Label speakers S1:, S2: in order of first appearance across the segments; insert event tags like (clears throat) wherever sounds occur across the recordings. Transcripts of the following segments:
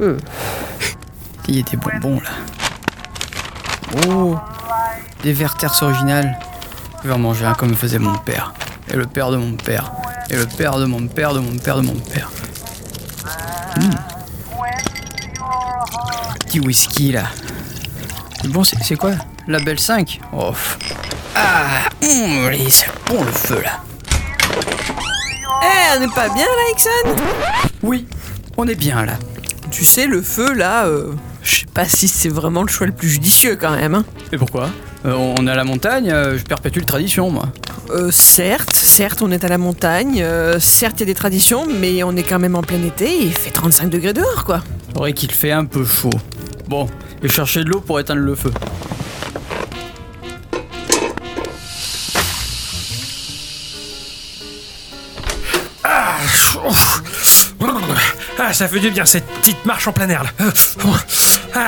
S1: Euh. Il y a des bonbons là. Oh Des Werther's originales. Je vais en manger un comme faisait mon père. Et le père de mon père. Et le père de mon père de mon père de mon père. Hmm. Petit whisky là. C'est bon, c'est c'est quoi Label 5 Oh pff. Ah hum, allez, C'est bon le feu là.
S2: Eh, on n'est pas bien là, Ixon
S1: Oui, on est bien là.
S2: Tu sais, le feu là, euh, je sais pas si c'est vraiment le choix le plus judicieux quand même. Hein.
S1: Et pourquoi Euh, On est à la montagne, euh, je perpétue la tradition moi.
S2: Euh, certes, certes, on est à la montagne, euh, certes, il y a des traditions, mais on est quand même en plein été et il fait 35 degrés dehors quoi.
S1: C'est vrai qu'il fait un peu chaud. Bon, et chercher de l'eau pour éteindre le feu.
S3: Ah, ouf. Ah, ça fait du bien cette petite marche en plein air là. Ah,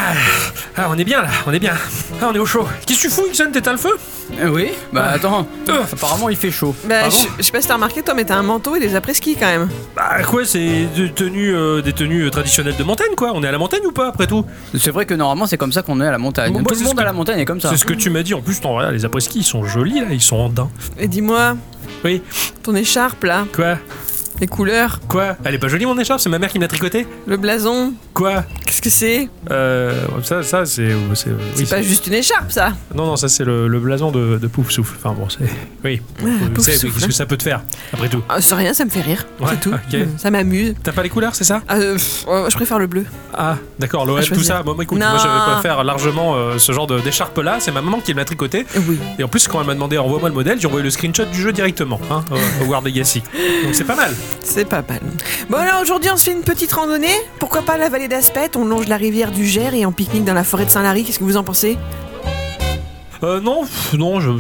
S3: ah, on est bien là, on est bien. Ah, on est au chaud. Qu'est-ce que tu fous, Ixon T'éteins le feu Ah
S1: Eh oui Bah attends,
S3: Euh.
S1: apparemment il fait chaud.
S2: Bah,
S3: Ah bon
S2: je je sais pas si t'as remarqué, toi, mais t'as un manteau et des après-ski quand même.
S3: Bah quoi, c'est des tenues, euh, des tenues traditionnelles de montagne quoi. On est à la montagne ou pas après tout
S1: C'est vrai que normalement c'est comme ça qu'on est à la montagne.
S3: Bon, moi,
S1: Tout
S3: c'est
S1: le
S3: ce
S1: monde
S3: que-
S1: à la montagne est comme ça.
S3: C'est ce que tu m'as dit. En plus, t'en regardes, les après-ski, ils sont jolis là, ils sont en daim.
S2: Et dis-moi,
S3: Oui.
S2: ton écharpe là,
S3: Quoi
S2: les couleurs,
S3: Quoi Elle est pas jolie mon écharpe C'est ma mère qui me l'a tricotée
S2: le blason,
S3: Quoi
S2: qu'est-ce que c'est
S3: Euh, ça, ça c'est, euh, c'est- oui,
S2: C'est pas
S3: c'est-
S2: juste une écharpe ça
S3: Non, non, ça c'est le, le blason de, de Pouf Souffle. Enfin bon, c'est. Oui. Euh,
S2: Pouf
S3: c'est-
S2: Souffle,
S3: Qu'est-ce
S2: hein.
S3: que ça peut te faire après tout
S2: Ah, c'est rien, ça me fait rire,
S3: Ouais,
S2: c'est tout.
S3: ok.
S2: Euh, Ça m'amuse.
S3: T'as pas les couleurs, c'est ça
S2: Ah, euh, pff, euh, je préfère le bleu.
S3: Ah, d'accord,
S2: À
S3: l'OM, tout
S2: choisir.
S3: ça. Bon, bah, écoute,
S2: Non.
S3: moi je vais pas faire largement euh, ce genre de- d'écharpe là. C'est ma maman qui me l'a tricotée.
S2: Oui.
S3: Et en plus, quand elle m'a demandé envoie-moi le modèle, j'ai envoyé le screenshot du jeu directement hein, au, au World Legacy. Donc c'est pas mal.
S2: C'est pas mal. Bon alors aujourd'hui on se fait une petite randonnée. Pourquoi pas la vallée d'Aspet On longe la rivière du Gers et on pique-nique dans la forêt de Saint-Lary. Qu'est-ce que vous en pensez
S3: Euh, non, pff, non, je-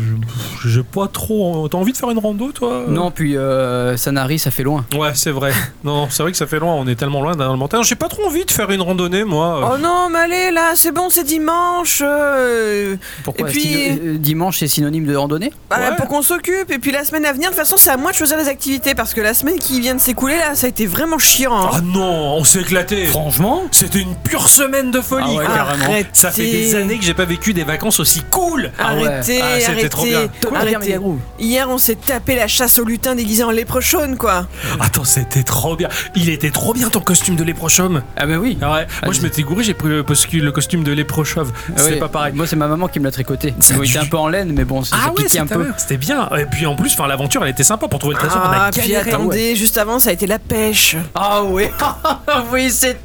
S3: je- j'ai pas trop. T'as envie de faire une rando, toi
S1: Non, puis euh, Sanari ça fait loin.
S3: Ouais, c'est vrai. Non, c'est vrai que ça fait loin, on est tellement loin d'un montagne. J'ai pas trop envie de faire une randonnée, moi.
S2: Oh non, mais allez là, c'est bon, c'est dimanche. euh,
S1: Pourquoi
S2: Et puis-
S1: est-ce qu'il- euh, Dimanche c'est synonyme de randonnée
S2: bah,
S3: Ouais.
S2: Pour qu'on s'occupe. Et puis la semaine à venir, de toute façon, c'est à moi de choisir les activités parce que la semaine qui vient de s'écouler là, ça a été vraiment chiant. hein.
S3: Ah non, on s'est éclaté.
S1: Franchement
S3: C'était une pure semaine de folie.
S1: Ah ouais,
S3: quoi.
S1: carrément.
S2: Arrêtez.
S3: Oh, Ça fait des années que j'ai pas vécu des vacances aussi cool.
S1: Ah ouais.
S2: Arrêtez,
S3: Ah, c'était
S2: arrêtez,
S3: trop bien.
S2: arrêtez. Hier, on s'est tapé la chasse au lutin déguisé en lèprechaune, quoi.
S3: Attends, c'était trop bien. Il était trop bien ton costume de léprochaume.
S1: Ah bah oui
S3: Ah ouais, moi je
S1: Vas-y. m'étais
S3: m'étais gouré, j'ai pris le, costume de léprochauve.
S1: Ah
S3: C'est
S1: ouais.
S3: pas pareil. Ah
S1: Moi c'est ma maman qui me l'a
S3: (laughs)
S1: tricoté.
S3: Ça
S1: Bon, il était
S3: tue.
S1: un peu en laine mais bon, ça, ça piquait un peu.
S3: C'était bien. Et puis en plus, enfin, l'aventure elle était sympa pour trouver le trésor. on
S2: Ah,
S3: a
S2: puis
S3: galéré.
S2: attendez, juste avant, ça a été la pêche.
S1: Ah oui, (laughs) oui c'était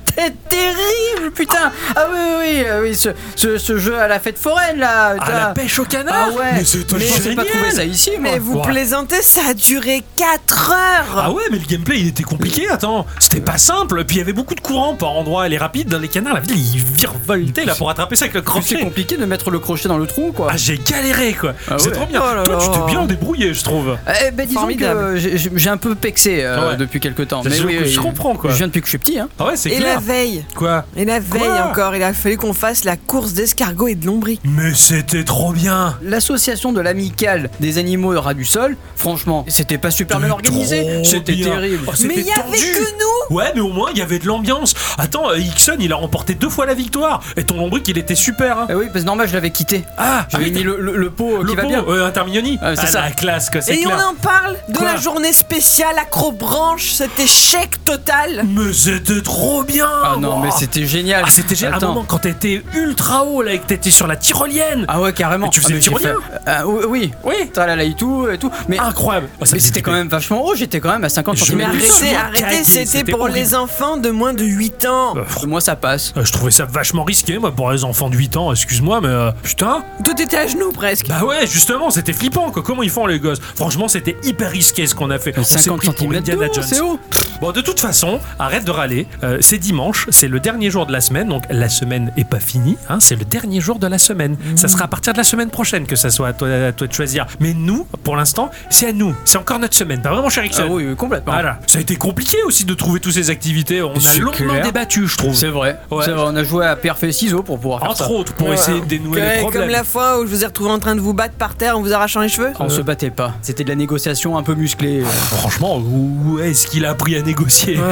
S1: terrible putain. Ah oui oui oui, euh, oui, ce, ce- ce jeu à la fête foraine là.
S3: Ah,
S1: t'as-
S3: la pêche au
S1: Ah
S3: canard.
S1: ouais.
S3: Mais c'était
S1: je pensais pas
S3: génial.
S1: trouver ça ici moi.
S2: Mais vous
S3: Ouais.
S2: plaisantez, ça a duré 4 heures
S3: Ah ouais, mais le gameplay il était compliqué. Attends, c'était pas simple. Et puis il y avait beaucoup de courants par endroits. Elle est rapide. Dans les canards, la ville ils virevoltaient là pour attraper ça avec le
S1: Plus C'est
S3: crochet.
S1: compliqué de mettre le crochet dans le trou quoi.
S3: Ah, j'ai galéré quoi.
S1: Ah
S3: C'est
S1: ouais.
S3: trop bien.
S2: Oh là
S3: Toi, tu
S2: là.
S3: t'es bien débrouillé, je trouve.
S1: Eh ben disons
S2: Formidable.
S1: que euh, j'ai- j'ai j'ai un peu pexé euh,
S3: Ouais.
S1: depuis quelques temps.
S3: C'est
S1: Mais
S3: sûr
S1: oui,
S3: que
S1: oui,
S3: je comprends, quoi.
S1: Je viens depuis que je suis petit hein.
S3: Ah ouais, c'est
S2: Et
S3: clair.
S2: la veille
S3: Quoi
S2: Et la veille
S3: Quoi
S2: encore, il a fallu qu'on fasse la course d'escargot et de lombric.
S3: Mais c'était trop bien.
S1: L'association de l'amicale des animaux rats du sol, franchement, c'était pas super bien
S3: Mais
S1: organisé,
S3: trop
S1: c'était
S3: bien.
S1: terrible.
S3: Oh, c'était
S2: Mais il y avait
S3: tendu.
S2: que nous
S3: Ouais, mais au moins il y avait de l'ambiance. Attends, euh, Ixon, il a remporté deux fois la victoire. Et ton lombric, il était super. Hein.
S1: Eh oui, parce que normal, je l'avais quitté.
S3: Ah,
S1: J'avais
S3: ah,
S1: mis le, le- le pot euh,
S3: le
S1: qui va
S3: pot,
S1: bien.
S3: euh, Intermignoni.
S1: Ah, c'est
S3: Ah,
S1: ça.
S3: la classe, quoi, c'est
S2: Et
S3: clair.
S2: on en parle de
S3: Quoi
S2: la journée spéciale accrobranche, cet échec total
S3: Mais c'était trop bien.
S1: Ah non, mais
S3: Wouah.
S1: c'était génial.
S3: Ah, c'était génial. Un
S1: Attends.
S3: moment quand t'étais ultra haut, là, et que t'étais sur la tyrolienne.
S1: Ah ouais, carrément.
S3: Mais tu
S1: Ah,
S3: faisais
S1: j'ai
S3: tyrolien
S1: fait- Ah, oui, oui.
S3: Oui.
S1: T'as la et tout et tout. Mais,
S3: Incroyable. Oh, ça
S1: mais
S3: faisait
S1: c'était
S3: flipper.
S1: quand même vachement haut. J'étais quand même à 50
S3: Je
S1: cm
S3: me
S1: du
S3: rappelle.
S1: sol.
S2: Arrêtez,
S3: Absolument
S2: arrêtez,
S3: cagé,
S2: c'était
S3: c'était
S2: pour
S3: horrible.
S2: les enfants de moins de 8 ans
S3: Euh,
S1: Moi, ça passe.
S3: Euh, Je trouvais ça vachement risqué, moi, pour les enfants de 8 ans, excuse-moi, mais euh, putain,
S2: Tout était à genoux presque
S3: bah ouais, justement, c'était flippant, quoi. Comment ils font, les gosses Franchement, c'était hyper risqué ce qu'on a fait. On s'est
S1: 50
S3: pris pour
S1: cm
S3: Indiana
S1: Euh, de haut,
S3: Jones.
S1: c'est haut.
S3: Bon, de toute façon, arrête de râler. Euh, c'est dimanche. dimanche, c'est le dernier jour de la semaine, donc la semaine est pas finie, hein, c'est le dernier jour de la semaine.
S1: Mhm.
S3: Ça sera à partir de la semaine prochaine que ça soit à toi, à toi de choisir. Mais nous, pour l'instant, c'est à nous, c'est encore notre semaine, pas vraiment cher Ixon
S1: Ah oui, oui, complètement.
S3: Voilà. Ça a été compliqué aussi de trouver toutes ces activités, on a
S1: C'est
S3: longuement
S1: clair.
S3: débattu, je trouve.
S1: C'est vrai.
S3: Ouais.
S1: C'est vrai, on a joué à pierre feuille ciseaux pour pouvoir faire
S3: Entre
S1: ça.
S3: autres, pour
S2: Ouais.
S3: essayer de dénouer les
S2: Ouais,
S3: problèmes.
S2: Comme la fois où je vous ai retrouvé en train de vous battre par terre en vous arrachant les cheveux.
S1: On se battait pas. C'était de la négociation un peu musclée.
S3: Franchement, où est-ce qu'il a appris à négocier
S2: Ouais, ouais,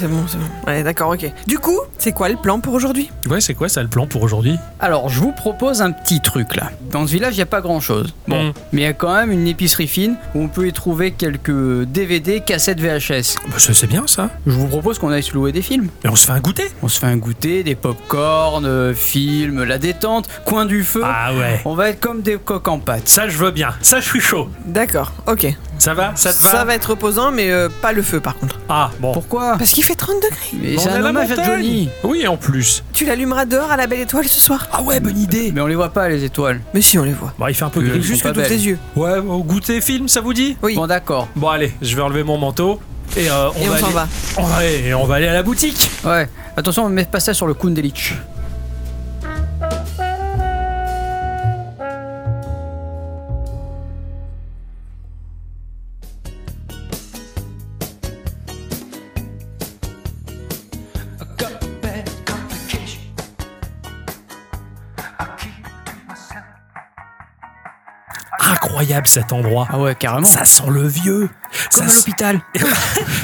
S2: c'est bon, c'est bon. Ouais, d'accord, ok. Du coup, c'est quoi le plan pour aujourd'hui
S3: Ouais, c'est quoi ça le plan pour aujourd'hui
S1: Alors, je vous propose un petit truc là. Dans ce village, il n'y a pas grand chose. Bon,
S3: Mm.
S1: mais il y a quand même une épicerie fine où on peut y trouver quelques DVD, cassettes VHS.
S3: bah, ça, C'est bien ça.
S1: Je vous propose qu'on aille se louer des films.
S3: Mais on se fait un goûter
S1: On se fait un goûter, des pop-corn, euh, films, la détente, coin du feu.
S3: Ah ouais.
S1: On va être comme des coques en pâte.
S3: Ça, je veux bien. Ça, je suis chaud.
S2: D'accord, ok.
S3: Ça va Ça te va
S2: Ça va être reposant, mais euh, pas le feu par contre.
S3: Ah, bon.
S1: Pourquoi
S2: Parce qu'il fait 30 degrés.
S1: Mais
S3: On
S1: c'est
S3: est à
S1: un
S3: la
S1: hommage à
S3: montagne.
S1: Johnny.
S3: Oui, en plus.
S2: Tu l'allumeras dehors à la belle étoile ce soir
S3: Ah ouais, bonne idée.
S1: Mais on les voit pas les étoiles.
S2: Mais si, on les voit.
S3: Bon, il fait un peu
S1: Euh,
S3: gris.
S1: Ils sont
S2: Juste
S1: pas
S2: que tous
S1: belles.
S2: tes yeux.
S3: Ouais, au goûter film, ça vous dit
S2: Oui.
S1: Bon d'accord.
S3: Bon, allez, je vais enlever mon manteau. Et, euh, on,
S2: Et on
S3: va
S2: s'en
S3: aller...
S2: va.
S3: Ouais, et on va aller à la boutique.
S1: Ouais. Attention, on ne met pas ça sur le Kundelich.
S4: got a bad complication. I keep to myself.
S3: Incroyable cet endroit.
S1: Ah ouais, carrément.
S3: Ça sent le vieux.
S1: Comme
S3: ça
S1: à
S3: sent- (laughs)
S1: l'hôpital.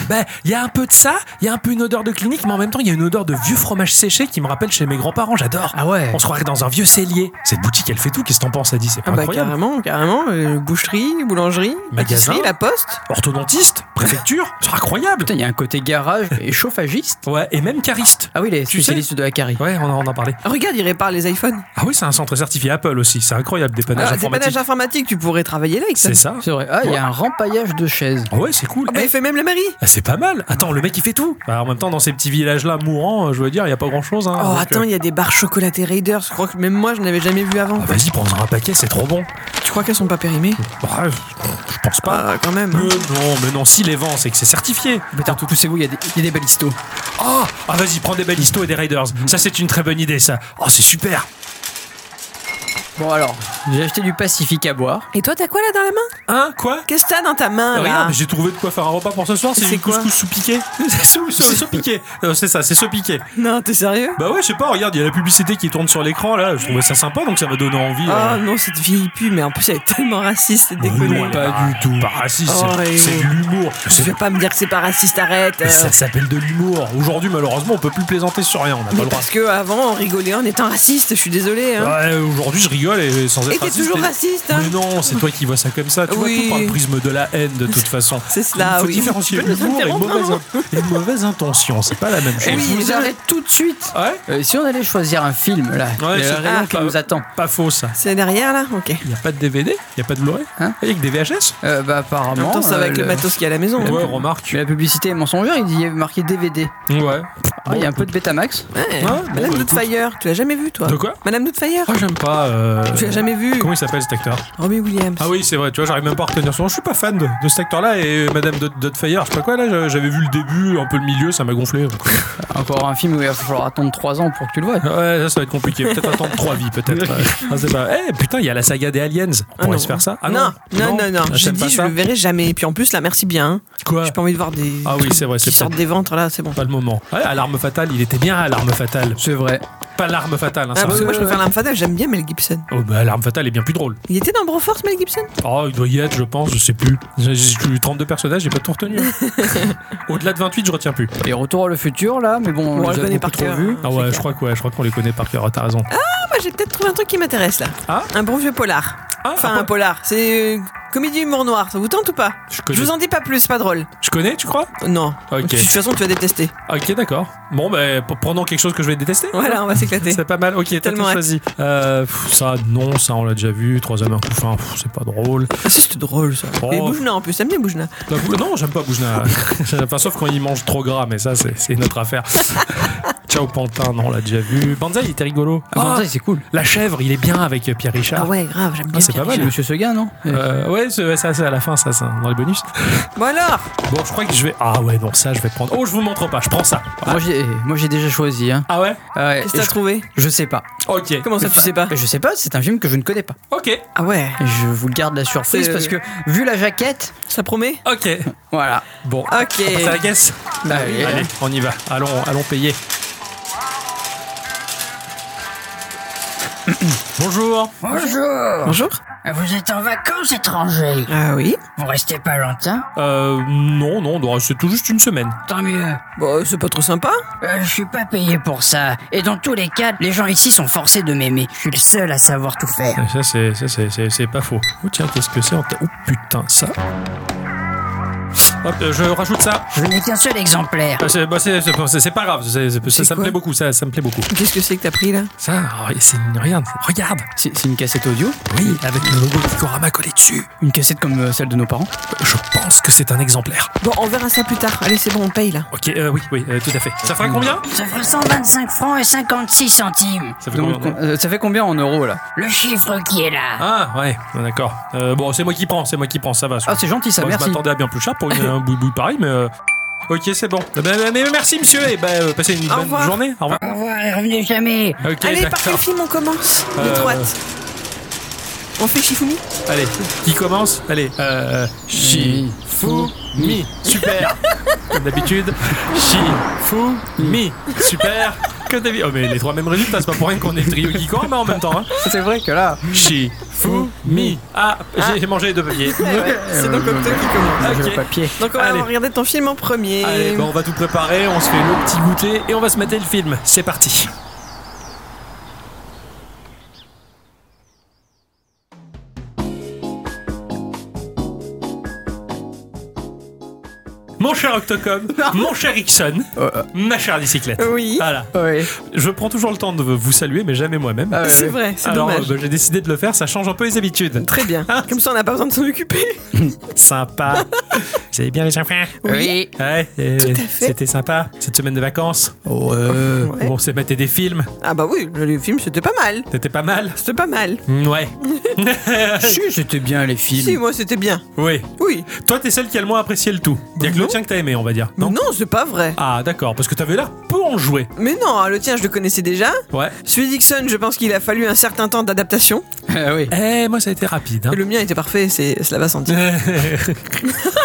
S3: bah, il y a un peu de ça, il y a un peu une odeur de clinique, mais en même temps, il y a une odeur de vieux fromage séché qui me rappelle chez mes grands-parents, j'adore.
S1: Ah ouais.
S3: On se croirait dans un vieux cellier. Cette boutique, elle fait tout, qu'est-ce que t'en penses, Adi C'est pas
S2: Ah bah
S3: incroyable.
S2: carrément, carrément. euh, boucherie, boulangerie,
S3: Magasin.
S2: pâtisserie, la poste.
S3: Orthodontiste,
S2: (laughs)
S3: préfecture, c'est incroyable.
S1: Putain, il y a un côté garage et chauffagiste.
S3: Ouais, et même cariste.
S1: Ah oui, les
S3: Tu sais-
S1: spécialistes de la carie.
S3: Ouais, on en, on en parlait.
S2: Ah, regarde, il répare les iPhones.
S3: Ah oui, c'est un centre certifié Apple aussi, c'est incroyable, dépannage
S2: Ah, dépannage
S3: informatique.
S2: informatique, tu pourrais travailler là avec ça.
S3: C'est ça.
S1: C'est vrai. Ah, il y a un rempaillage de chaises.
S3: Ouais, c'est cool.
S2: Ah bah,
S3: Eh,
S2: il fait même la mairie.
S3: ah, c'est pas mal. Attends, le mec il fait tout. Bah, en même temps, dans ces petits villages-là mourants, euh, je veux dire, il y a pas grand-chose. Hein,
S2: Oh,
S3: Donc,
S2: attends,
S3: euh,
S2: il y a des barres chocolatées Raiders. Je crois que même moi, je n'avais jamais vu avant.
S3: ah, Vas-y, prends-en un paquet, c'est trop bon.
S2: Tu crois qu'elles sont pas périmées
S3: Ouais, je pense pas. Euh.
S2: Ah, quand même.
S3: Mais non, mais non, si les vents, c'est que c'est certifié.
S1: Putain, tout poussez-vous, il y, a des- il y a des balistos.
S3: Oh Ah vas-y, prends des balistos et des raiders. Ça c'est une très bonne idée ça. Oh c'est super.
S1: Bon alors, j'ai acheté du Pacifique à boire.
S2: Et toi, t'as quoi là dans la main
S3: Hein quoi
S2: Qu'est-ce que t'as dans ta main là
S3: Regarde, j'ai trouvé de quoi faire un repas pour ce soir, c'est
S2: Ah bah. C'est
S3: du
S2: quoi
S3: couscous sous piqué. (laughs) sous, sous, sous piqué. Euh, c'est ça, c'est sous piqué.
S2: Non, t'es sérieux
S3: Bah ouais, je sais pas, regarde, il y a la publicité qui tourne sur l'écran là, je trouvais ça sympa donc ça m'a donné envie.
S2: Oh
S3: euh.
S2: non, cette vieille pub, mais en plus elle est tellement raciste, c'est
S3: Oh,
S2: déconné.
S3: non, pas du tout. Pas raciste,
S2: Oh,
S3: bah, c'est-
S2: et-
S3: c'est de l'humour.
S2: Tu
S3: C'est-
S2: vas pas me dire que c'est pas raciste, arrête. euh.
S3: Ça s'appelle de l'humour. Aujourd'hui, malheureusement, on peut plus plaisanter sur rien, on n'a pas
S2: Mais
S3: le droit.
S2: parce que avant on rigolait en étant raciste, je suis désolé. Hein.
S3: Ouais, Bah, euh, aujourd'hui, je rigole et sans
S2: Et
S3: être
S2: t'es
S3: raciste,
S2: toujours
S3: et-
S2: raciste, hein
S3: Mais non, c'est toi qui vois ça comme ça. Tu vois
S2: Oui.
S3: tout par le prisme de la haine, de toute façon.
S2: (laughs) C'est cela,
S3: Il faut
S2: oui.
S3: différencier
S2: Je peux le
S3: humour et
S2: interrompre,
S3: mauvaise,
S2: hein.
S3: et mauvaise intention. C'est pas la même chose.
S1: Et je
S2: oui,
S1: vous
S2: là-
S1: arrête tout de suite.
S3: Ouais
S1: Euh, si on allait choisir un film là,
S3: Ouais,
S1: il y a
S3: c'est-
S1: la rayon
S3: ah,
S1: qui
S3: bah-
S1: nous attend.
S3: Pas faux, ça.
S2: C'est derrière là Ok.
S3: Il a pas de DVD Il a pas de Blu-ray
S1: Hein
S3: Il y a que des VHS
S1: Euh, bah apparemment.
S2: Attends, ça va
S1: euh,
S2: avec le matos qu'il y a à la maison.
S3: Ouais,
S2: hein.
S3: remarque.
S1: mais la publicité est mensongère, il y a marqué DVD.
S3: Ouais.
S1: Ah, il y a un peu de Betamax.
S2: Ouais.
S3: Ah, bon,
S2: Madame
S3: bah,
S2: Doubtfire, tu l'as jamais vu toi
S3: De quoi
S2: Madame Doubtfire
S3: Ah, j'aime pas. euh,
S2: Tu l'as jamais vu
S3: Comment il s'appelle cet acteur
S2: Robbie Williams.
S3: Ah oui, c'est vrai, tu vois, j'arrive même pas à retenir son nom. Je suis pas fan de, de cet acteur-là et Madame Dot- Dotfire, je sais pas quoi, là, j'avais vu le début, un peu le milieu, ça m'a gonflé.
S1: Encore un film où il va falloir attendre 3 ans pour que tu le vois.
S3: Ouais, ça, ça va être compliqué. Peut-être attendre trois vies,
S2: (laughs)
S3: peut-être. Euh, je sais pas. Eh, putain, il y a la saga des Aliens. On
S2: Ah
S3: pourrait
S2: non.
S3: se faire ça Ah
S2: non, non, non, non.
S3: Ah,
S2: J'ai
S3: t'aimes pas
S2: dit, je
S3: ça
S2: le verrai jamais. Et puis en plus, là, merci bien. hein.
S3: Quoi
S2: J'ai pas envie de voir des.
S3: Ah oui, c'est vrai,
S2: qui
S3: c'est
S2: sortent
S3: pas-
S2: des ventres là, c'est bon.
S3: Pas le moment. Ouais, à l'arme fatale, il était bien à l'arme fatale.
S1: C'est vrai.
S3: Pas l'arme fatale, hein,
S2: Ah,
S3: ça.
S2: parce que moi, je
S1: ouais,
S2: préfère l'âme fatale, j'aime bien Mel Gibson.
S3: Oh, bah, l'arme fatale est bien plus drôle.
S2: Il était dans Broforce, Mel Gibson
S3: Oh, il doit y être, je pense, je sais plus. J'ai j'ai eu 32 personnages, j'ai pas
S2: (laughs)
S3: tout retenu. Au-delà de 28, je retiens plus.
S1: Et retour à le futur là, mais bon,
S2: Bon,
S1: on
S2: je
S1: les a
S2: connais
S1: beaucoup
S2: par
S1: trop
S2: cœur.
S1: vus.
S3: Ah ouais, je crois que ouais, je crois qu'on les connaît par cœur, t'as raison.
S2: Ah, moi, j'ai peut-être trouvé un truc qui m'intéresse là.
S3: Ah
S2: Un bon vieux polar.
S3: Ah,
S2: Enfin,
S3: ah,
S2: un polar. C'est euh, comédie humour noir. Ça vous tente ou pas
S3: Je connais.
S2: Je vous en dis pas plus, c'est pas drôle.
S3: Je connais, tu crois
S2: Non.
S3: Ok.
S2: De toute façon, tu vas détester.
S3: Ok, d'accord. Bon, bah, p- prenons quelque chose que je vais détester.
S2: Voilà, on va s'éclater.
S3: C'est pas mal. Ok, t'as
S2: Tellement
S3: tout
S2: hâte.
S3: choisi. Euh, pff, ça, non, ça, on l'a déjà vu. Trois hommes, un couffin, pff, c'est pas drôle.
S2: Ah, si, c'était drôle ça.
S3: Oh.
S2: Et Boujna en plus, t'aimes bien Boujna. (laughs)
S3: La (laughs) bou- non, j'aime pas Boujna. enfin, sauf quand il mange trop gras, mais ça, c'est c'est notre affaire. Ciao Pantin, non, on l'a déjà vu. Banzai, il était rigolo.
S1: Ah,
S3: Ah,
S1: Banzai, c'est cool.
S3: la chèvre, il est bien avec euh, Pierre Richard.
S2: Ah ouais, grave, j'aime bien.
S3: Ah, c'est pas
S1: C'est
S3: mal.
S1: Monsieur Seguin, non
S3: Euh, ouais, c'est- ça c'est à la fin, ça, ça, dans les bonus.
S2: Bon alors
S3: Bon, je crois que je vais. Ah ouais, non, ça je vais prendre. Oh, je vous montre pas, je prends ça. Ah,
S1: Euh, Moi, j'ai- eh, Moi, j'ai déjà choisi. Hein.
S3: ah ouais
S1: Ah ouais,
S2: Qu'est-ce
S1: et
S2: que t'as
S1: je-
S2: trouvé
S1: Je sais pas.
S3: Ok.
S2: Comment ça, tu sais pas
S1: Je sais pas, c'est un film que je ne connais pas.
S3: Ok.
S2: Ah ouais,
S1: Je vous garde la surprise
S2: C'est-
S1: parce que, vu la jaquette,
S2: ça promet
S3: Ok.
S1: voilà.
S3: Bon.
S2: Ok. Bah
S3: On passe à la caisse
S2: Eh.
S1: Allez,
S3: Allez, on y va. Allons, allons payer. (coughs) Bonjour.
S5: Bonjour
S2: Bonjour.
S5: Euh, Vous êtes en vacances, étranger
S2: Ah oui
S5: Vous restez pas longtemps
S3: Euh, non, non, non, c'est tout juste une semaine.
S5: Tant mieux.
S2: Bon, c'est pas trop sympa.
S5: Euh, je suis pas payé pour ça. Et dans tous les cas, les gens ici sont forcés de m'aimer. Je suis le seul à savoir tout faire.
S3: Ça, c'est, ça, c'est, c'est, c'est pas faux. Oh, tiens, qu'est-ce que c'est en ta- Oh putain, ça. Hop, euh, je rajoute ça.
S5: Je n'ai qu'un seul exemplaire.
S3: Ah, C'est, bah, c'est, c'est- c'est- c'est pas grave, c'est- c'est- ça, ça me
S2: quoi
S3: plaît beaucoup, ça, ça me plaît beaucoup.
S2: Qu'est-ce que c'est que t'as pris là
S3: Ça, oh, c'est une- regarde, regarde.
S1: C'est c'est une cassette audio
S3: Oui, avec le logo Picorama collé dessus.
S1: Une cassette comme euh, celle de nos parents
S3: Je pense que c'est un exemplaire.
S2: Bon, on verra ça plus tard. Allez, c'est bon, on paye là.
S3: Ok, euh, oui, oui, euh, tout à fait. Ça fera combien
S5: Ça fera 125 francs et 56 centimes.
S3: Ça
S1: Donc, euh, Ça fait combien en euros là
S5: Le chiffre qui est là.
S3: Ah, ouais, d'accord. Euh, bon, c'est moi qui prends, c'est moi qui prends, ça va.
S1: Ah, c'est gentil ça,
S3: Moi, Je
S1: merci.
S3: m'attendais à bien plus cher pour une, un boui pareil, mais. euh, Ok, c'est bon. Eh ben, mais merci, monsieur, et ben, euh, passez une
S2: Au
S3: bonne
S2: revoir.
S3: journée. Au revoir.
S5: Au revoir et revenez jamais.
S3: Ok,
S2: Allez, par quel
S3: d'accord.
S2: film on commence
S3: Euh,
S2: Le droite. On fait Shifumi
S3: Allez, qui commence Allez, euh. Shifumi. Super Comme d'habitude. Shifumi. Super Comme d'habitude. Oh, mais les trois mêmes résultats, c'est pas pour rien qu'on est le trio qui mais en même temps. Hein.
S1: (laughs) C'est vrai que là.
S3: Shifumi. Ah, j'ai mangé les deux papiers.
S2: Ah C'est donc comme toi qui commence.
S1: J'ai
S3: Ok.
S1: le papier.
S2: Donc on va
S3: Allez.
S2: regarder ton film en premier.
S3: Allez, bon, on va tout préparer, on se fait le petit goûter et on va se mater le film. C'est parti. Mon cher Octocom, mon cher Ixon,
S1: Euh, euh,
S3: ma chère bicyclette.
S2: Oui,
S3: Voilà.
S1: ouais.
S3: Je prends toujours le temps de vous saluer, mais jamais moi-même.
S1: Ah ouais,
S2: c'est
S1: ouais.
S2: vrai, c'est
S3: Alors,
S2: dommage.
S3: euh, bah, j'ai décidé de le faire, ça change un peu les habitudes.
S2: Très
S3: (laughs)
S2: bien. Comme ça, on n'a pas besoin de s'en occuper. (laughs)
S3: Sympa. vous allez bien, les enfants
S1: Oui.
S3: Ouais, euh,
S2: fait.
S3: c'était sympa. Cette semaine de vacances,
S1: Oh,
S2: (laughs)
S1: Ouais.
S2: Ouais.
S3: on s'est maté des films.
S2: Ah bah oui, le film, c'était pas mal.
S3: C'était pas mal
S2: C'était pas mal.
S1: (laughs)
S3: Mm, Ouais.
S1: Si, c'était bien les
S2: Si,
S1: films.
S2: moi, c'était bien.
S3: oui.
S2: Oui.
S3: Toi, t'es celle qui a le moins apprécié le tout. Y'a que
S2: non.
S3: le tien que t'as aimé, on va dire.
S2: Non, non c'est pas vrai.
S3: Ah, d'accord, parce que t'avais l'air peu en jouer.
S2: Mais non, hein, le tien, je le connaissais déjà.
S3: Ouais.
S2: Celui Dixon, je pense qu'il a fallu un certain temps d'adaptation.
S1: (laughs) Ah oui.
S3: Eh, moi, ça a été rapide.
S2: Et le mien était parfait, c'est cela va sans
S3: (laughs)
S2: dire.
S3: Hein.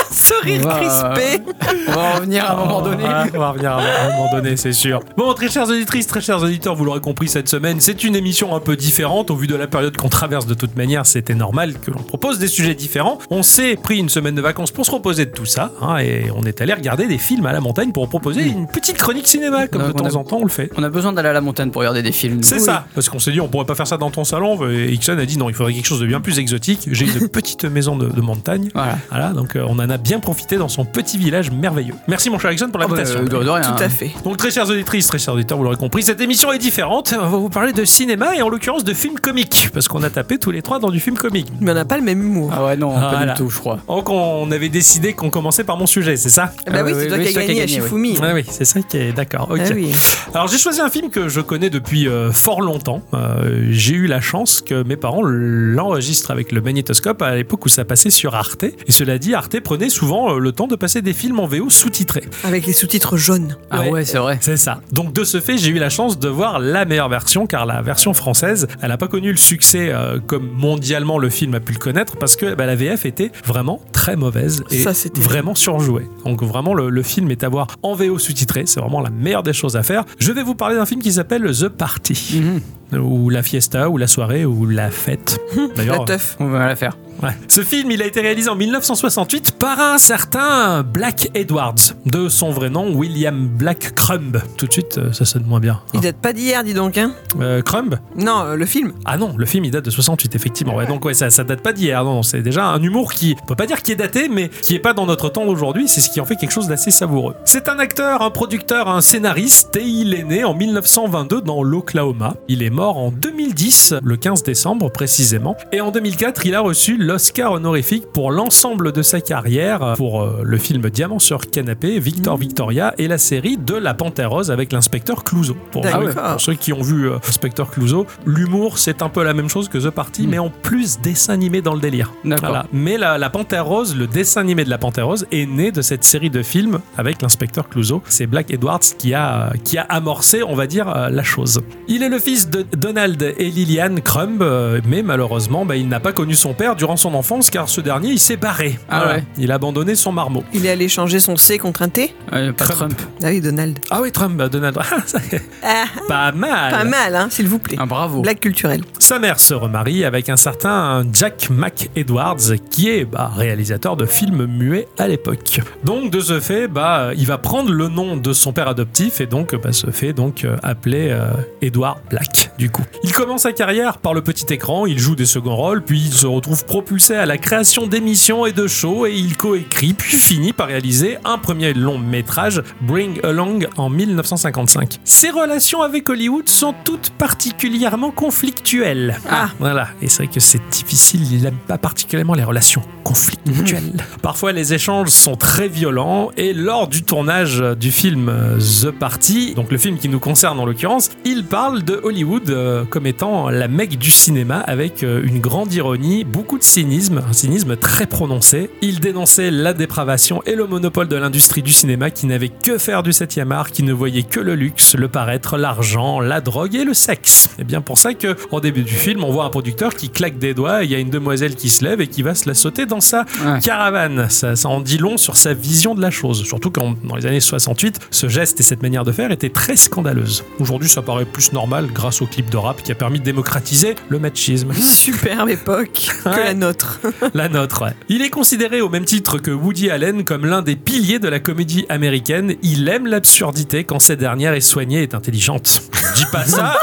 S2: Sourire
S1: Wow.
S2: crispé.
S1: On va en revenir (laughs) à un
S3: (laughs)
S1: moment donné.
S2: Ah.
S3: Ouais, on va revenir à un moment donné, c'est sûr. Bon, très chères auditrices, très chers auditeurs, vous l'aurez compris cette semaine, c'est une émission un peu différente. Au vu de la période qu'on traverse, de toute manière, c'était normal que l'on propose des sujets différents. On s'est pris une semaine de vacances pour se reposer de tout ça, hein, et on est allé regarder des films à la montagne pour proposer une petite chronique cinéma, comme
S1: Non,
S3: de
S1: on
S3: temps
S1: a-
S3: en temps on le fait.
S1: On a besoin d'aller à la montagne pour regarder des films.
S3: C'est
S1: Oui.
S3: ça, parce qu'on s'est dit on pourrait pas faire ça dans ton salon. Et Ixon a dit non, il faudrait quelque chose de bien plus exotique. J'ai
S1: (laughs)
S3: une petite maison de, de montagne.
S1: Voilà.
S3: Voilà, donc euh, on en a bien profité dans son petit village merveilleux. Merci mon cher Ixon pour
S1: Ah bah,
S3: l'invitation.
S1: euh, de- de rien.
S2: Tout à fait.
S3: Donc très chères auditrices, très chers auditeurs, vous l'aurez compris, cette émission est différente. On va vous parler de cinéma et en l'occurrence de films comiques, parce qu'on a tapé tous les trois dans du film comique.
S2: Mais on n'a pas le même humour.
S1: Ah ouais, non, pas
S3: Voilà.
S1: du tout, je crois.
S3: Donc on avait décidé qu'on commençait par mon sujet, c'est ça
S2: Ah bah
S1: Ah
S2: oui,
S1: oui,
S2: c'est toi
S1: oui,
S2: qui as
S1: c'est toi qui as
S2: gagné à
S1: gagné, oui.
S2: Shifumi.
S3: Ah oui, c'est ça qui est d'accord. ok.
S2: Ah oui.
S3: Alors j'ai choisi un film que je connais depuis euh, fort longtemps. Euh, j'ai eu la chance que mes parents l'enregistrent avec le magnétoscope à l'époque où ça passait sur Arte. Et cela dit, Arte prenait souvent euh, le temps de passer des films en VO sous-titrés.
S2: Avec les sous-titres jaunes.
S1: Ah
S3: Ouais.
S1: ouais, c'est vrai.
S3: C'est ça. Donc de ce fait, j'ai eu la chance de voir la meilleure version, car la version française, elle n'a pas connu le succès euh, comme mondialement le film a pu le connaître, parce que bah, la VF était vraiment très mauvaise et
S2: Ça, c'était-
S3: vraiment surjouée. Donc vraiment, le, le film est à voir en VO sous-titré, c'est vraiment la meilleure des choses à faire. Je vais vous parler d'un film qui s'appelle The Party,
S1: Mhm.
S3: ou la fiesta, ou la soirée, ou la fête.
S2: (laughs) La
S3: D'ailleurs,
S2: teuf.
S1: On va la faire.
S3: Ouais. Ce film, il a été réalisé en 1968 par un certain Black Edwards, de son vrai nom William Black Crumb. Tout de suite, euh, ça sonne moins bien. hein.
S2: Il date pas d'hier, dis donc, hein.
S3: Euh, Crumb
S2: Non, euh, le film.
S3: Ah non, le film il date de 68 effectivement. Ouais, donc ouais, ça, ça date pas d'hier. Non, non, c'est déjà un humour qui, on peut pas dire qui est daté, mais qui est pas dans notre temps aujourd'hui. C'est ce qui en fait quelque chose d'assez savoureux. C'est un acteur, un producteur, un scénariste et il est né en 1922 dans l'Oklahoma. Il est mort en 2010, le 15 décembre précisément. Et en 2004, il a reçu l'Oscar honorifique pour l'ensemble de sa carrière pour euh, le film Diamant sur canapé, Victor Victoria et la série de La Panthère Rose avec l'inspecteur Clouseau. Pour,
S2: D'accord.
S3: ceux- pour ceux qui ont vu euh, Inspecteur Clouseau, l'humour c'est un peu la même chose que The Party,
S1: Mm.
S3: mais en plus dessin animé dans le délire.
S1: D'accord.
S3: Voilà. Mais la, la Panthère Rose, le dessin animé de la Panthère Rose, est né de cette série de films avec l'inspecteur Clouseau. C'est Black Edwards qui a, qui a amorcé, on va dire, euh, la chose. Il est le fils de Donald et Lillian Crumb, euh, mais malheureusement, bah, il n'a pas connu son père durant son enfance car ce dernier, il s'est barré.
S1: Ah ouais.
S3: Il a abandonné son marmot.
S2: Il est allé changer son C contre un T
S1: Ouais, Euh, pas
S3: Crump.
S1: Trump.
S2: Ah oui, Donald.
S3: Ah oui, Trump, euh, Donald. (laughs) Ah, ça-
S2: Ah,
S3: pas mal.
S2: pas mal, hein, s'il vous plaît.
S1: Ah, bravo.
S2: Blague culturelle.
S3: Sa mère se remarie avec un certain Jack McEdwards, qui est bah, réalisateur de films muets à l'époque. Donc, de ce fait, bah, il va prendre le nom de son père adoptif et donc bah, se fait donc euh, appeler euh, Edward Black. Du coup, il commence sa carrière par le petit écran, il joue des seconds rôles, puis il se retrouve propulsé à la création d'émissions et de shows et il coécrit, puis finit par réaliser un premier long métrage, Bring Along, en 1955. Ses relations avec Hollywood sont toutes particulièrement conflictuelles.
S2: Ah.
S3: Voilà, et c'est vrai que c'est difficile, il n'aime pas particulièrement les relations conflictuelles. Parfois, les échanges sont très violents, et lors du tournage du film euh, The Party, donc le film qui nous concerne en l'occurrence, il parle de Hollywood euh, comme étant la mecque du cinéma avec euh, une grande ironie, beaucoup de cynisme, un cynisme très prononcé. Il dénonçait la dépravation et le monopole de l'industrie du cinéma qui n'avait que faire du 7 art, qui ne voyait que le luxe, le paraître, l'argent, la drogue et le sexe. Et bien pour ça que au début du film, on voit un producteur qui claque des doigts, et il y a une demoiselle qui se lève et qui va se la sauter dans sa
S1: Ouais.
S3: caravane. Ça, ça en dit long sur sa vision de la chose. Surtout quand, dans les années 68, ce geste et cette manière de faire étaient très scandaleuses. Aujourd'hui, ça paraît plus normal grâce au clip de rap qui a permis de démocratiser le machisme.
S2: Superbe époque que
S3: Ouais.
S2: la nôtre.
S3: La nôtre, ouais. Il est considéré au même titre que Woody Allen comme l'un des piliers de la comédie américaine. Il aime l'absurdité quand cette dernière est soignée et est intelligente. Je dis pas ça.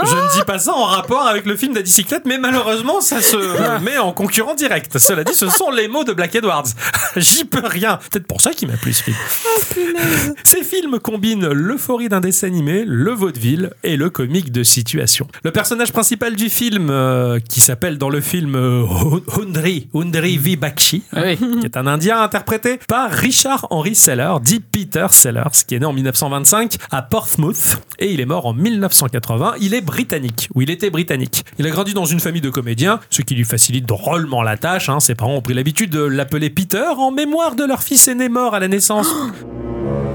S3: Je ne dis pas ça en rapport avec le film de la bicyclette, mais malheureusement, ça se met en concurrent direct. Cela dit, ce sont les mots de Black Edwards. J'y peux rien. Peut-être pour ça qu'il m'a plu ce film. Ces films combinent l'euphorie d'un dessin animé, le vaudeville et le comique de situation. Le personnage principal du film, euh, qui s'appelle dans le film euh, Hundri, Hundri Vibakshi,
S1: Ah oui.
S3: qui est un Indien interprété par Richard Henry Sellers, dit Peter Sellers, qui est né en 1925 à Portsmouth et il est mort en 1980. Il est britannique, ou il était britannique. Il a grandi dans une famille de comédiens, ce qui lui facilite drôlement la tâche. hein. Ses parents ont pris l'habitude de l'appeler Peter en mémoire de leur fils aîné mort à la naissance.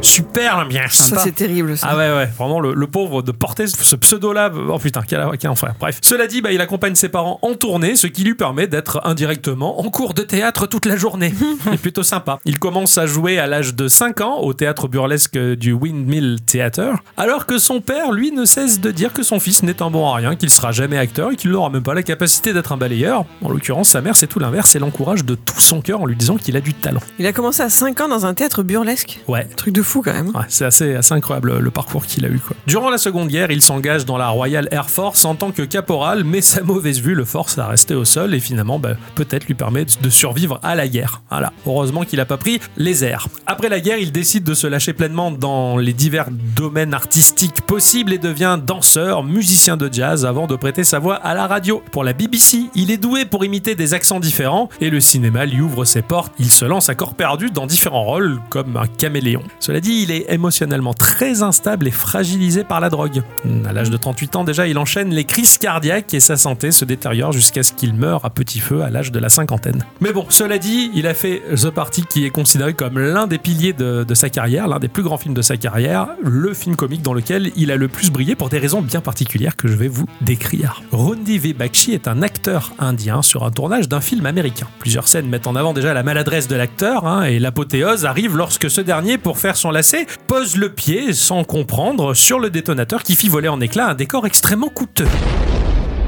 S3: Super bien
S2: Oh Ça,
S3: sympa.
S2: c'est terrible, ça.
S3: Ah ouais, ouais, vraiment le, le pauvre de porter ce- ce pseudo-là. Oh putain, quel, quel enfer. Bref. Cela dit, bah, il accompagne ses parents en tournée, ce qui lui permet d'être indirectement en cours de théâtre toute la journée. C'est plutôt sympa. Il commence à jouer à l'âge de 5 ans au théâtre burlesque du Windmill Theater, alors que son père, lui, ne cesse de dire que son fils n'est un bon à rien, qu'il sera jamais acteur et qu'il n'aura même pas la capacité d'être un balayeur. En l'occurrence, sa mère, c'est tout l'inverse et l'encourage de tout son cœur en lui disant qu'il a du talent.
S2: Il a commencé à 5 ans dans un théâtre burlesque.
S3: Ouais,
S2: Truc de fou, quand même.
S3: Ouais, c'est assez, assez incroyable le parcours qu'il a eu. Quoi. Durant la Seconde Guerre, il s'engage dans la Royal Air Force en tant que caporal, mais sa mauvaise vue le force à rester au sol et finalement bah, peut-être lui permet de survivre à la guerre. Voilà. Heureusement qu'il n'a pas pris les airs. Après la guerre, il décide de se lâcher pleinement dans les divers domaines artistiques possibles et devient danseur, musicien de jazz avant de prêter sa voix à la radio. Pour la BBC, il est doué pour imiter des accents différents et le cinéma lui ouvre ses portes. Il se lance à corps perdu dans différents rôles comme un caméléon. Cela dit, il est émotionnellement très instable et fragilisé par la drogue. À l'âge de 38 ans déjà, il enchaîne les crises cardiaques et sa santé se détériore jusqu'à ce qu'il meure à petit feu à l'âge de la cinquantaine. Mais bon, cela dit, il a fait The Party qui est considéré comme l'un des piliers de, de sa carrière, l'un des plus grands films de sa carrière, le film comique dans lequel il a le plus brillé pour des raisons bien particulières que je vais vous décrire. Rondi V. Bakshi est un acteur indien sur un tournage d'un film américain. Plusieurs scènes mettent en avant déjà la maladresse de l'acteur hein, et l'apothéose arrive lorsque ce dernier, pour faire son lacet, pose le pied sans comprendre sur le détonateur qui fit voler en éclats un décor extrêmement coûteux.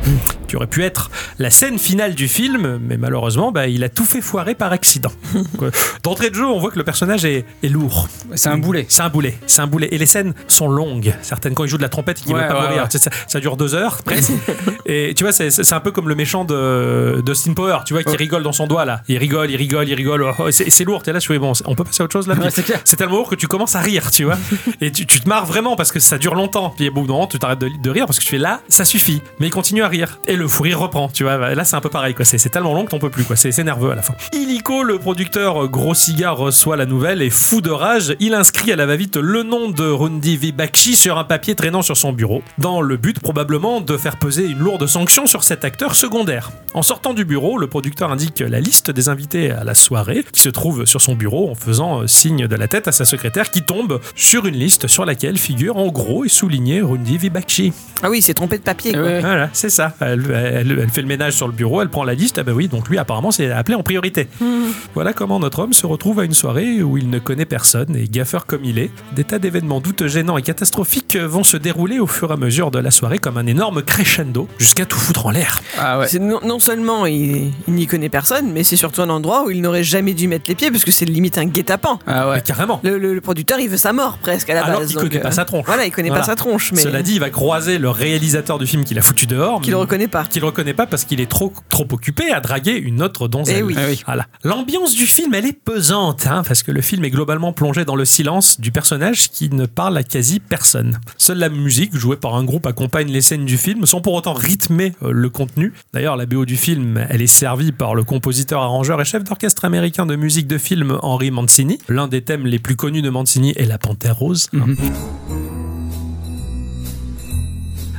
S3: Tu qui aurait pu être la scène finale du film, mais malheureusement, bah, il a tout fait foirer
S1: (laughs)
S3: par accident. Donc, euh, D'entrée de jeu, on voit que le personnage est, est lourd.
S1: C'est un boulet.
S3: C'est un boulet. C'est un boulet. Et les scènes sont longues. Certaines, quand il joue de la trompette, il ne
S1: Ouais,
S3: veut pas
S1: ouais,
S3: mourir.
S1: ouais.
S3: Tu sais, Ça, ça dure deux heures
S1: (laughs)
S3: presque. Et tu vois, c'est- c'est c'est un peu comme le méchant de, de Steam Power, tu vois, qui
S1: Ouais.
S3: rigole dans son doigt là. Il rigole, il rigole, il rigole. Oh, oh, c'est c'est lourd. T'es là, tu fais, bon, on peut passer à autre chose là.
S1: Ouais, c'est clair.
S3: C'est tellement lourd que tu commences à rire, tu
S1: (laughs)
S3: vois. Et tu, tu te marres vraiment parce que ça dure longtemps. Puis au bout d'un moment, tu t'arrêtes de, de rire parce que tu fais là, ça suffit. Mais il continue à rire. Et le fou rire reprend, tu vois. Là, c'est un peu pareil, quoi. C'est c'est tellement long que t'en peux plus, quoi. C'est c'est nerveux à la fin. Illico, le producteur euh, gros cigare, reçoit la nouvelle et fou de rage, il inscrit à la va-vite le nom de Rundi Vibakshi sur un papier traînant sur son bureau, dans le but probablement de faire peser une lourde sanction sur cet acteur secondaire. En sortant du bureau, le producteur indique la liste des invités à la soirée qui se trouve sur son bureau en faisant euh, signe de la tête à sa secrétaire qui tombe sur une liste sur laquelle figure en gros et souligné Rundi Vibakshi.
S2: Ah oui, c'est trompé de papier. Quoi.
S1: Ouais.
S3: Voilà, c'est ça. Elle, elle- elle fait le ménage sur le bureau, elle prend la liste. Ah bah oui, donc lui apparemment c'est appelé en priorité.
S2: Hmm.
S3: Voilà comment notre homme se retrouve à une soirée où il ne connaît personne et gaffeur comme il est, des tas d'événements douteux, gênants et catastrophiques vont se dérouler au fur et à mesure de la soirée comme un énorme crescendo jusqu'à tout foutre en l'air.
S1: Ah ouais.
S2: C'est non, non seulement il, il n'y connaît personne, mais c'est surtout un endroit où il n'aurait jamais dû mettre les pieds parce que c'est limite un guet-apens.
S1: Ah ouais.
S3: Mais carrément.
S2: Le, le- le producteur, il veut sa mort presque à la
S3: Alors
S2: base.
S3: qu'il
S2: donc,
S3: Ah connaît pas
S2: euh,
S3: sa tronche.
S2: Voilà, il connaît
S3: Voilà.
S2: pas sa tronche, mais
S3: Cela dit, il va croiser le réalisateur du film qu'il a foutu dehors.
S2: qu'il
S3: mais-
S2: le reconnaît pas.
S3: qu'il reconnaît pas parce qu'il est trop, trop occupé à draguer une autre donzelle.
S2: Eh oui.
S1: Ah oui.
S3: Voilà. L'ambiance du film, elle est pesante, hein, parce que le film est globalement plongé dans le silence du personnage qui ne parle à quasi personne. Seule la musique, jouée par un groupe, accompagne les scènes du film, sans pour autant rythmer euh, le contenu. D'ailleurs, la BO du film, elle est servie par le compositeur, arrangeur et chef d'orchestre américain de musique de film Henry Mancini. L'un des thèmes les plus connus de Mancini est La Panthère Rose.
S1: Mhm.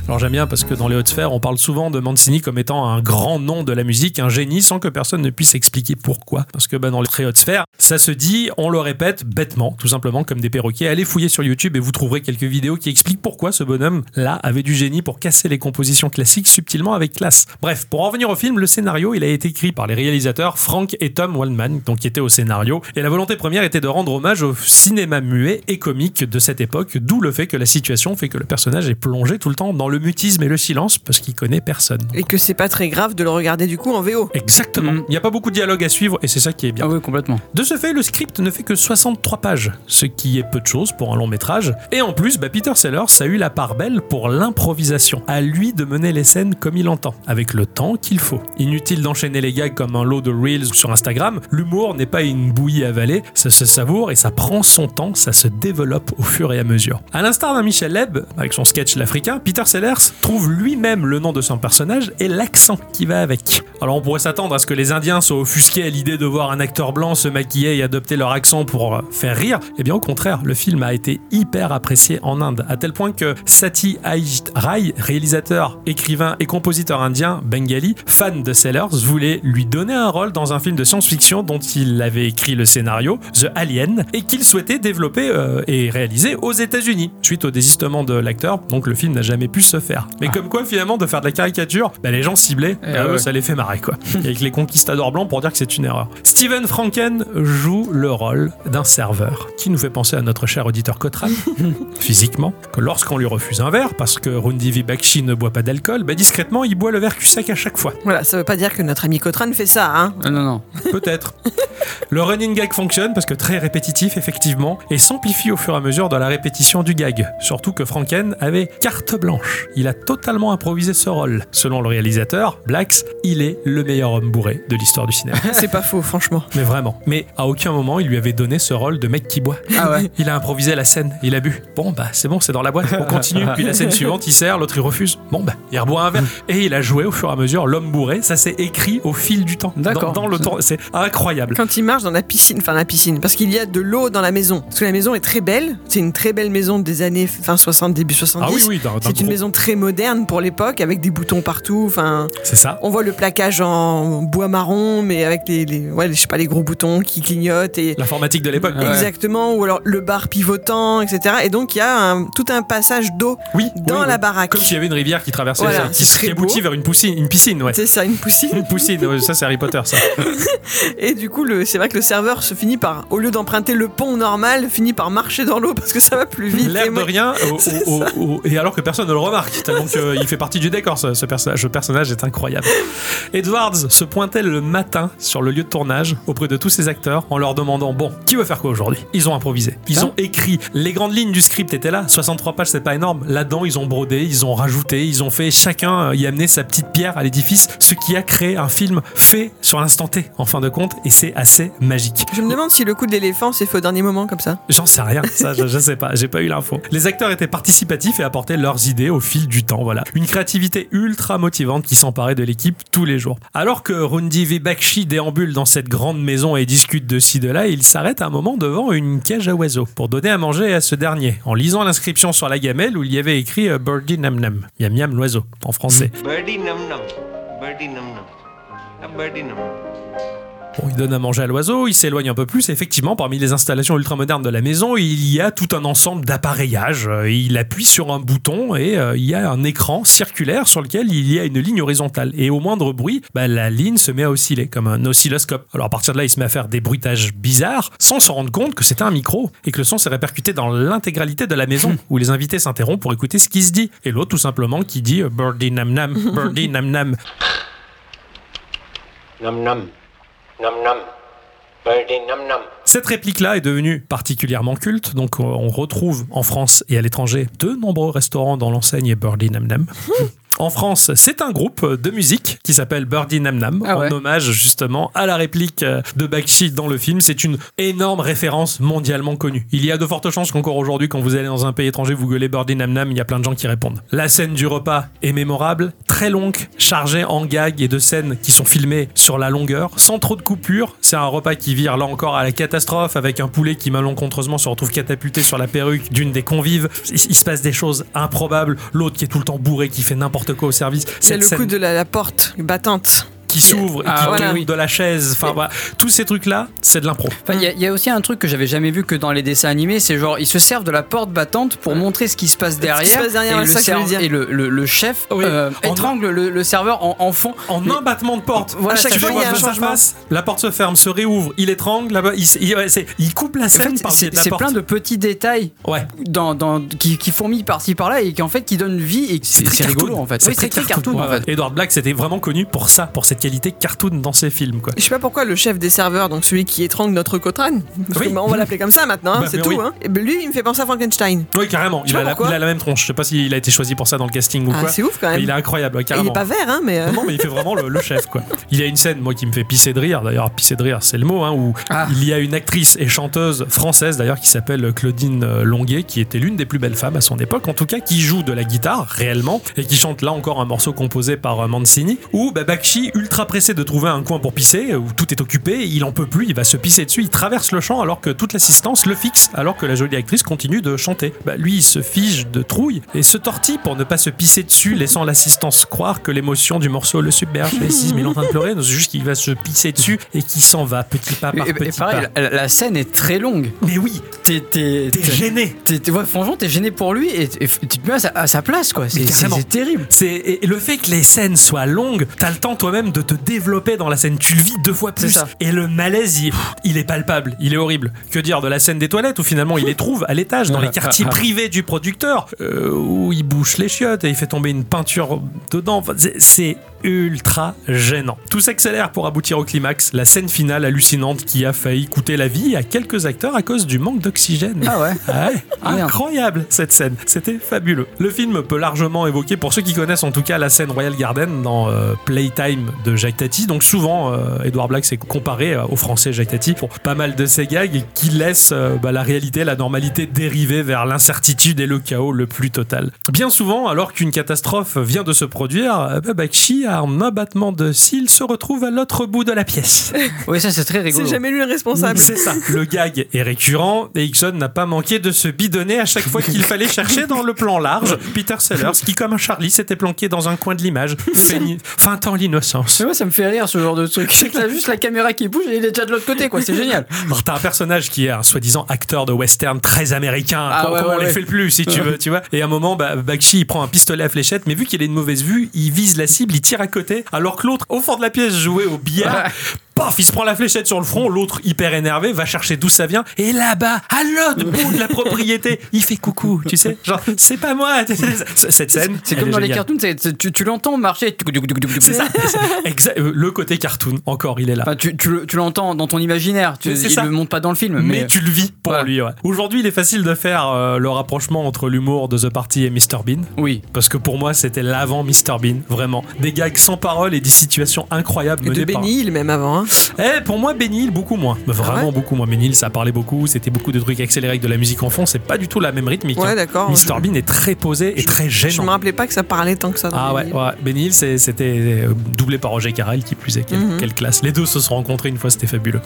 S3: Alors j'aime bien parce que dans les hautes sphères, on parle souvent de Mancini comme étant un grand nom de la musique, un génie, sans que personne ne puisse expliquer pourquoi. Parce que bah, dans les très hautes sphères, ça se dit, on le répète bêtement, tout simplement comme des perroquets. Allez fouiller sur YouTube et vous trouverez quelques vidéos qui expliquent pourquoi ce bonhomme-là avait du génie pour casser les compositions classiques subtilement avec classe. Bref, pour en revenir au film, le scénario, il a été écrit par les réalisateurs Frank et Tom Waldman, donc qui étaient au scénario. Et la volonté première était de rendre hommage au cinéma muet et comique de cette époque, d'où le fait que la situation fait que le personnage est plongé tout le temps dans le mutisme et le silence parce qu'il connaît personne.
S2: Et que c'est pas très grave de le regarder du coup en VO.
S3: Exactement.
S1: Mhm.
S3: Il n'y a pas beaucoup de dialogue à suivre et c'est ça qui est bien.
S1: Ah oui, complètement.
S3: De ce fait, le script ne fait que 63 pages, ce qui est peu de choses pour un long métrage. Et en plus, bah, Peter Sellers a eu la part belle pour l'improvisation. À lui de mener les scènes comme il entend, avec le temps qu'il faut. Inutile d'enchaîner les gags comme un lot de reels sur Instagram, l'humour n'est pas une bouillie avalée, ça se savoure et ça prend son temps, ça se développe au fur et à mesure. À l'instar d'un Michel Leb, avec son sketch L'Africain, Peter Sellers trouve lui-même le nom de son personnage et l'accent qui va avec. Alors on pourrait s'attendre à ce que les Indiens soient offusqués à l'idée de voir un acteur blanc se maquiller et adopter leur accent pour euh, faire rire. Eh bien au contraire, le film a été hyper apprécié en Inde, à tel point que Sati Aish Rai, réalisateur, écrivain et compositeur indien bengali, fan de Sellers, voulait lui donner un rôle dans un film de science-fiction dont il avait écrit le scénario, The Alien, et qu'il souhaitait développer euh, et réaliser aux États-Unis. Suite au désistement de l'acteur, donc le film n'a jamais pu se faire. Mais comme quoi finalement de faire de la caricature, bah, les gens ciblés,
S1: Ah. Eh
S3: bah, eux,
S1: ouais.
S3: ça les fait marrer
S1: (laughs)
S3: quoi. Et Avec les conquistadors blancs pour dire que c'est une erreur. Steven Franken joue le rôle d'un serveur qui nous fait penser à notre cher auditeur
S1: (laughs)
S3: Cotral, physiquement, que lorsqu'on lui refuse un verre, parce que Rundivi Bakshi ne boit pas d'alcool, bah, discrètement il boit le verre cul-sec à chaque fois.
S2: Voilà, ça veut pas dire que notre ami Cotran fait ça, hein.
S1: Ah non, non.
S3: Peut-être. Le running gag fonctionne parce que très répétitif, effectivement, et s'amplifie au fur et à mesure de la répétition du gag. Surtout que Franken avait carte blanche. Il a totalement improvisé ce rôle. Selon le réalisateur, Blacks, il est le meilleur homme bourré de l'histoire
S1: (laughs)
S3: du cinéma.
S2: C'est pas faux, franchement.
S3: Mais vraiment. Mais à aucun moment, il lui avait donné ce rôle de mec qui boit.
S1: Ah ouais.
S3: (laughs) Il a improvisé la scène, il a bu. Bon, bah, c'est bon, c'est dans la boîte, on continue. Puis la scène suivante, il sert, l'autre il refuse. Bon, bah, il reboit un verre. Et il a joué au fur et à mesure l'homme bourré. Ça s'est écrit au fil du temps.
S1: D'accord.
S3: Dans, dans le temps. C'est incroyable.
S2: Quand il marche dans la piscine, enfin la piscine, parce qu'il y a de l'eau dans la maison. Parce que la maison est très belle, c'est une très belle maison des années fin 60, début 70.
S3: Ah oui, oui, d'un- d'un
S2: C'est une
S3: gros-
S2: maison très moderne pour l'époque, avec des boutons partout. Enfin,
S3: C'est ça.
S2: on voit le plaquage en bois marron, mais avec les, les- ouais, les- je sais pas, les gros boutons qui clignotent et
S3: L'informatique de l'époque.
S1: Ouais.
S2: exactement, ou alors le bar pivotant, etc. Et donc il y a un- tout un passage d'eau
S3: Oui.
S2: dans
S3: oui,
S2: la
S3: oui.
S2: baraque.
S3: Comme s'il y avait une rivière qui traversait,
S2: Voilà,
S3: qui,
S2: c'est
S3: qui
S2: très
S3: aboutit
S2: beau.
S3: vers une piscine, une piscine, ouais.
S2: C'est ça, une poussine.
S3: (laughs) Une piscine, ouais, ça c'est Harry Potter, ça.
S2: Et du coup, le- c'est vrai que le serveur se finit par, au lieu d'emprunter le pont normal, finit par marcher dans l'eau parce que ça va plus vite. Et
S3: L'air de
S2: moi-
S3: rien,
S2: (laughs)
S3: au-
S2: C'est
S3: au- au- au- et alors que personne ne le remarque, tellement qu'il fait partie du décor, ce, ce personnage. Ce personnage est incroyable. Edwards se pointait le matin sur le lieu de tournage auprès de tous ses acteurs en leur demandant Bon, qui veut faire quoi aujourd'hui Ils ont improvisé. Ils ont écrit. Les grandes lignes du script étaient là. 63 pages, c'est pas énorme. Là-dedans, ils ont brodé, ils ont rajouté, ils ont fait chacun euh, y amener sa petite pierre à l'édifice, ce qui a créé un film fait sur l'instant T, en fin de compte, et c'est assez magique.
S2: Je me demande si le coup de l'éléphant s'est fait au dernier moment comme ça.
S3: J'en sais rien, ça, je, je sais pas, j'ai pas eu l'info. Les acteurs étaient participatifs et apportaient leurs idées au fil du temps, voilà. Une créativité ultra motivante qui s'emparait de l'équipe tous les jours. Alors que Rundi Vibakshi déambule dans cette grande maison et discute de ci, de là, il s'arrête à un moment devant une cage à oiseaux pour donner à manger à ce dernier, en lisant l'inscription sur la gamelle où il y avait écrit euh, Birdie Nam Nam, Yam Yam l'oiseau, en français.
S4: Birdie num num. Birdie num num. A birdie num.
S3: Bon, il donne à manger à l'oiseau, il s'éloigne un peu plus, et effectivement, parmi les installations ultramodernes de la maison, il y a tout un ensemble d'appareillages. Euh, Il appuie sur un bouton et euh, il y a un écran circulaire sur lequel il y a une ligne horizontale. Et au moindre bruit, bah, la ligne se met à osciller, comme un oscilloscope. Alors à partir de là, il se met à faire des bruitages bizarres, sans se rendre compte que c'était un micro, et que le son s'est répercuté dans l'intégralité de la maison, où les invités s'interrompent pour écouter ce qui se dit. Et l'autre, tout simplement, qui dit euh, Birdie nam nam, Birdie nam nam.
S6: Num num. Num num. Birdie num num.
S3: Cette réplique-là est devenue particulièrement culte, donc euh, on retrouve en France et à l'étranger de nombreux restaurants dans l'enseigne Birdie
S1: (laughs)
S3: Nam Nam. En France, c'est un groupe de musique qui s'appelle Birdie Nam Nam,
S1: Ah ouais.
S3: en hommage justement à la réplique euh, de Bakshi dans le film. C'est une énorme référence mondialement connue. Il y a de fortes chances qu'encore aujourd'hui, quand vous allez dans un pays étranger, vous gueulez Birdie Nam Nam, il y a plein de gens qui répondent. La scène du repas est mémorable, très longue, chargée en gags et de scènes qui sont filmées sur la longueur, sans trop de coupures. C'est un repas qui vire là encore à la catastrophe, avec un poulet qui malencontreusement se retrouve catapulté sur la perruque d'une des convives. Il, il se passe des choses improbables, l'autre qui est tout le temps bourré, qui fait n'importe quoi au service.
S2: Il y a le
S3: Cette
S2: coup
S3: scène-
S2: de la, la porte battante.
S3: qui s'ouvre et
S1: Ah,
S3: qui
S2: voilà.
S3: tombe
S2: Oui.
S3: de la chaise. Enfin, voilà. Tous ces trucs-là, c'est de l'impro.
S1: Enfin, il y, a- il y a aussi un truc que j'avais jamais vu que dans les dessins animés, c'est genre ils se servent de la porte battante pour montrer ce qui se passe derrière.
S2: passe derrière,
S1: et, le
S2: c'est ça que je voulais dire.
S1: et le, le- le chef
S3: Oui.
S1: euh,
S3: En-
S1: étrangle le, le serveur en, en fond.
S3: En
S1: Mais-
S3: un battement de porte.
S1: Voilà,
S3: à chaque
S1: ça
S3: fois,
S1: fait-
S3: il y a un
S2: changement.
S3: La porte se ferme, se réouvre, il étrangle, là-bas, il, s- il- ouais, c'est- il coupe la
S1: En
S3: scène
S1: fait,
S3: par le biais
S1: c'est
S3: de la
S1: c'est
S3: porte.
S1: plein de petits détails
S3: Ouais.
S1: dans, dans- qui, qui fourmillent par-ci par-là et qui en fait qui donnent vie et qui-
S3: C'est très
S1: c'est rigolo
S3: cartoon.
S1: en fait.
S3: C'est
S1: Oui,
S3: très cartoon,
S1: cartoon, en
S3: ouais, ouais.
S1: fait.
S3: Edward Black, c'était vraiment connu pour ça, pour cette qualité cartoon dans ses films, quoi.
S2: Je sais pas pourquoi le chef des serveurs, donc celui qui étrangle notre Cotran, parce que,
S3: Oui.
S2: bah, on va l'appeler comme ça maintenant, hein,
S3: Bah,
S2: c'est
S3: mais
S2: tout.
S3: oui.
S2: Hein. Et ben, lui, il me fait penser à Frankenstein.
S3: Oui, carrément.
S2: sais
S3: Il
S2: pas
S3: a, la,
S2: pourquoi.
S3: il a la même tronche. Je sais pas s'il a été choisi pour ça dans le casting ou
S2: Ah,
S3: quoi.
S2: c'est ouf quand
S3: Mais
S2: même.
S3: il est incroyable, ouais,
S2: Et
S3: carrément.
S2: il est pas vert, hein, mais. euh,
S3: Non, mais il fait vraiment le, le chef, quoi. Il y a une scène, moi, qui me fait pisser de rire, d'ailleurs, pisser de rire, c'est le mot, hein, où
S1: Ah.
S3: il y a une actrice et chanteuse française, d'ailleurs, qui s'appelle Claudine euh, Longuet, qui était l'une des plus belles femmes à son époque, en tout cas, qui joue de la guitare, réellement, et qui chante là encore un morceau composé par euh, Mancini, où bah, Bakshi, ultra pressé de trouver un coin pour pisser, euh, où tout est occupé, il en peut plus, il va se pisser dessus, il traverse le champ alors que toute l'assistance le fixe, alors que la jolie actrice continue de chanter. Bah, lui, il se fige de trouille et se tortille pour ne pas se pisser dessus, laissant l'assistance croire que l'émotion du morceau le submerge. Et si, mais il est en train de pleurer, donc c'est juste qu'il va se pisser dessus et qu'il s'en va petit pas par
S1: Et- et,
S3: petit
S1: pareil,
S3: pas.
S1: la, la scène est très longue.
S3: Mais oui,
S1: T'es t'es-
S3: t'es
S1: t'es-
S3: gêné.
S1: t'es- t'es- ouais, franchement, t'es gêné pour lui et, et tu te mets à sa, à sa place quoi. C'est
S3: Mais
S1: c'est-
S3: carrément.
S1: c'est terrible.
S3: C'est et- et le fait que les scènes soient longues, t'as le temps toi-même de te développer dans la scène. Tu vis deux fois plus.
S1: C'est ça.
S3: Et le malaise, il, il est palpable, il est horrible. Que dire de la scène des toilettes où finalement il les trouve à l'étage dans
S1: Ouais,
S3: les quartiers
S1: ah, ah.
S3: privés du producteur euh, où il bouche les chiottes et il fait tomber une peinture dedans. Enfin, c'est- c'est ultra gênant. Tout s'accélère pour aboutir au climax, la scène finale hallucinante qui a failli coûter la vie à quelques acteurs à cause du manque d'oxygène.
S1: Ah ouais.
S3: Ah ouais,
S1: Ah, merde.
S3: incroyable cette scène, c'était fabuleux. Le film peut largement évoquer, pour ceux qui connaissent en tout cas la scène Royal Garden dans euh, Playtime de Jacques Tati, donc souvent euh, Edouard Black s'est comparé euh, au français Jacques Tati pour pas mal de ses gags qui laissent euh, bah, la réalité, la normalité dériver vers l'incertitude et le chaos le plus total. Bien souvent, alors qu'une catastrophe vient de se produire, euh, bah, Bakshi, à un abattement de cils, se retrouve à l'autre bout de la pièce.
S1: Oui, ça c'est très
S2: (laughs) C'est
S1: rigolo.
S2: jamais lui le responsable.
S3: C'est ça. Le gag est récurrent et Ixon n'a pas manqué de se bidonner à chaque fois qu'il fallait chercher dans le plan large Peter Sellers qui, comme un Charlie, s'était planqué dans un coin de l'image, feigni- feintant l'innocence.
S1: Mais moi, ça me fait rire ce genre de truc. C'est que là, juste la caméra qui bouge et il est déjà de l'autre côté, quoi. C'est génial.
S3: Alors, T'as un personnage qui est un soi-disant acteur de western très américain,
S1: Ah
S3: comme,
S1: ouais,
S3: comme on
S1: ouais,
S3: les
S1: ouais.
S3: fait le plus, si tu veux, tu vois. Et à un moment, bah, Bakshi, il prend un pistolet à fléchette, mais vu qu'il a une mauvaise vue, il vise la cible, il tire à côté, alors que l'autre, au fond de la pièce, jouait au billard. paf, il se prend la fléchette sur le front, l'autre, hyper énervé, va chercher d'où ça vient, et là-bas, à l'autre bout de la propriété, il fait coucou, tu sais, genre, c'est
S1: (laughs)
S3: pas moi, cette scène.
S1: C'est
S3: elle
S1: comme
S3: est
S1: dans les
S3: géniale.
S1: cartoons, c'est- c'est- tu, tu l'entends marcher. (laughs)
S3: C'est ça, c'est exa- euh, le côté cartoon, encore, il est là.
S1: Enfin, tu tu, le- tu l'entends dans ton imaginaire. Tu,
S3: Mais c'est
S1: il
S3: ça.
S1: le montre pas dans le film.
S3: mais,
S1: Mais,
S3: tu le vis pour
S1: voilà.
S3: lui. ouais. Aujourd'hui, il est facile de faire euh, le rapprochement entre l'humour de The Party et Mr Bean,
S1: oui.
S3: parce que pour moi, c'était l'avant Mr Bean, vraiment. Des gags sans parole et des situations incroyables
S2: Et de
S3: menées par.
S2: Benny Hill même avant. hein.
S3: Eh, pour moi, Benny Hill, beaucoup moins, Mais vraiment
S2: Ah ouais
S3: beaucoup moins. Benny Hill, ça parlait beaucoup, c'était beaucoup de trucs accélérés avec de la musique en fond, c'est pas du tout la même rythmique.
S2: Ouais,
S3: hein.
S2: d'accord.
S3: Mr Bean est très posé et très
S2: Je me
S3: gênant.
S2: rappelais pas que ça parlait tant que ça. dans
S3: Ah ouais,
S2: Benny Hill.
S3: ouais. Benny Hill, c'est- c'était euh, doublé par Roger Carrel qui plus est. Quelle,
S2: Mhm.
S3: quelle classe. Les deux se sont rencontrés une fois, c'était fabuleux.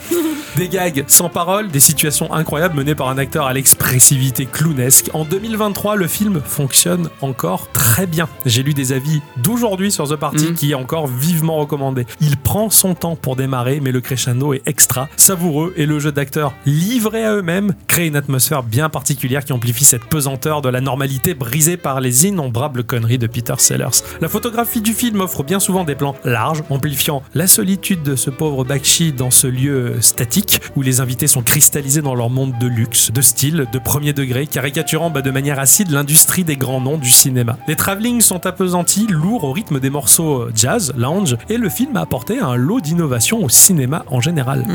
S3: des gags sans parole, des situations incroyables menées par un acteur à l'expressivité clownesque. En 2023, le film fonctionne encore très bien. J'ai lu des avis d'aujourd'hui sur The Party
S1: Mhm.
S3: qui est encore vivement recommandé. Il prend son temps pour démarrer, mais le crescendo est extra, savoureux et le jeu d'acteurs livré à eux-mêmes crée une atmosphère bien particulière qui amplifie cette pesanteur de la normalité brisée par les innombrables conneries de Peter Sellers. La photographie du film offre bien souvent des plans larges, amplifiant la solitude de ce pauvre Bakshi dans ce lieu statique où les invités sont cristallisés dans leur monde de luxe, de style, de premier degré, caricaturant bah, de manière acide l'industrie des grands noms du cinéma. Les travelling sont appesantis, lourds au rythme des morceaux euh, jazz, lounge, et le film a apporté un lot d'innovations au cinéma en général.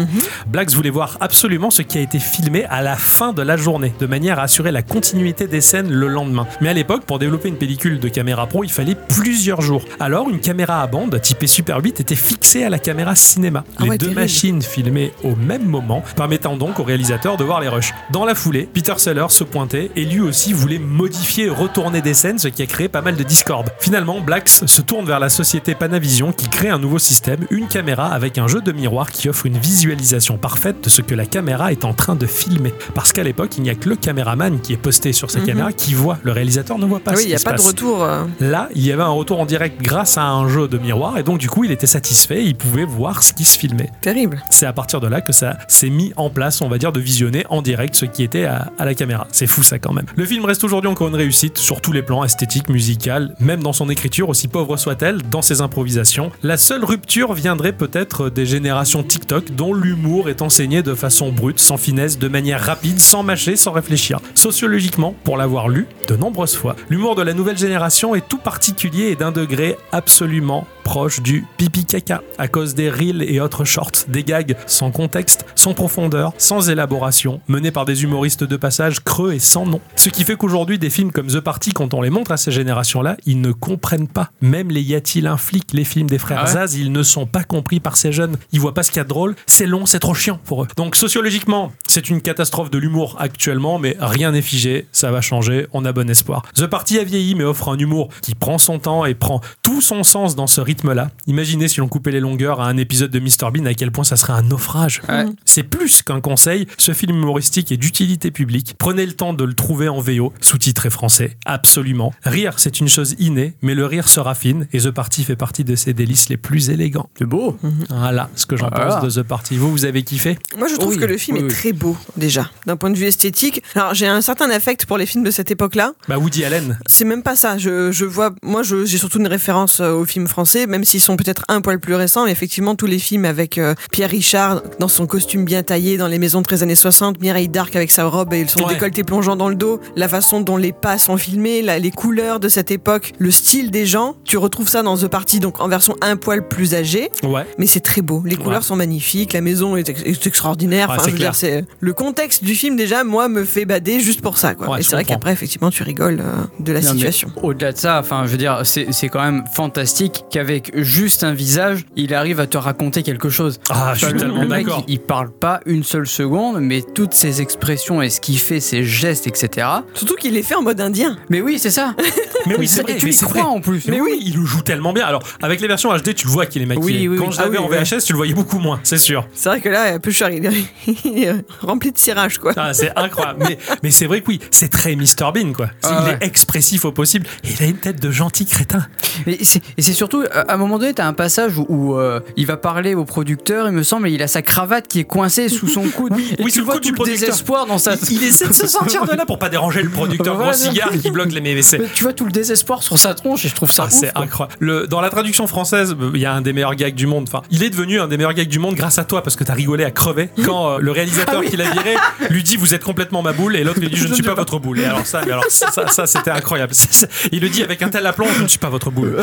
S3: Blacks voulait voir absolument ce qui a été filmé à la fin de la journée, de manière à assurer la continuité des scènes le lendemain. Mais à l'époque, pour développer une pellicule de caméra pro, il fallait plusieurs jours. Alors, une caméra à bande, typée Super 8, était fixée à la caméra cinéma.
S2: Ah
S3: les
S2: ouais,
S3: deux
S2: terrible.
S3: machines filmées au même moment, permettant donc au réalisateur de voir les rushs. Dans la foulée, Peter Sellers se pointait et lui aussi voulait modifier et retourner des scènes, ce qui a créé pas mal de discorde. Finalement, Blacks se tourne vers la société Panavision qui crée un nouveau système, une caméra avec un jeu de miroir qui offre une visualisation parfaite de ce que la caméra est en train de filmer. Parce qu'à l'époque, il n'y a que le caméraman qui est posté sur sa
S2: Mhm.
S3: caméra qui voit, le réalisateur ne voit pas
S2: Ah
S3: ce
S2: oui, il
S3: qui
S2: n'y a
S3: se
S2: pas de
S3: passe.
S2: retour. euh.
S3: Là, il y avait un retour en direct grâce à un jeu de miroir et donc du coup, il était satisfait, il pouvait voir ce qui se filmait.
S2: Terrible.
S3: C'est à partir de là que ça s'est mis en place, on va dire, de visionner en direct ce qui était à, à la caméra. C'est fou ça quand même. Le film reste aujourd'hui encore une réussite sur tous les plans, esthétique, musical, même dans son écriture, aussi pauvre soit-elle, dans ses improvisations. La seule rupture viendrait peut-être des générations TikTok dont l'humour est enseigné de façon brute, sans finesse, de manière rapide, sans mâcher, sans réfléchir. Sociologiquement, pour l'avoir lu de nombreuses fois, l'humour de la nouvelle génération est tout particulier et d'un degré absolument proche du pipi caca à cause des reels et autres shorts, des gags sans contexte, sans profondeur, sans élaboration, menés par des humoristes de passage creux et sans nom. Ce qui fait qu'aujourd'hui des films comme The Party quand on les montre à ces générations-là, ils ne comprennent pas. Même les y a-t-il un flic, les films des frères
S1: Ah ouais
S3: Zaz, ils ne sont pas compris par ces jeunes. Ils voient pas ce qu'il y a de drôle, c'est long, c'est trop chiant pour eux. Donc sociologiquement, c'est une catastrophe de l'humour actuellement, mais rien n'est figé, ça va changer, on a bon espoir. The Party a vieilli, mais offre un humour qui prend son temps et prend tout son sens dans ce rythme-là. Imaginez si l'on coupait les longueurs à un épisode de Mr Bean, à quel point ça serait un naufrage.
S1: Ouais.
S3: C'est plus qu'un conseil, ce film humoristique est d'utilité publique. Prenez le temps de le trouver en VO, sous-titré français, absolument. Rire, c'est une chose innée, mais le rire se raffine et The Party fait partie de ses délices les plus élégants.
S1: C'est beau.
S3: Voilà ce que j'en
S1: Voilà.
S3: pense de The Party. Vous, vous avez kiffé
S2: Moi, je trouve
S1: Oui,
S2: que le film
S1: oui,
S2: est
S1: oui.
S2: très beau, déjà, d'un point de vue esthétique. Alors, j'ai un certain affect pour les films de cette époque-là.
S3: Bah Woody Allen.
S2: C'est même pas ça. Je, je vois, moi, je- j'ai surtout une référence euh, aux films français, même s'ils sont peut-être un poil plus récents. Mais effectivement, tous les films avec euh, Pierre Richard dans son costume bien taillé dans les maisons de 13 années 60, Mireille Darc avec sa robe et son
S3: Ouais.
S2: décolleté plongeant dans le dos, la façon dont les pas sont filmés, la- les couleurs de cette époque, le style des gens. Tu retrouves ça dans The Party, donc en version un poil plus âgée.
S3: Ouais.
S2: Mais c'est très beau. Les couleurs sont magnifiques, la maison est, ex- est extraordinaire.
S3: Ouais,
S2: Enfin,
S3: c'est
S2: je veux dire, c'est le contexte du film déjà, moi, me fait bader juste pour ça. Quoi.
S3: Ouais,
S2: Et
S3: je
S2: c'est vrai
S3: comprends.
S2: qu'après, effectivement, tu rigoles euh, de la
S1: Non, mais
S2: situation.
S1: Au-delà de ça, enfin, je veux dire, c'est c'est quand même fantastique qu'avec juste un visage, il arrive à te raconter quelque chose.
S3: Ah,
S1: Enfin,
S3: je suis
S1: le-
S3: tellement
S1: le mec,
S3: d'accord.
S1: Il, il parle pas une seule seconde, mais toutes ses expressions et ce qu'il fait, ses gestes, etc.
S2: Surtout qu'il est fait en mode indien.
S1: Mais oui, c'est ça.
S3: (laughs) Mais oui,
S1: Et tu-
S3: c'est vrai.
S1: et tu
S3: mais
S1: y
S3: c'est
S1: crois
S3: vrai.
S1: en plus.
S3: Mais oui, il le joue tellement bien. Alors, avec les versions HD, tu le vois qu'il est
S1: Oui,
S3: maquillé.
S1: oui,
S3: Quand
S1: oui.
S3: je l'avais
S1: Ah oui,
S3: en VHS, tu le voyais beaucoup moins, c'est sûr.
S2: C'est vrai que là, euh, Pusher, il est, (laughs) il est euh, rempli de cirage, quoi.
S3: Ah, c'est incroyable. mais mais c'est vrai que oui, c'est très Mr Bean quoi.
S1: Ah
S3: il
S1: ouais.
S3: est expressif au possible. Et il a une tête de gentil crétin.
S1: Mais c'est- Et c'est surtout, euh, à un moment donné, t'as un passage où, où, euh, il va parler au producteur, il me semble, et il a sa cravate qui est coincée sous son coude. et
S3: oui,
S1: tu
S3: sous le
S1: vois
S3: coude
S1: tout
S3: du
S1: le
S3: producteur.
S1: désespoir dans sa.
S3: Il essaie
S1: (laughs)
S3: de se sortir de là pour pas déranger le producteur
S1: Voilà.
S3: gros cigare qui bloque les MVC.
S1: Tu vois tout le désespoir sur sa tronche et je trouve ça
S3: Ah,
S1: ouf,
S3: c'est
S1: quoi.
S3: incroyable. Le- dans la traduction française, euh, il y a un des meilleurs gags du monde. Enfin, il est devenu un des meilleurs gags du monde grâce à toi parce que t'as rigolé à crever quand euh, le
S1: Ah
S3: réalisateur qui l'a viré lui dit vous êtes complètement ma boule et l'autre lui dit je ne suis pas votre boule. Et alors ça, mais alors ça, ça, ça, c'était incroyable. Ça, ça, il le dit avec un tel aplomb je ne suis pas votre boule.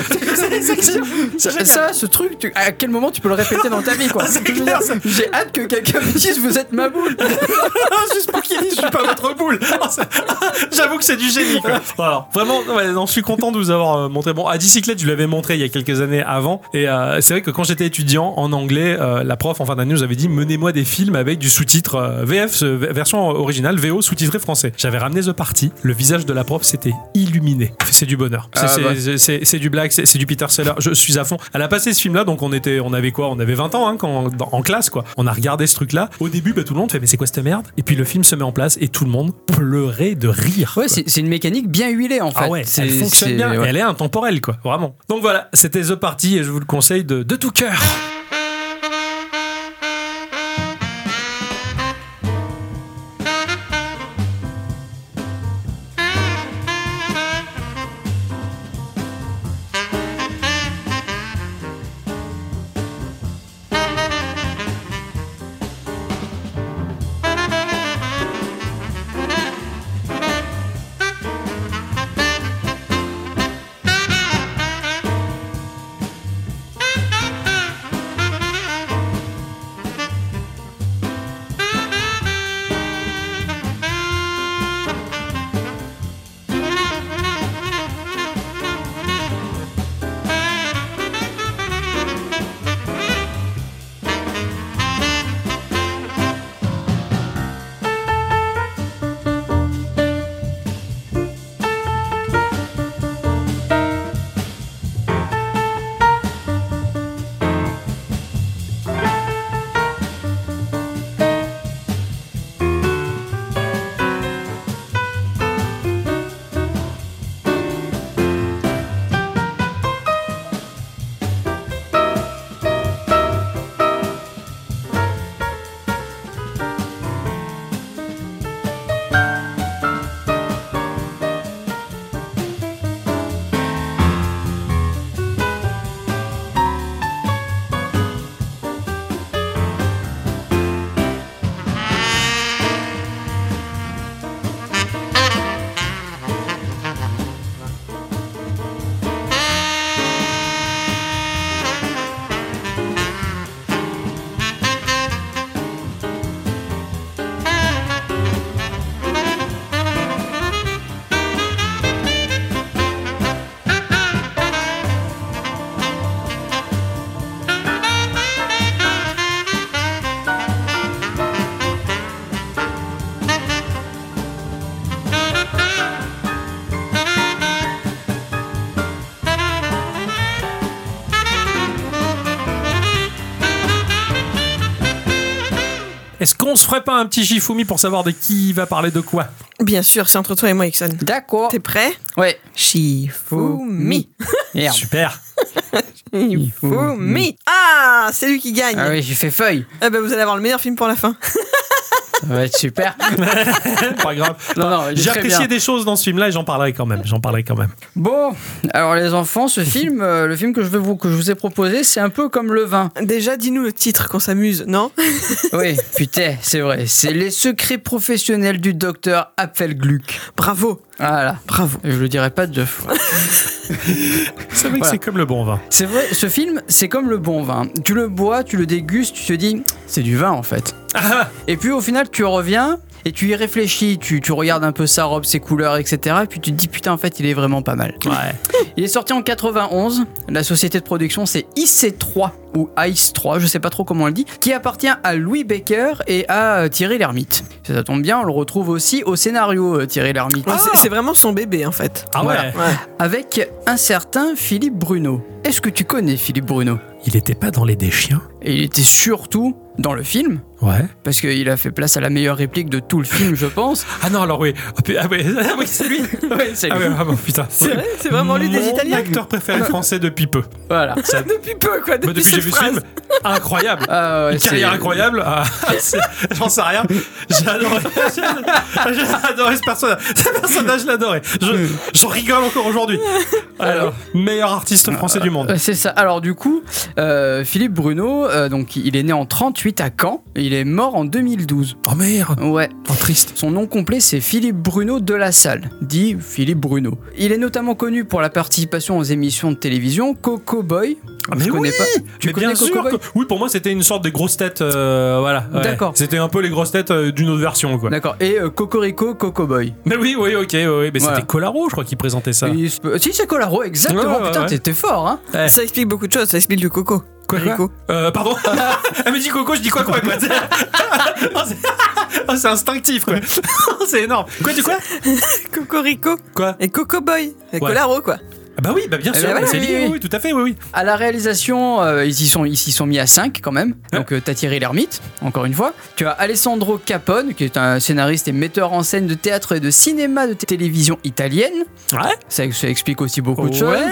S1: Ça, ça, ce truc, tu- à quel moment tu peux le répéter dans ta vie,
S2: (laughs)
S1: quoi Je veux dire, J'ai hâte que quelqu'un me dise vous êtes ma boule.
S3: (laughs) Juste pour qu'il dise je suis pas votre boule. (laughs) Oh, c'est- J'avoue que c'est (laughs) du génie. (laughs) Quoi. Alors, vraiment, ouais, non, je suis content de vous avoir euh, montré. Bon, à bicyclette, je l'avais montré il y a quelques années avant. Et euh, c'est vrai que quand j'étais étudiant en anglais, euh, la prof en fin d'année nous avait dit menez-moi des films avec du sous-titre euh, VF, euh, version originale, VO sous-titré français. J'avais ramené The Party. Le visage de la prof s'était illuminé. C'est du bonheur. C'est
S1: Ah,
S3: c'est-
S1: bah.
S3: c'est- c'est c'est du black, c'est c'est du Peter Seller. Je suis à fond. Elle a passé ce film-là, donc on était, on avait quoi On avait 20 ans hein, quand, dans- en classe, quoi. On a regardé ce truc-là. Au début, bah, tout le monde fait mais c'est quoi cette merde Et puis le film se met en place et tout le monde pleurait de rire.
S1: Ouais,
S3: quoi.
S1: c'est c'est une mécanique bien huilée en fait.
S3: Ah ouais,
S1: C'est-
S3: elle fonctionne
S1: c'est-
S3: bien,
S1: ouais.
S3: et elle est intemporelle, quoi, vraiment. Donc voilà, c'était The Party et je vous le conseille de, de tout cœur. Est-ce qu'on se ferait pas un petit Shifumi pour savoir de qui va parler de quoi
S2: Bien sûr, c'est entre toi et moi, Ixon.
S1: D'accord.
S2: T'es prêt
S1: Ouais.
S2: Shifumi.
S1: Merde.
S3: Super.
S2: Shifumi. Ah, c'est lui qui gagne.
S1: Mmh. Ah oui, j'ai fait feuille.
S2: Eh ben, vous allez avoir le meilleur film pour la fin. (laughs)
S1: Ça va être super.
S3: pas grave.
S1: (laughs) Non, non, il est
S3: J'ai
S1: très
S3: apprécié
S1: bien.
S3: des choses dans ce film-là et j'en parlerai quand même. J'en parlerai quand même.
S1: Bon, alors les enfants, ce film, euh, le film que je, vais vous, que je vous ai proposé, c'est un peu comme le
S2: (laughs)
S1: vin.
S2: Déjà, dis-nous le titre qu'on s'amuse, non
S1: Oui, putain, c'est vrai. C'est Les secrets professionnels du docteur Apfelgluck.
S2: Bravo,
S1: Voilà.
S2: bravo.
S1: Je le dirai pas deux fois.
S3: C'est vrai que
S1: Voilà.
S3: c'est comme le bon vin.
S1: (laughs) C'est vrai, ce film, c'est comme le bon vin. Tu le bois, tu le dégustes, tu te dis, c'est du vin en (laughs) fait. et puis au final, tu reviens et tu y réfléchis, tu, tu regardes un peu sa robe, ses couleurs, etc. Et puis tu te dis, putain, en fait, il est vraiment pas mal.
S3: Ouais.
S1: (laughs) Il est sorti en 91. La société de production, c'est IC3 ou ICE3, je sais pas trop comment on le dit, qui appartient à Louis Baker et à euh, Thierry Lhermitte. Ça, ça tombe bien, on le retrouve aussi au scénario, euh, Thierry Lhermitte.
S2: Ouais, c'est- C'est vraiment son bébé, en fait.
S3: Ah ouais.
S1: Voilà.
S2: Ouais.
S1: Avec un certain Philippe Bruno. Est-ce que tu connais Philippe Bruno
S3: Il était pas dans les déchiens.
S1: Et il était surtout dans le film
S3: Ouais.
S1: Parce qu'il a fait place à la meilleure réplique de tout le film, je
S3: (laughs)
S1: pense.
S3: Ah non, alors oui. Ah, pu- ah oui, (laughs) ah oui, c'est lui.
S1: Ouais, c'est
S3: Ah
S1: lui.
S3: oui, ah bon, putain.
S2: C'est vrai, c'est vraiment lui des
S3: Mon
S2: Italiens. Ah
S3: acteur préféré français depuis peu.
S1: Voilà.
S2: (laughs)
S3: Ça-
S2: Depuis peu, quoi,
S3: Moi,
S2: depuis,
S3: Bah, depuis que j'ai
S2: cette
S3: vu ce
S2: phrase.
S3: film, incroyable.
S1: Ah ouais,
S3: Une
S1: c'est-
S3: carrière incroyable. Ah, (laughs) c'est- J'en sais rien. J'ai adoré, j'ai adoré- j'ai adoré ce personnage. Ce personnage, je l'adorais. Je, je rigole
S2: (laughs)
S3: encore aujourd'hui. Alors, meilleur artiste français du monde.
S1: Euh, C'est ça. Alors du coup, euh, Philippe Bruno, euh, donc il est né en 38 à Caen. et Il est mort en 2012.
S3: Oh merde.
S1: Ouais.
S3: Oh, triste.
S1: Son nom complet, c'est Philippe Bruno de la Salle, dit Philippe Bruno. Il est notamment connu pour la participation aux émissions de télévision Coco Boy.
S3: Ah, mais
S1: Je connais
S3: oui.
S1: pas. Tu
S3: mais
S1: connais
S3: bien
S1: Coco
S3: sûr.
S1: Boy
S3: que- Oui, pour moi, c'était une sorte des grosses têtes. euh, voilà. ouais.
S1: D'accord.
S3: C'était un peu les grosses têtes euh, d'une autre version, quoi.
S1: D'accord. Et euh, Cocorico, Coco Boy.
S3: Mais oui, oui, ok, oui, oui. Mais
S1: Voilà.
S3: c'était Colaro, je crois, qui présentait ça.
S1: Il se peut- Si c'est Colaro, exactement.
S3: Ouais, ouais,
S1: Putain,
S3: ouais.
S1: t'étais fort, hein.
S3: Ouais.
S2: Ça explique beaucoup de choses, ça explique le coco.
S3: Quoi, quoi
S2: Rico.
S3: Euh, pardon
S1: Ah.
S3: Elle me dit coco, je dis quoi, quoi, quoi t'sais. (laughs) Oh, c'est- Oh, c'est
S1: (laughs)
S3: instinctif, quoi. c'est énorme. Quoi, tu quoi
S2: Cocorico
S3: Quoi
S2: et Coco Boy. Et
S3: Ouais.
S2: Colaro, quoi.
S3: Ah Bah oui, bah bien
S1: Eh
S3: sûr,
S1: ben
S3: bah
S1: voilà,
S3: c'est
S1: oui,
S3: lié,
S1: oui.
S3: oui, oui, tout à fait, oui, oui.
S1: (laughs) À la réalisation, euh, ils s'y sont, ils s'y sont mis à 5 quand même. Donc euh, t'as Thierry Lhermitte, encore une fois. Tu as Alessandro Capone, qui est un scénariste et metteur en scène de théâtre et de cinéma de t- télévision italienne.
S3: Ouais,
S1: Ça, ça explique aussi beaucoup de choses.
S3: Ouais.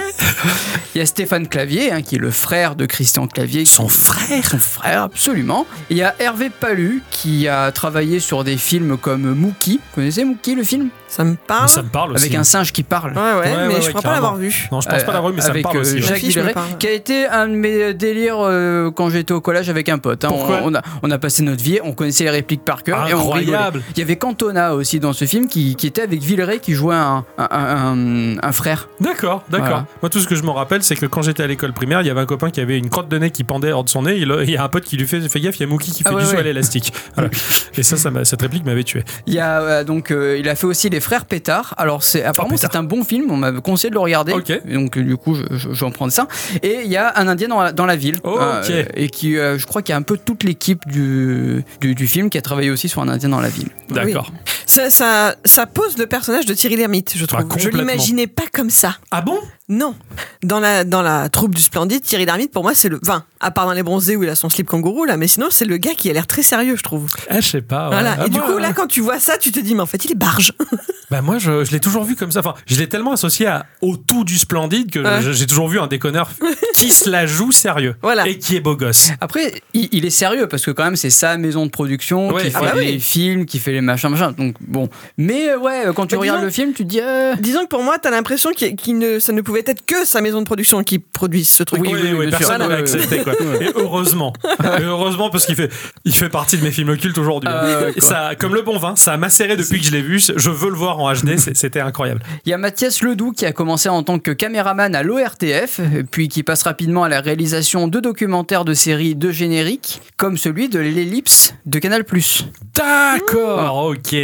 S1: Il y a Stéphane Clavier, hein, qui est le frère de Christian Clavier.
S3: Son frère
S1: Son frère, absolument. Et il y a Hervé Palu, qui a travaillé sur des films comme Mookie. Vous connaissez Mookie, le film
S2: Ça me parle.
S3: Ça me parle aussi.
S1: hein Avec un singe qui parle.
S2: Ouais, ouais,
S3: Ouais,
S2: mais
S3: ouais,
S2: je
S3: ouais,
S2: crois
S3: carrément.
S2: pas l'avoir vu.
S3: Non, je pense
S1: Euh,
S3: pas l'avoir, mais ça me
S1: avec,
S3: parle
S1: euh,
S3: aussi. ouais.
S1: Jacques
S2: L'affiche me
S1: Villeray,
S2: parle.
S1: qui a été un de mes délires euh, quand j'étais au collège avec un pote. hein. On,
S3: Pourquoi
S1: on a, on a passé notre vie, on connaissait les répliques par cœur et on rigolait.
S3: Incroyable
S1: Il y avait Cantona aussi dans ce film qui, qui était avec Villeray qui jouait un, un- un- un- un frère.
S3: D'accord, d'accord.
S1: Voilà.
S3: Moi, tout ce que je me rappelle, c'est que quand j'étais à l'école primaire, il y avait un copain qui avait une crotte de nez qui pendait hors de son nez. Il il y a un pote qui lui fait Fais gaffe, il y a Mookie qui fait
S1: Ah ouais,
S3: du saut à
S1: ouais.
S3: l'élastique.
S1: (laughs)
S3: Voilà. Et ça, ça m'a- cette réplique m'avait tué.
S1: Il, y a, euh, donc, euh, il a fait aussi Les Frères Pétard. Alors, c'est, apparemment,
S3: Pétard.
S1: c'est un bon film, on m'a conseillé de le regarder.
S3: Ok.
S1: Et Donc, euh, du coup, je, je- je vais en prendre ça. Et il y a un Indien dans la, dans la ville.
S3: Ok.
S1: euh, et qui, euh, je crois qu'il y a un peu toute l'équipe du, du- du film qui a travaillé aussi sur un Indien dans la ville.
S3: D'accord.
S2: Ça, ça, ça pose le personnage de Thierry Lhermitte, je trouve.
S3: Ah,
S2: je
S3: complètement.
S2: l'imaginais pas comme ça.
S3: Ah bon
S2: Non. Dans la, dans la troupe du Splendide, Thierry Lhermitte, pour moi, c'est le. Enfin, à part dans Les Bronzés où il a son slip kangourou, là, mais sinon, c'est le gars qui a l'air très sérieux, je trouve.
S3: Ah, je sais pas. ouais.
S2: Voilà.
S3: Ah,
S2: Et du
S3: moi,
S2: coup, là, quand tu vois ça, tu te dis, mais en fait, il est barge. (laughs)
S3: Bah moi, je, je l'ai toujours vu comme ça. Enfin, je l'ai tellement associé à, au tout du splendide que
S2: Ouais.
S3: je- j'ai toujours vu
S2: (laughs)
S3: un déconneur qui se la joue sérieux
S2: Voilà.
S3: et qui est beau gosse.
S1: Après, il, il est sérieux parce que quand même c'est sa maison de production
S3: Ouais,
S1: qui
S3: ah
S1: fait
S3: bah
S1: les
S3: oui.
S1: films, qui fait les machins, machins. Donc bon, mais euh, ouais, euh, quand tu
S3: Bah,
S2: Mais
S1: regardes
S2: disons-
S1: le film, tu te dis euh,
S2: Disons que pour moi, t'as l'impression qu'il qu'il ne, ça ne pouvait être que sa maison de production qui produit ce truc.
S1: Oui,
S3: Oui, oui,
S1: bien sûr.
S3: personne n'aurait
S1: Ouais, ouais,
S3: accepté quoi. Et heureusement, Et heureusement parce qu'il fait, il fait partie de mes films occultes aujourd'hui.
S1: Ah ouais, ouais,
S3: Et ça, comme le bon vin, ça a macéré depuis que je l'ai vu. Je veux le voir en
S1: (laughs)
S3: HD, c'est- c'était incroyable.
S1: il y a Mathias Ledoux qui a commencé en tant que caméraman à l'ORTF, puis qui passe rapidement à la réalisation de documentaires de séries de génériques, comme celui de l'Ellipse de Canal+. Ah.
S3: D'accord, ok.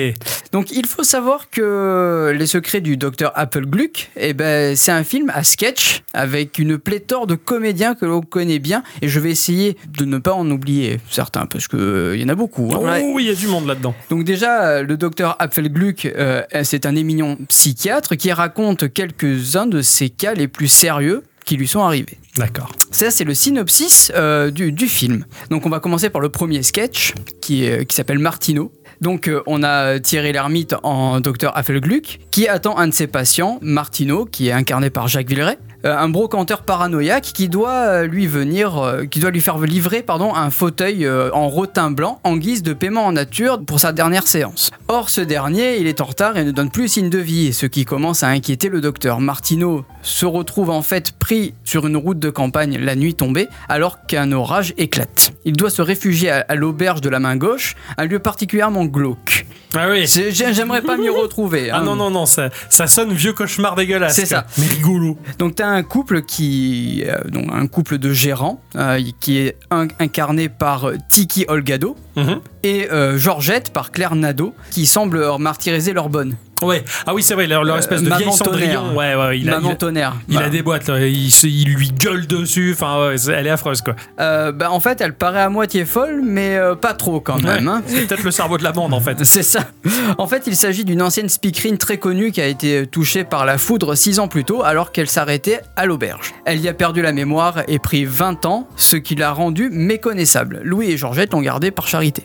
S1: Donc il faut savoir que Les Secrets du docteur Apple Gluck, eh ben, c'est un film à sketch avec une pléthore de comédiens que l'on connaît bien et je vais essayer de ne pas en oublier certains parce qu'il il y en a beaucoup. hein.
S3: Oh
S2: Ouais.
S3: oui, il y a du monde là-dedans.
S1: Donc déjà, euh, le docteur Apple Gluck, euh, c'est un éminent psychiatre qui raconte quelques-uns de ses cas les plus sérieux qui lui sont arrivés.
S3: D'accord.
S1: Ça, c'est le synopsis euh, du, du film. Donc, on va commencer par le premier sketch qui, est- euh, qui s'appelle Martino. Donc, euh, on a Thierry Lhermitte en docteur Affelgluck qui attend un de ses patients, Martino, qui est incarné par Jacques Villeray, euh, un brocanteur paranoïaque qui doit euh, lui venir, euh, qui doit lui faire livrer pardon, un fauteuil euh, en rotin blanc en guise de paiement en nature pour sa dernière séance. Or, ce dernier, il est en retard et ne donne plus signe de vie, ce qui commence à inquiéter le docteur. Martino se retrouve en fait pris sur une route de campagne la nuit tombée, alors qu'un orage éclate. Il doit se réfugier à, à l'auberge de la main gauche, un lieu particulièrement glauque.
S3: Ah oui.
S1: C'est- j'ai- J'aimerais pas
S3: (laughs)
S1: m'y retrouver.
S3: Ah
S1: hein.
S3: non non non, ça, ça sonne vieux cauchemar dégueulasse.
S1: C'est
S3: quoi.
S1: ça.
S3: Mais rigolo.
S1: Donc t'as un couple qui, euh, donc un couple de gérants euh, qui est in- incarné par euh, Tiki Olgado
S3: Mhm.
S1: et euh, Georgette par Claire Nadeau qui semblent martyriser leur bonne.
S3: Ouais. Ah oui, c'est vrai, leur, leur espèce de
S1: Maman
S3: vieil cendrillon.
S1: Euh, tonnerre.
S3: Ouais, ouais, il a,
S1: Maman
S3: il a,
S1: tonnerre.
S3: il
S1: voilà.
S3: a des boîtes, là. Il, se- il lui gueule dessus. Enfin, ouais, c'est- elle est affreuse, quoi.
S1: Euh, bah, en fait, elle paraît à moitié folle, mais euh, pas trop quand même. hein.
S3: C'est peut-être le cerveau de la bande, en
S1: (laughs)
S3: fait.
S1: C'est ça. En fait, il s'agit d'une ancienne speakerine très connue qui a été touchée par la foudre 6 ans plus tôt alors qu'elle s'arrêtait à l'auberge. Elle y a perdu la mémoire et pris 20 ans, ce qui l'a rendue méconnaissable. Louis et Georgette l'ont gardée par charité.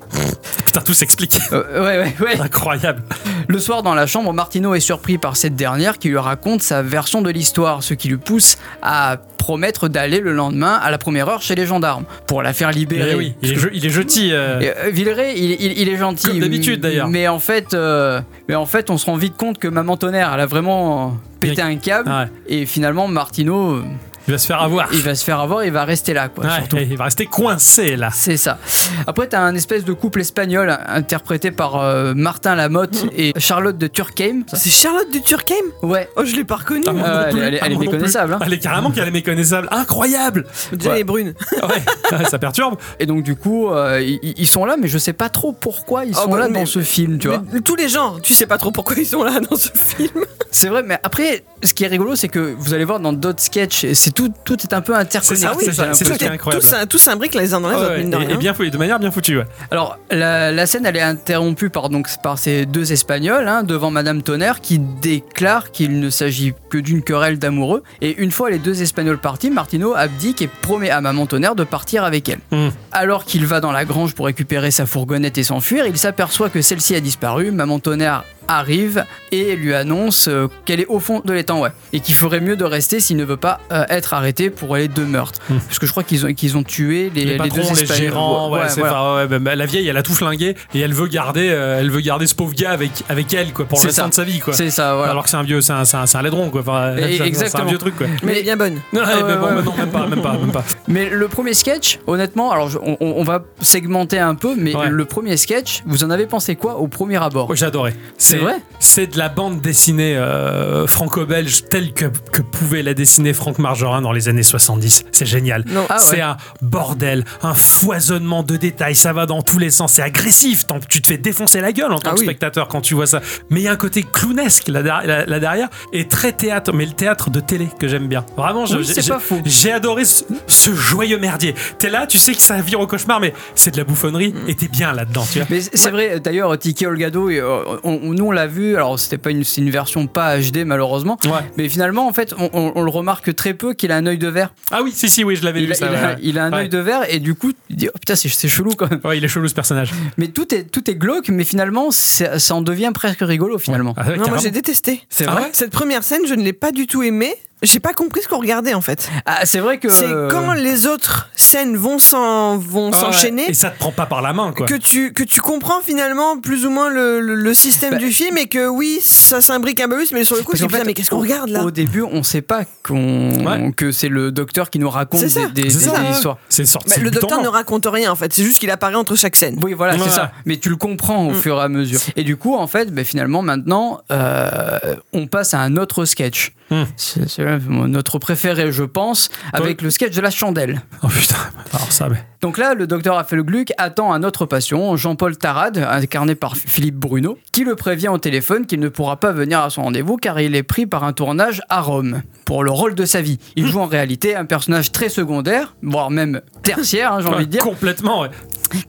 S3: Putain, tout s'explique.
S1: Euh, (laughs) ouais, ouais, ouais.
S3: Incroyable.
S1: Le soir dans la chambre, Martino est surpris par cette dernière qui lui raconte sa version de l'histoire, ce qui lui pousse à promettre d'aller le lendemain à la première heure chez les gendarmes pour la faire libérer.
S3: Eh oui, il est, je- il est jeudi. euh,
S1: Et, euh, Villeray, il, il- il est gentil.
S3: Comme d'habitude, d'ailleurs.
S1: Mais en fait, euh, mais en fait, on se rend vite compte que Maman Tonnerre, elle a vraiment euh, pété un câble.
S3: Ouais.
S1: Et finalement, Martino, euh,
S3: Il va se faire avoir.
S1: il va se faire avoir, il va rester là, quoi.
S3: Ouais,
S1: surtout.
S3: et il va rester coincé là.
S1: C'est ça. Après, t'as un espèce de couple espagnol interprété par euh, Martin
S3: (laughs)
S1: Lamotte et Charlotte de Turckheim.
S2: C'est Charlotte du Turckheim
S1: Ouais.
S2: Oh, je l'ai pas reconnue.
S3: Ah, moi
S1: Euh,
S3: non plus.
S1: elle est- elle est
S3: Ah, moi non plus.
S1: méconnaissable, hein.
S3: Elle est carrément qu'elle est méconnaissable.
S1: (laughs)
S3: Incroyable.
S2: Déjà, elle est brune.
S3: Ouais, Ah Ouais, ça perturbe.
S1: Et donc, du coup, euh, ils, ils sont là, mais je sais pas trop pourquoi ils
S2: Oh,
S1: sont
S2: bah,
S1: là
S2: mais-
S1: dans ce film, tu vois.
S2: Mais Tous les gens, tu sais pas trop pourquoi ils sont là dans ce film.
S1: C'est vrai, mais après, ce qui est rigolo, c'est que vous allez voir dans d'autres sketchs, c'est tout, tout est un peu interconnecté.
S2: Ah
S3: oui, c'est
S1: j'ai
S3: ça, c'est ça
S1: l'impression.
S3: qui est incroyable.
S2: bah, Tous, tous s'imbriquent les uns dans les
S3: Ah
S2: autres,
S3: ouais,
S2: mine de
S3: et,
S2: rien.
S3: et bien fou- et de manière bien foutue. Ouais.
S1: Alors, la, la scène, elle est interrompue par, donc, par ces deux Espagnols, hein, devant Madame Tonnerre, qui déclare qu'il ne s'agit que d'une querelle d'amoureux. Et une fois les deux Espagnols partis, Martino abdique et promet à Maman Tonnerre de partir avec elle.
S3: Hmm.
S1: Alors qu'il va dans la grange pour récupérer sa fourgonnette et s'enfuir, il s'aperçoit que celle-ci a disparu. Maman Tonnerre arrive et lui annonce euh, qu'elle est au fond de l'étang, ouais, et qu'il ferait mieux de rester s'il ne veut pas euh, être arrêté pour les deux meurtres.
S3: Hmm.
S1: Parce que je crois qu'ils ont, qu'ils ont tué les,
S3: Les, patrons,
S1: deux
S3: les,
S1: Espagnols.
S3: gérants. Ouais,
S1: Ouais,
S3: c'est-
S1: voilà.
S3: enfin, ouais, bah, bah, la vieille, elle a tout flingué et elle veut garder, euh, elle veut garder ce pauvre gars avec avec elle quoi pour le
S1: C'est
S3: restant
S1: ça.
S3: de sa vie quoi.
S1: C'est ça, voilà.
S3: Alors que c'est un vieux, c'est un, c'est un, c'est un laidron quoi. Enfin,
S1: Et-
S3: c'est un- c'est un
S1: exactement.
S3: vieux truc quoi.
S2: Mais elle est bien bonne.
S3: Non,
S1: Ah
S3: mais
S1: ouais,
S3: bon,
S1: ouais,
S3: mais
S1: ouais.
S3: non, même pas, même pas, même pas.
S1: Mais le premier sketch, honnêtement, alors je- on, on- on va segmenter un peu, mais
S3: Ouais.
S1: le premier sketch, vous en avez pensé quoi au premier abord
S3: Oh, j'ai adoré.
S1: C'est vrai
S3: C'est de la bande dessinée euh, franco-belge telle que, que pouvait la dessiner Franck Margerin dans les années 70. C'est génial.
S2: Non.
S1: Ah ouais.
S3: C'est un bordel, un foisonnement de détails, ça va dans tous les sens, c'est agressif, tant- tu te fais défoncer la gueule en tant
S2: Ah
S3: que
S2: oui.
S3: spectateur quand tu vois ça. Mais il y a un côté clownesque là, der- là- là derrière, et très théâtre, mais le théâtre de télé que j'aime bien. Vraiment, je-
S1: Oui,
S3: j'ai-
S1: c'est
S3: j'ai-
S1: pas faux.
S3: j'ai adoré ce, ce joyeux merdier. T'es là, tu sais que ça vire au cauchemar, mais c'est de la bouffonnerie,
S1: Mm.
S3: et t'es bien là-dedans, tu vois.
S1: Mais c'est vrai, d'ailleurs, Tiki Olgado, et, euh, on- on- nous on l'a vu, alors c'était pas une, c'est une version pas HD malheureusement,
S3: Ouais.
S1: mais finalement en fait on, on- on le remarque très peu qu'il a un œil de verre.
S3: Ah oui, si, si, oui, je l'avais
S1: Il
S3: lu.
S1: a,
S3: ça,
S1: il
S3: ouais,
S1: a-
S3: ouais.
S1: il a un
S3: Ouais.
S1: œil de verre et du coup tu dis oh putain c'est, c'est chelou quand même.
S3: Ouais, il est chelou ce personnage.
S1: Mais tout est, tout est glauque, mais finalement c'est- ça en devient presque rigolo finalement.
S3: Ah ouais,
S2: Non, moi
S3: carrément.
S2: j'ai détesté.
S1: C'est
S3: Ah
S1: vrai
S3: ouais
S2: Cette première scène, je ne l'ai pas du tout aimée. J'ai pas compris ce qu'on regardait en fait.
S1: Ah, C'est
S3: Euh.
S1: vrai que.
S2: C'est quand les autres scènes vont s'en- vont
S1: Ah ouais.
S2: s'enchaîner
S3: Et ça te prend pas par la main, quoi.
S2: que tu, que tu comprends finalement plus ou moins le, le- le système
S1: Bah-
S2: du film et que oui, ça s'imbrique un peu plus, mais sur le coup,
S1: Parce
S2: tu
S1: qu'en
S2: dis, putain,
S1: fait,
S2: mais qu'est-ce qu'on
S1: au-
S2: regarde là
S1: Au début, on sait pas qu'on
S3: Ouais.
S1: que c'est le docteur qui nous raconte
S2: C'est ça.
S1: des, des-
S3: C'est
S1: des-
S3: ça,
S1: des
S3: ouais.
S1: histoires.
S3: C'est sorti.
S2: Bah, Le
S3: du
S2: docteur
S3: temps.
S2: ne raconte rien en fait, c'est juste qu'il apparaît entre chaque scène. (laughs)
S1: Oui, voilà,
S3: Ouais.
S1: c'est ça. Mais tu le comprends au
S2: Mm.
S1: fur et à mesure. Et du coup, en fait, ben, finalement, maintenant, euh, on passe à un autre sketch.
S3: Mm.
S1: C'est c'est notre préféré, je pense, avec le sketch de la chandelle.
S3: Oh putain. Alors ça, mais.
S1: Donc là, le docteur Affelgluck attend un autre patient, Jean-Paul Tarade, incarné par Philippe Bruno, qui le prévient au téléphone qu'il ne pourra pas venir à son rendez-vous car il est pris par un tournage à Rome pour le rôle de sa vie. Il joue en réalité un personnage très secondaire, voire même tertiaire, hein, j'ai
S3: Ouais,
S1: envie de dire,
S3: Complètement, ouais.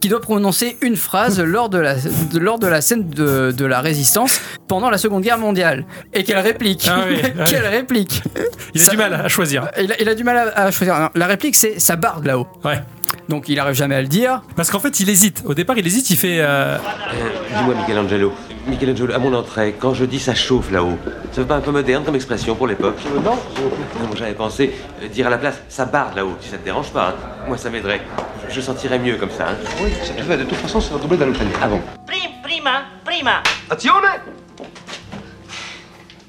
S1: qui doit prononcer une phrase lors de la, de- lors de la scène de, de la résistance pendant la Seconde Guerre mondiale. Et qu'elle réplique.
S3: Ah
S1: (laughs)
S3: oui, ouais.
S1: Quelle réplique
S3: Il a
S1: Ça-
S3: du mal à choisir.
S1: il a, il a du mal à, à choisir. Non, La réplique, c'est ça barde là-haut.
S3: Ouais.
S1: Donc il arrive jamais à le dire.
S3: Parce qu'en fait, il hésite. Au départ, il hésite, il fait. euh,
S4: Dis-moi, Michelangelo. Michelangelo, à mon entrée, quand je dis ça chauffe là-haut, ça veut pas un peu moderne comme expression pour l'époque Non, j'avais pensé euh, dire à la place ça barre là-haut, si ça te dérange pas. hein. Moi, ça m'aiderait. Je, je sentirais mieux comme ça. hein. Oui, de toute façon, c'est redoublé dans le panier. Ah bon
S7: Prim- prima, prima.
S4: Attention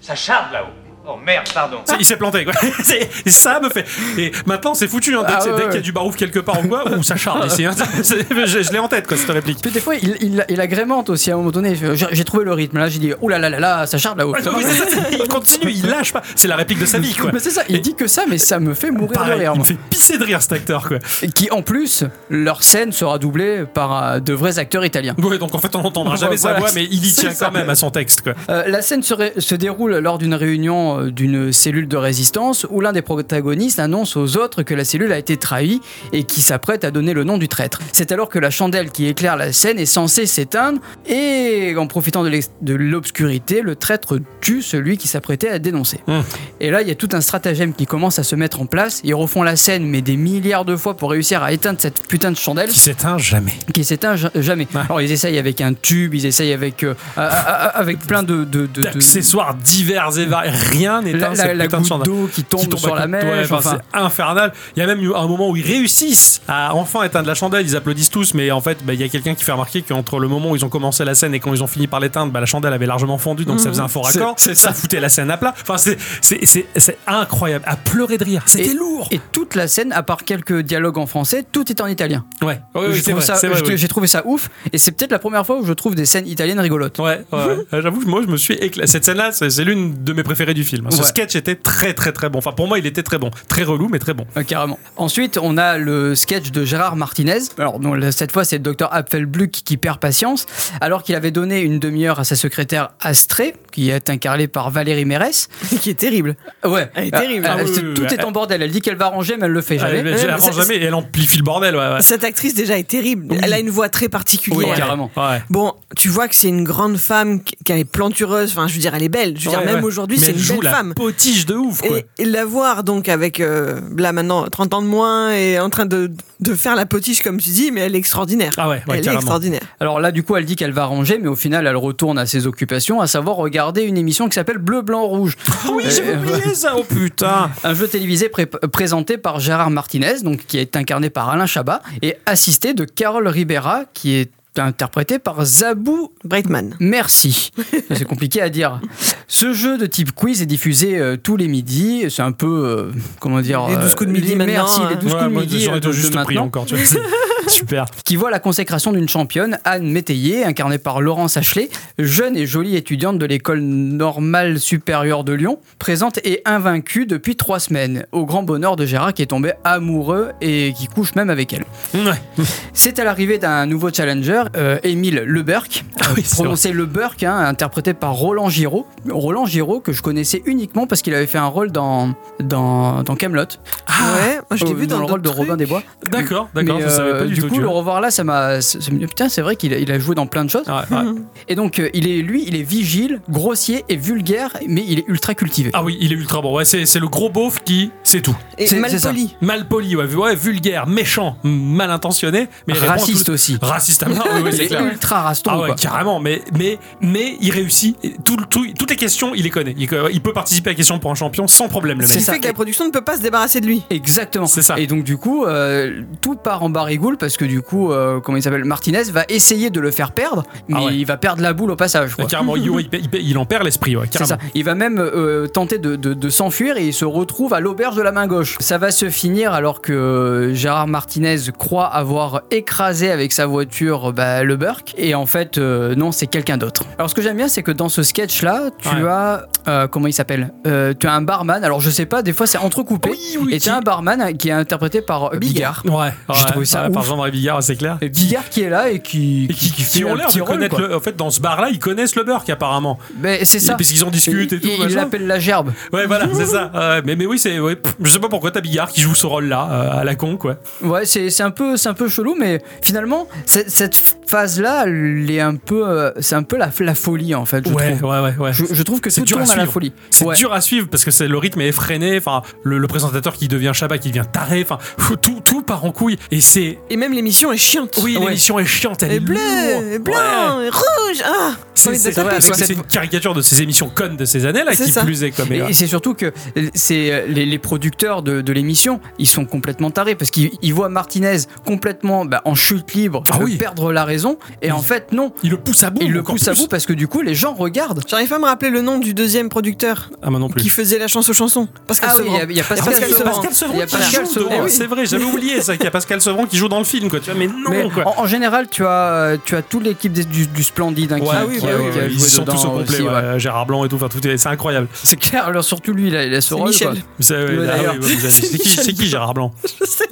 S4: Ça charde là-haut.
S7: Oh merde, pardon.
S3: C'est- Il s'est planté, quoi. (laughs) C'est- ça me fait. Et maintenant, c'est foutu. hein. Dès
S1: Ah
S3: que c'est-
S1: ouais,
S3: dès qu'il y
S1: ouais.
S3: a du barouf quelque part ou quoi, ou ça charge
S1: (laughs)
S3: ici. hein. C'est- Je, je l'ai en tête, quoi, cette réplique.
S1: Puis des fois, il, il, il agrémente aussi à un moment donné. Il fait, J'ai j'ai trouvé le rythme là, j'ai dit oh là là là là, ça charge là-haut.
S3: Ouais, oui,
S1: (laughs)
S3: c'est ça, c'est- il continue, il lâche pas. C'est la réplique de sa vie, quoi.
S1: Mais c'est ça, il
S3: Et-
S1: dit que ça, mais ça me fait mourir de
S3: Pareil,
S1: rire.
S3: il me
S1: moi.
S3: fait pisser de rire cet acteur quoi.
S1: Et qui en plus, leur scène sera doublée par euh, de vrais acteurs italiens.
S3: Ouais, donc en fait on n'entendra jamais sa
S1: Voilà,
S3: voix, mais il y
S1: c'est
S3: tient
S1: ça.
S3: quand même à son texte quoi.
S1: Euh, la scène se, ré- se déroule lors d'une réunion euh, d'une cellule de résistance où l'un des protagonistes annonce aux autres que la cellule a été trahie et qui s'apprête à donner le nom du traître. C'est alors que la chandelle qui éclaire la scène est censée s'éteindre et en profitant de l'ex- de l'obscurité, le traître tue celui qui s'apprêtait à dénoncer.
S3: Mmh.
S1: Et là, il y a tout un stratagème qui commence à se mettre en place. Ils refont la scène mais des milliards de fois pour réussir à éteindre cette putain de chandelle
S3: Qui s'éteint jamais.
S1: qui s'éteint ja- jamais.
S3: Ouais.
S1: Alors ils essayent avec un tube, ils essayent avec euh, a- a- a- avec plein de de, de- de-
S3: D'accessoires divers et variés, rien
S1: la,
S3: n'éteint
S1: la,
S3: cette
S1: la
S3: putain de
S1: goutte
S3: chandelle.
S1: d'eau qui tombe,
S3: Qui tombe
S1: sur la
S3: à coups de doigts,
S1: mèche.
S3: enfin,
S1: enfin,
S3: C'est infernal. Il y a même eu un moment où ils réussissent à enfin éteindre la chandelle. Ils applaudissent tous, mais en fait, bah, il y a quelqu'un qui fait remarquer qu'entre le moment où ils ont commencé la scène et quand ils ont fini par l'éteindre, bah, la chandelle avait largement fondu, donc ça faisait un faux
S1: C'est-
S3: raccord.
S1: c'est
S3: ça. foutait la scène à plat. Enfin, c'est- c'est c'est- c'est incroyable. À pleurer de rire. C'était lourd.
S1: et toute la scène, à part quelques dialogues en français, tout est en italien.
S3: Ouais. Ouais, ouais,
S1: Je
S3: c'est
S1: trouve
S3: vrai,
S1: ça-
S3: c'est vrai,
S1: je-
S3: oui.
S1: J'ai trouvé ça ouf, et c'est peut-être la première fois où je trouve des scènes italiennes rigolotes.
S3: Ouais, ouais, ouais. Euh, j'avoue, moi je me suis éclaté. Cette scène-là, c'est c'est l'une de mes préférées du film. Ce
S1: Ouais.
S3: sketch était très très très bon. Enfin, pour moi, il était très bon. Très relou, mais très bon.
S1: Euh, carrément. Ensuite, on a le sketch de Gérard Martinez. Alors, non, là, cette fois, c'est le docteur Apfelbluck qui perd patience, alors qu'il avait donné une demi-heure à sa secrétaire Astrée, qui est incarnée par Valérie Mérès.
S2: qui est terrible.
S1: Ouais.
S2: Elle est terrible.
S3: Ah oui,
S1: c'est-
S3: oui,
S1: tout
S3: oui.
S1: est en bordel. Elle dit qu'elle va ranger, mais elle le fait jamais.
S3: Ah,
S1: Euh,
S3: Elle, elle,
S2: mais
S3: arrange
S2: c'est-
S3: jamais et elle amplifie le bordel. Ouais, ouais.
S2: Cette actrice déjà est terrible. Elle a une voix très particulière.
S1: Oui, carrément.
S3: Ouais.
S2: Bon, tu vois que c'est une grande femme qui qui est plantureuse. Enfin, je veux dire, elle est belle. Je veux dire,
S3: Ouais,
S2: même
S3: ouais.
S2: aujourd'hui,
S3: Mais
S2: c'est
S3: elle
S2: une
S3: joue
S2: belle
S3: la
S2: femme.
S3: Potige de ouf, quoi.
S2: Et, et la voir donc avec euh, là maintenant 30 ans de moins et en train de, de faire la potiche comme tu dis, mais elle est extraordinaire.
S3: Ah ouais, ouais,
S2: elle est
S3: carrément.
S2: extraordinaire.
S1: Alors là, du coup, elle dit qu'elle va ranger, mais au final, elle retourne à ses occupations, à savoir regarder une émission qui s'appelle Bleu, Blanc,
S2: (laughs)
S1: Rouge.
S3: oui, j'ai
S1: Euh,
S3: oublié ça. Oh (laughs) putain.
S1: Un jeu télévisé pré- présenté par Gérard Martinez, donc qui est incarné par Alain Chabat, et assisté de Carole Ribera, qui est interprétée par Zabou
S2: Brightman. (laughs)
S1: Merci. C'est compliqué à dire. Ce jeu de type quiz est diffusé euh, tous les midis. C'est un peu, euh, comment dire, euh,
S2: Les 12 coups de midi
S1: les-
S2: maintenant,
S1: Merci, les
S2: hein.
S1: 12
S3: Ouais,
S1: coups de
S3: moi,
S1: midi
S3: bah, j'aurais
S1: euh, de-
S3: juste
S1: de
S3: pris hein.
S1: maintenant.
S3: encore. tu vois. Super.
S1: qui voit la consécration d'une championne, Anne Métayer, incarnée par Laurence Ashley, jeune et jolie étudiante de l'école normale supérieure de Lyon, présente et invaincue depuis trois semaines, au grand bonheur de Gérard qui est tombé amoureux et qui couche même avec elle.
S3: Ouais.
S1: C'est à l'arrivée d'un nouveau challenger, euh, Émile Leberck,
S3: Ah oui, c'est
S1: prononcé Leberck, hein, interprété par Roland Giraud. Roland Giraud que je connaissais uniquement parce qu'il avait fait un rôle dans dans dans Camelot,
S3: Ah.
S1: Ah,
S2: ouais, moi je l'ai vu dans,
S1: Oh, le rôle de
S2: d'autres
S1: Robin
S2: trucs.
S1: des Bois.
S3: vrai. D'accord, d'accord.
S1: Mais,
S3: Je savais
S1: euh,
S3: pas du, tout.
S1: coup,
S3: tu
S1: le
S3: vois. Ah.
S1: revoir là, ça m'a. ça- ça me dit, Putain, c'est vrai qu'il a, il a joué dans plein de choses.
S3: Ouais, ouais.
S1: Et donc, euh, il est lui, il est vigile, grossier et vulgaire, mais il est ultra cultivé.
S3: Ah oui, il est ultra bon. Ouais, c'est c'est le gros beauf qui. C'est tout.
S2: Et
S1: C'est- c'est
S2: mal
S1: ça.
S2: poli.
S3: mal poli, ouais, ouais, vulgaire, méchant, mal intentionné, mais il répond à
S1: Raciste
S3: tout-
S1: aussi.
S3: Raciste, ah, non, oui, oui,
S1: il
S3: c'est
S1: est
S3: clair.
S1: ultra rasto.
S3: Ah ouais,
S1: quoi.
S3: carrément, mais, mais, mais il réussit. Et Tout, le- tout- toutes les questions, il les connaît. Il, il peut participer à la question pour un champion sans problème, le
S2: Ce
S1: C'est
S2: qui
S3: mec.
S1: ça.
S2: fait que la production ne peut pas se débarrasser de lui.
S1: Exactement.
S3: C'est ça.
S1: Et donc du coup, euh, tout part en barrigoule parce que du coup, euh, comment il s'appelle, Martinez va essayer de le faire perdre, mais
S3: Ah ouais.
S1: il va perdre la boule au passage.
S3: Ouais,
S1: Quoi.
S3: Euh, carrément, il, ouais, il pa- il pa- il en perd l'esprit, ouais,
S1: C'est
S3: carrément.
S1: ça. Il va même euh, tenter de, de- de s'enfuir et il se retrouve à l'auberge de la main gauche. Ça va se finir alors que euh, Gérard Martinez croit avoir écrasé avec sa voiture bah, le Burke et en fait euh, non c'est quelqu'un d'autre. Alors ce que j'aime bien c'est que dans ce sketch là tu
S3: Ouais.
S1: as euh, comment il s'appelle Euh, Tu as un barman. Alors je sais pas des fois c'est entrecoupé
S3: Oui, oui,
S1: et tu as
S3: qui-
S1: un barman qui est interprété par euh, Bigard.
S3: Ouais, ouais,
S1: J'ai trouvé ça
S3: ouais, par
S1: ouf.
S3: Jean-Marie Bigard, c'est clair.
S1: Et Bigard qui est là et qui
S3: Et qui, qui- qui ont l'air de connaître le. En fait, dans ce bar-là, ils connaissent le Burke, apparemment.
S1: Mais c'est ça.
S3: Puisqu'ils en discutent et tout.
S1: Il- il
S3: machin.
S1: l'appelle la gerbe.
S3: Ouais, voilà, c'est ça. Ouais, mais, mais oui, c'est. ouais, pff, je sais pas pourquoi t'as Bigard qui joue ce rôle-là, euh, à la con, quoi.
S1: Ouais, c'est c'est un peu c'est un peu chelou, mais finalement c'est- cette phase là, elle est un peu euh, c'est un peu la, la folie en fait. Je
S3: ouais,
S1: trouve.
S3: ouais, ouais, ouais.
S1: Je, je trouve que
S3: C'est
S1: tout
S3: dur à
S1: tourne à, la
S3: suivre.
S1: folie.
S3: C'est
S1: Ouais.
S3: dur à suivre parce que c'est le rythme est effréné. Enfin, le, le présentateur qui devient Chabat, qui devient taré. Enfin, fou- tout, tout part en couille. Et c'est
S2: Et même même l'émission est chiante.
S3: Oui,
S1: Ouais.
S3: l'émission est chiante, elle
S2: Et
S3: est
S2: bleu,
S3: lourde.
S2: et blanc, et rouge. Ah,
S3: C'est
S2: envie de
S3: c'est-
S2: taper,
S3: parce que
S2: quoi.
S3: c'est une caricature de ces émissions connes de ces années-là
S2: C'est
S3: qui
S2: ça.
S3: plus est comme
S1: Et, et c'est surtout que c'est euh, les, les producteurs de, de l'émission, ils sont complètement tarés parce qu'ils ils voient Martinez complètement bah, en chute libre,
S3: Ah
S1: euh,
S3: oui.
S1: perdre la raison. Et en fait, non,
S3: Il le pousse à bout.
S1: ils le
S3: encore
S1: poussent à
S3: plus.
S1: bout parce que du coup, les gens regardent.
S2: J'arrive pas à me rappeler le nom du deuxième producteur
S3: Ah, moi non
S2: qui
S3: plus.
S2: faisait la chance aux chansons. Pascal
S1: Ah oui,
S2: Sevran.
S1: il y a- il y a Pascal
S3: Pascal,
S1: Sevran.
S3: Pascal Sevran
S1: Il y a
S3: qui
S1: Pascal
S3: joue
S1: Sevran.
S3: dedans.
S1: Eh oui.
S3: C'est vrai, j'avais oublié ça, qu'il y a Pascal Sevran qui joue dans le film, quoi. Tu vois, mais non,
S1: Mais
S3: quoi.
S1: en, en général, tu as, euh, tu as toute l'équipe des- du, du Splendide hein, qui,
S3: Ouais, ah
S1: qui-
S3: ouais,
S1: qui
S3: ouais,
S1: a- qui a
S3: ouais, ils
S1: joué
S3: sont tous au
S1: dedans
S3: complet.
S1: aussi,
S3: ouais.
S1: ouais.
S3: Gérard Blanc et tout, enfin, tout est, c'est incroyable.
S1: C'est clair, alors surtout lui, il a, il a ce rôle.
S2: Michel.
S1: quoi.
S3: Ça, ouais,
S1: Oui,
S3: ah
S1: d'ailleurs.
S3: oui, ouais, vous avez- c'est
S1: (laughs)
S3: qui, c'est qui Gérard Blanc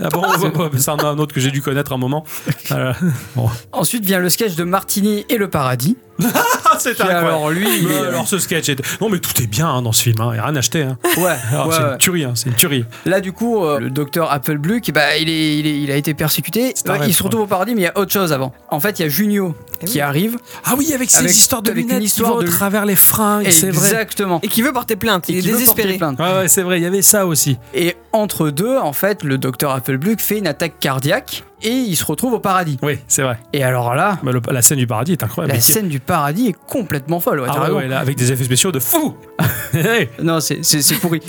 S3: Ah bon, ouais, ouais, c'est un, un autre que j'ai dû connaître un moment. Euh, Voilà. Bon.
S1: Ensuite vient le sketch de Martini et le paradis.
S3: Ah, c'est
S1: Qui,
S3: incroyable.
S1: alors, lui, il
S3: Ouais,
S1: est-
S3: alors ce sketch est... Non, mais tout est bien hein, dans ce film, hein. il n'y a rien acheté. Hein. (laughs)
S1: Ouais,
S3: Alors,
S1: ouais,
S3: c'est
S1: ouais.
S3: une tuerie, hein, c'est une tuerie.
S1: Là, du coup, euh, le docteur Applebluck, bah, il, est, il, est- il a été persécuté.
S3: un
S1: Ouais,
S3: rêve,
S1: il se retrouve au paradis, mais il y a autre chose avant. En fait, il y a Junio
S2: Eh
S1: qui
S2: oui.
S1: arrive.
S3: Ah oui, avec ces
S1: Avec-
S3: histoires de
S1: avec une
S3: lunettes qui
S1: histoire
S3: vont
S1: de-
S3: au travers les fringues, c'est vrai.
S1: Exactement.
S2: Et qui veut porter plainte. Il
S1: Et
S2: est
S1: qui veut porter
S2: désespéré.
S1: plainte.
S3: Ouais, ouais, c'est vrai, il y avait ça aussi.
S1: Et entre deux, en fait, le docteur Applebluck fait une attaque cardiaque et il se retrouve au paradis.
S3: Oui, c'est vrai.
S1: Et alors là,
S3: Bah, le- la scène du paradis est incroyable.
S1: la
S3: Ah, Mais qui-
S1: scène du paradis est complètement folle. ouais,
S3: Ah
S1: t'as
S3: ouais,
S1: raison.
S3: ouais, là, avec des effets spéciaux de
S1: (laughs)
S3: fou. oui,
S1: Non, c'est- c'est c'est (laughs) pourri.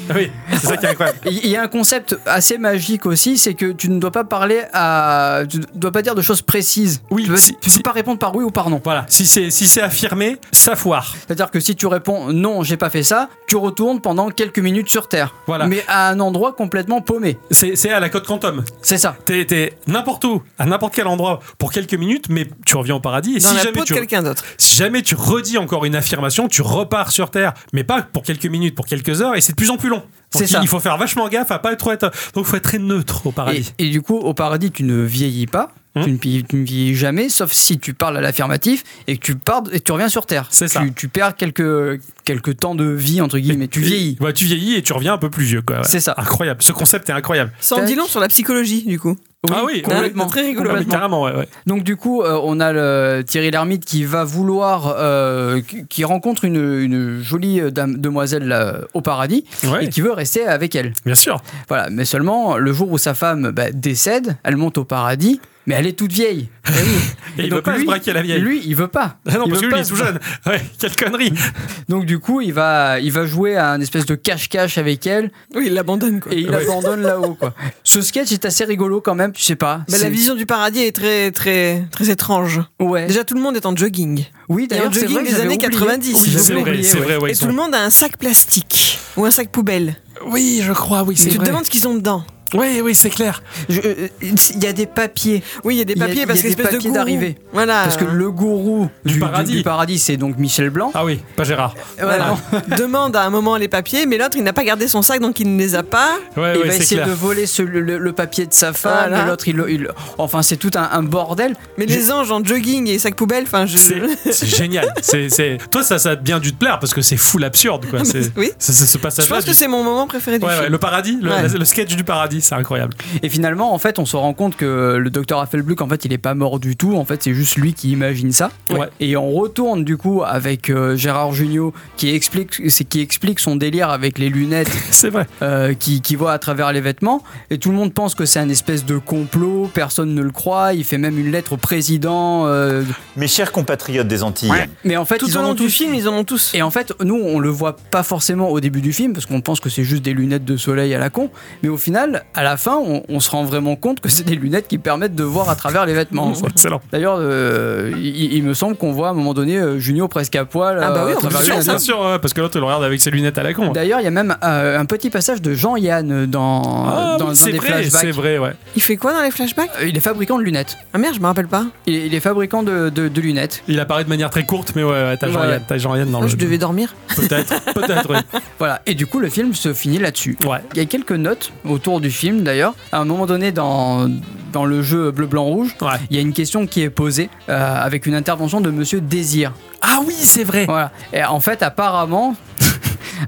S3: c'est ça qui est incroyable.
S1: Et Il y a un concept assez magique aussi, c'est que tu ne dois pas parler à. Tu ne dois pas dire de choses précises.
S3: Oui,
S1: tu ne
S3: si- si.
S1: peux pas répondre par oui ou par non.
S3: Voilà, si c'est si c'est affirmé, ça foire.
S1: C'est-à-dire que si tu réponds non, j'ai pas fait ça, tu retournes pendant quelques minutes sur Terre.
S3: Voilà.
S1: Mais à un endroit complètement paumé.
S3: C'est c'est à la Côte Quantum.
S1: C'est ça.
S3: T'es t'es n'importe où, à n'importe quel endroit, pour quelques minutes, mais tu reviens au paradis. Et
S2: Dans
S3: si,
S2: la
S3: jamais
S2: peau de
S3: tu,
S2: quelqu'un d'autre.
S3: si jamais tu redis encore une affirmation, tu repars sur Terre, mais pas pour quelques minutes, pour quelques heures, et c'est de plus en plus long. Donc
S1: C'est
S3: il,
S1: ça.
S3: il faut faire vachement gaffe à pas trop être. Donc faut être très neutre au
S1: Et,
S3: paradis.
S1: et du coup, au paradis, tu ne vieillis pas.
S3: Hmm.
S1: Tu, ne, pi- tu ne vieillis jamais, sauf si tu parles à l'affirmatif et que tu pars et tu reviens sur Terre.
S3: C'est
S1: tu,
S3: ça.
S1: Tu perds quelques, quelques temps de vie, entre guillemets. Tu vieillis.
S3: Ouais, tu vieillis et tu reviens un peu plus vieux, quoi. ouais.
S1: C'est ça.
S3: Incroyable. Ce concept est incroyable.
S2: Ça en dit long sur la psychologie, du coup.
S3: Ah oui,
S1: complètement.
S2: très rigolo.
S3: Ah, mais
S1: Complètement.
S3: carrément, ouais, ouais.
S1: Donc du coup, euh, on a le Thierry Lhermitte qui va vouloir, euh, qui- qui rencontre une, une jolie euh, dame, demoiselle là, au paradis
S3: Ouais,
S1: et qui veut rester avec elle.
S3: bien sûr.
S1: Voilà, mais seulement le jour où sa femme bah, décède, elle monte au paradis, mais elle est toute vieille. Eh oui.
S3: (laughs) Et il veut pas se braquer à la vieille.
S1: Lui, il veut pas.
S3: Ah non,
S1: Il
S3: parce
S1: veut
S3: que lui,
S1: pas
S3: il est
S1: se
S3: tout jeune. Ouais, quelle connerie.
S1: (laughs) Donc du coup, il va, il va jouer à un espèce de cache-cache avec elle
S2: Oui, il l'abandonne, quoi. Bah,
S1: et il
S3: Ouais.
S1: abandonne là-haut. quoi. Ce sketch est assez rigolo quand même, tu sais pas.
S2: Bah, la
S1: C'est-
S2: vision du paradis est très, très, très étrange.
S1: Ouais.
S2: Déjà, tout le monde est en jogging.
S1: Oui, d'ailleurs,
S2: Et un
S1: c'est
S2: jogging
S1: vrai que
S2: des
S1: j'avais
S2: années
S1: oublié.
S2: 90.
S1: Oui,
S2: C'est
S1: j'avais
S3: C'est vrai,
S1: oublié,
S3: c'est
S1: ouais.
S3: vrai. ouais,
S2: et
S3: ils
S2: tout le
S3: sont-
S2: monde a un sac plastique ou un sac poubelle.
S3: Oui, je crois, oui,
S2: Tu
S3: c'est
S2: te
S3: vrai.
S2: demandes ce qu'ils ont dedans.
S3: Oui, oui, c'est clair.
S1: Je- euh, Il y a des papiers.
S2: Oui, il y a des
S1: Il y a-
S2: papiers
S1: il y
S2: parce
S1: a
S2: que
S1: des
S2: l'espèce de
S1: papiers
S2: gourou.
S1: d'arrivée.
S2: Voilà.
S1: Parce que le gourou
S3: Du paradis.
S1: paradis, c'est donc Michel Blanc.
S3: Ah oui, pas Gérard.
S1: (laughs) Voilà.
S3: Ah
S2: demande à un moment les papiers, mais l'autre il n'a pas gardé son sac donc il ne les a pas.
S3: Ouais,
S1: il
S3: ouais,
S1: va
S3: c'est
S1: essayer
S3: clair.
S1: de voler ce- le, le papier de sa femme,
S2: Voilà.
S1: et l'autre il, il- Enfin, c'est tout un, un bordel.
S2: Mais
S1: Je-
S2: les anges en jogging et sac poubelle, enfin je.
S3: C'est c'est génial. C'est, c'est- Toi, ça, ça a bien dû te plaire parce que c'est full absurde, quoi. C'est,
S2: (laughs) Oui.
S3: c'est- c'est ce
S2: Je
S3: passage-là.
S2: pense que
S3: du-
S2: c'est mon moment préféré du
S3: Ouais,
S2: film.
S3: ouais, le paradis, le,
S2: Ouais.
S3: le sketch du paradis, c'est incroyable.
S1: Et finalement, en fait, on se rend compte que le docteur Affelbluck, en fait, il est pas mort du tout. En fait, c'est juste lui qui imagine ça.
S3: Ouais.
S1: Et on retourne du coup avec euh, Gérard Jugnot qui explique, c'est- qui explique son délire avec les lunettes
S3: (laughs) C'est vrai.
S1: euh, qui, qui voit à travers les vêtements. Et tout le monde pense que c'est un espèce de complot. Personne ne le croit. Il fait même une lettre au président. euh,
S7: Mes chers compatriotes des Antilles,
S1: Mais en fait,
S2: Tout
S1: ils
S2: au
S1: en ont
S2: long du
S1: tous
S2: film, ils en ont tous.
S1: Et en fait, nous, on le voit pas forcément au début du film parce qu'on pense que c'est juste des lunettes de soleil à la con. Mais au final, à la fin, on, on se rend vraiment compte que c'est des lunettes qui permettent de voir à travers les vêtements. quoi.
S3: Excellent.
S1: D'ailleurs, euh, il, il me semble qu'on voit à un moment donné euh, Junio presque à poil. euh,
S2: Ah bah oui,
S1: à
S2: on
S1: travers
S2: peut
S3: Bien
S1: les
S2: faire
S3: sûr,
S1: lunettes.
S3: bien
S2: ça.
S3: sûr, ouais, parce que l'autre, il le regarde avec ses lunettes à la con. ouais.
S1: D'ailleurs, il y a même euh, un petit passage de Jean-Yann dans,
S3: Ah,
S1: dans,
S3: oui,
S1: dans
S3: c'est
S1: des
S3: vrai,
S1: flashbacks.
S3: c'est vrai, ouais.
S2: Il fait quoi dans les flashbacks
S1: Euh, Il est fabricant de lunettes.
S2: Ah merde, je me rappelle pas.
S1: Il est, il est fabricant de, de- de lunettes.
S3: Il apparaît de manière très courte, mais ouais, ouais, t'as,
S1: Voilà.
S3: Jean-Yann, t'as Jean-Yann dans
S2: Moi,
S3: le.
S2: je devais dormir.
S3: (laughs) Peut-être, peut-être, ouais.
S1: Voilà. Et du coup, le film se finit là-dessus.
S3: ouais.
S1: Il y a quelques notes autour du film d'ailleurs. À un moment donné, dans, dans le jeu bleu-blanc-rouge,
S3: Ouais.
S1: il y a une question qui est posée euh,
S3: (laughs)
S1: avec une intervention de Monsieur Désir.
S3: Ah oui, c'est vrai.
S1: Voilà. Et en fait, apparemment, (laughs)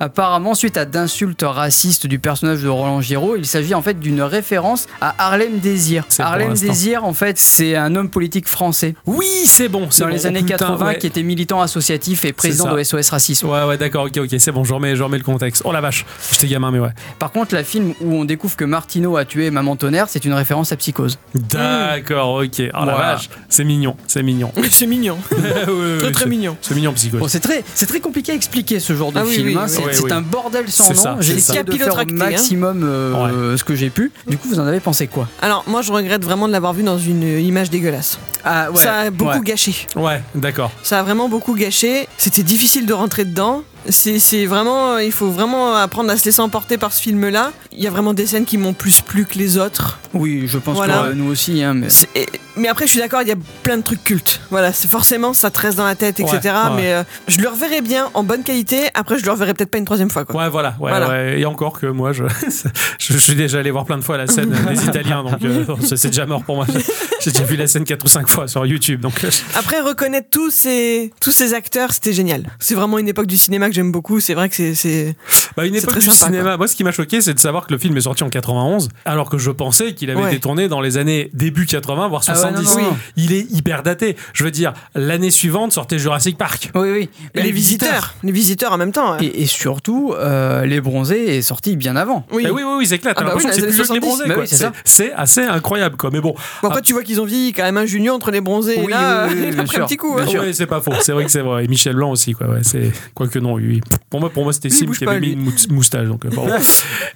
S1: Apparemment, suite à d'insultes racistes du personnage de Roland Giraud, il s'agit en fait d'une référence à Harlem Désir.
S8: C'est pour
S1: Harlem
S8: l'instant.
S1: Désir, en fait, c'est un homme politique français
S3: Oui, c'est bon. c'est
S1: dans
S3: bon. Oh,
S1: les années
S3: Putain,
S1: 80
S3: ouais.
S1: qui était militant associatif et président
S3: ça.
S1: de SOS Racisme.
S3: Ouais, ouais, d'accord, ok, ok, c'est bon, je remets, je remets le contexte. Oh la vache, j'étais gamin, mais ouais.
S1: Par contre, la film où on découvre que Martineau a tué Maman Tonnerre, c'est une référence à Psychose.
S3: D'accord, ok. Oh la
S1: Voilà.
S3: vache, c'est mignon, c'est mignon.
S2: C'est mignon.
S3: (laughs) Ouais, ouais,
S2: (laughs) très
S3: ouais,
S2: très
S3: c'est-
S2: mignon.
S3: C'est mignon, psycho.
S1: Bon, c'est très, c'est très compliqué à expliquer ce genre de
S2: Ah oui,
S1: film.
S2: oui,
S1: hein.
S2: oui.
S1: C'est
S3: Oui,
S1: c'est
S3: oui.
S1: un bordel sans
S3: C'est
S1: nom.
S3: ça,
S1: J'ai
S3: c'est
S1: essayé
S2: ça.
S1: de faire au
S2: Capillotracté, hein.
S1: maximum euh, ce que j'ai pu. Du coup, vous en avez pensé quoi
S2: Alors moi je regrette vraiment de l'avoir vu dans une euh, image dégueulasse.
S1: Ah
S2: ça a beaucoup
S1: ouais.
S2: gâché.
S3: Ouais, d'accord.
S2: Ça a vraiment beaucoup gâché. C'était difficile de rentrer dedans. C'est c'est vraiment, euh, il faut vraiment apprendre à se laisser emporter par ce film-là. Il y a vraiment des scènes qui m'ont plus plu que les autres.
S1: Oui, je pense
S2: Voilà.
S1: que euh, nous aussi. hein, mais...
S2: C'est- et- mais après, je suis d'accord, il y a plein de trucs cultes. Voilà, c'est forcément ça te reste dans la tête, etc.
S3: Ouais, ouais.
S2: Mais euh, je le reverrai bien en bonne qualité. Après, je le reverrai peut-être pas une troisième fois. Quoi.
S3: Ouais, voilà, ouais,
S2: Voilà.
S3: ouais. Et encore que moi, je, (laughs) je, je suis déjà allé voir plein de fois la scène des Italiens, donc euh, c'est- c'est déjà mort pour moi. J'ai déjà vu la scène 4 ou 5 fois sur YouTube, donc euh,
S2: Après, reconnaître tous ces, tous ces acteurs, c'était génial. C'est vraiment une époque du cinéma que j'aime beaucoup. C'est vrai que c'est- c'est.
S3: Bah, une
S2: C'est
S3: époque
S2: très
S3: du
S2: sympa,
S3: cinéma. Moi, ce qui m'a choqué, c'est de savoir que le film est sorti en 91, alors que je pensais qu'il avait
S2: Ouais.
S3: été tourné dans les années début 80, voire
S1: Ah ouais,
S3: 70.
S1: non, non, non.
S3: Il est hyper daté. Je veux dire, l'année suivante sortait Jurassic Park.
S1: Oui, oui.
S2: les visiteurs. Les visiteurs en même temps. hein.
S1: Et, et surtout, euh, Les Bronzés est sorti bien avant.
S2: Oui.
S3: Eh oui, oui, oui, c'est clair. T'as
S2: Ah bah
S3: l'impression
S2: oui,
S3: que
S2: les
S3: c'est plus vieux que les
S2: années
S3: bronzés.
S1: 70,
S3: quoi.
S1: bah oui, c'est ça.
S3: c'est assez incroyable, quoi. Mais bon,
S2: Bon, après, tu vois qu'ils ont vieilli quand même un junior entre les bronzés et
S1: ah. Oui,
S2: là,
S1: oui, oui,
S2: euh,
S1: oui,
S2: (laughs) il a
S1: bien
S2: pris
S1: sûr,
S2: un petit coup.
S1: bien
S2: hein.
S1: sûr.
S3: ouais, c'est pas faux. C'est vrai que c'est vrai. Et Michel Blanc aussi, quoi. Ouais, c'est quoique non, lui. Pour moi, pour moi, c'était
S2: Lui,
S3: Sim
S2: bouge
S3: qui
S2: pas,
S3: avait mis
S2: lui.
S3: une mous- moustache. Donc, euh,
S2: (laughs)
S3: bon.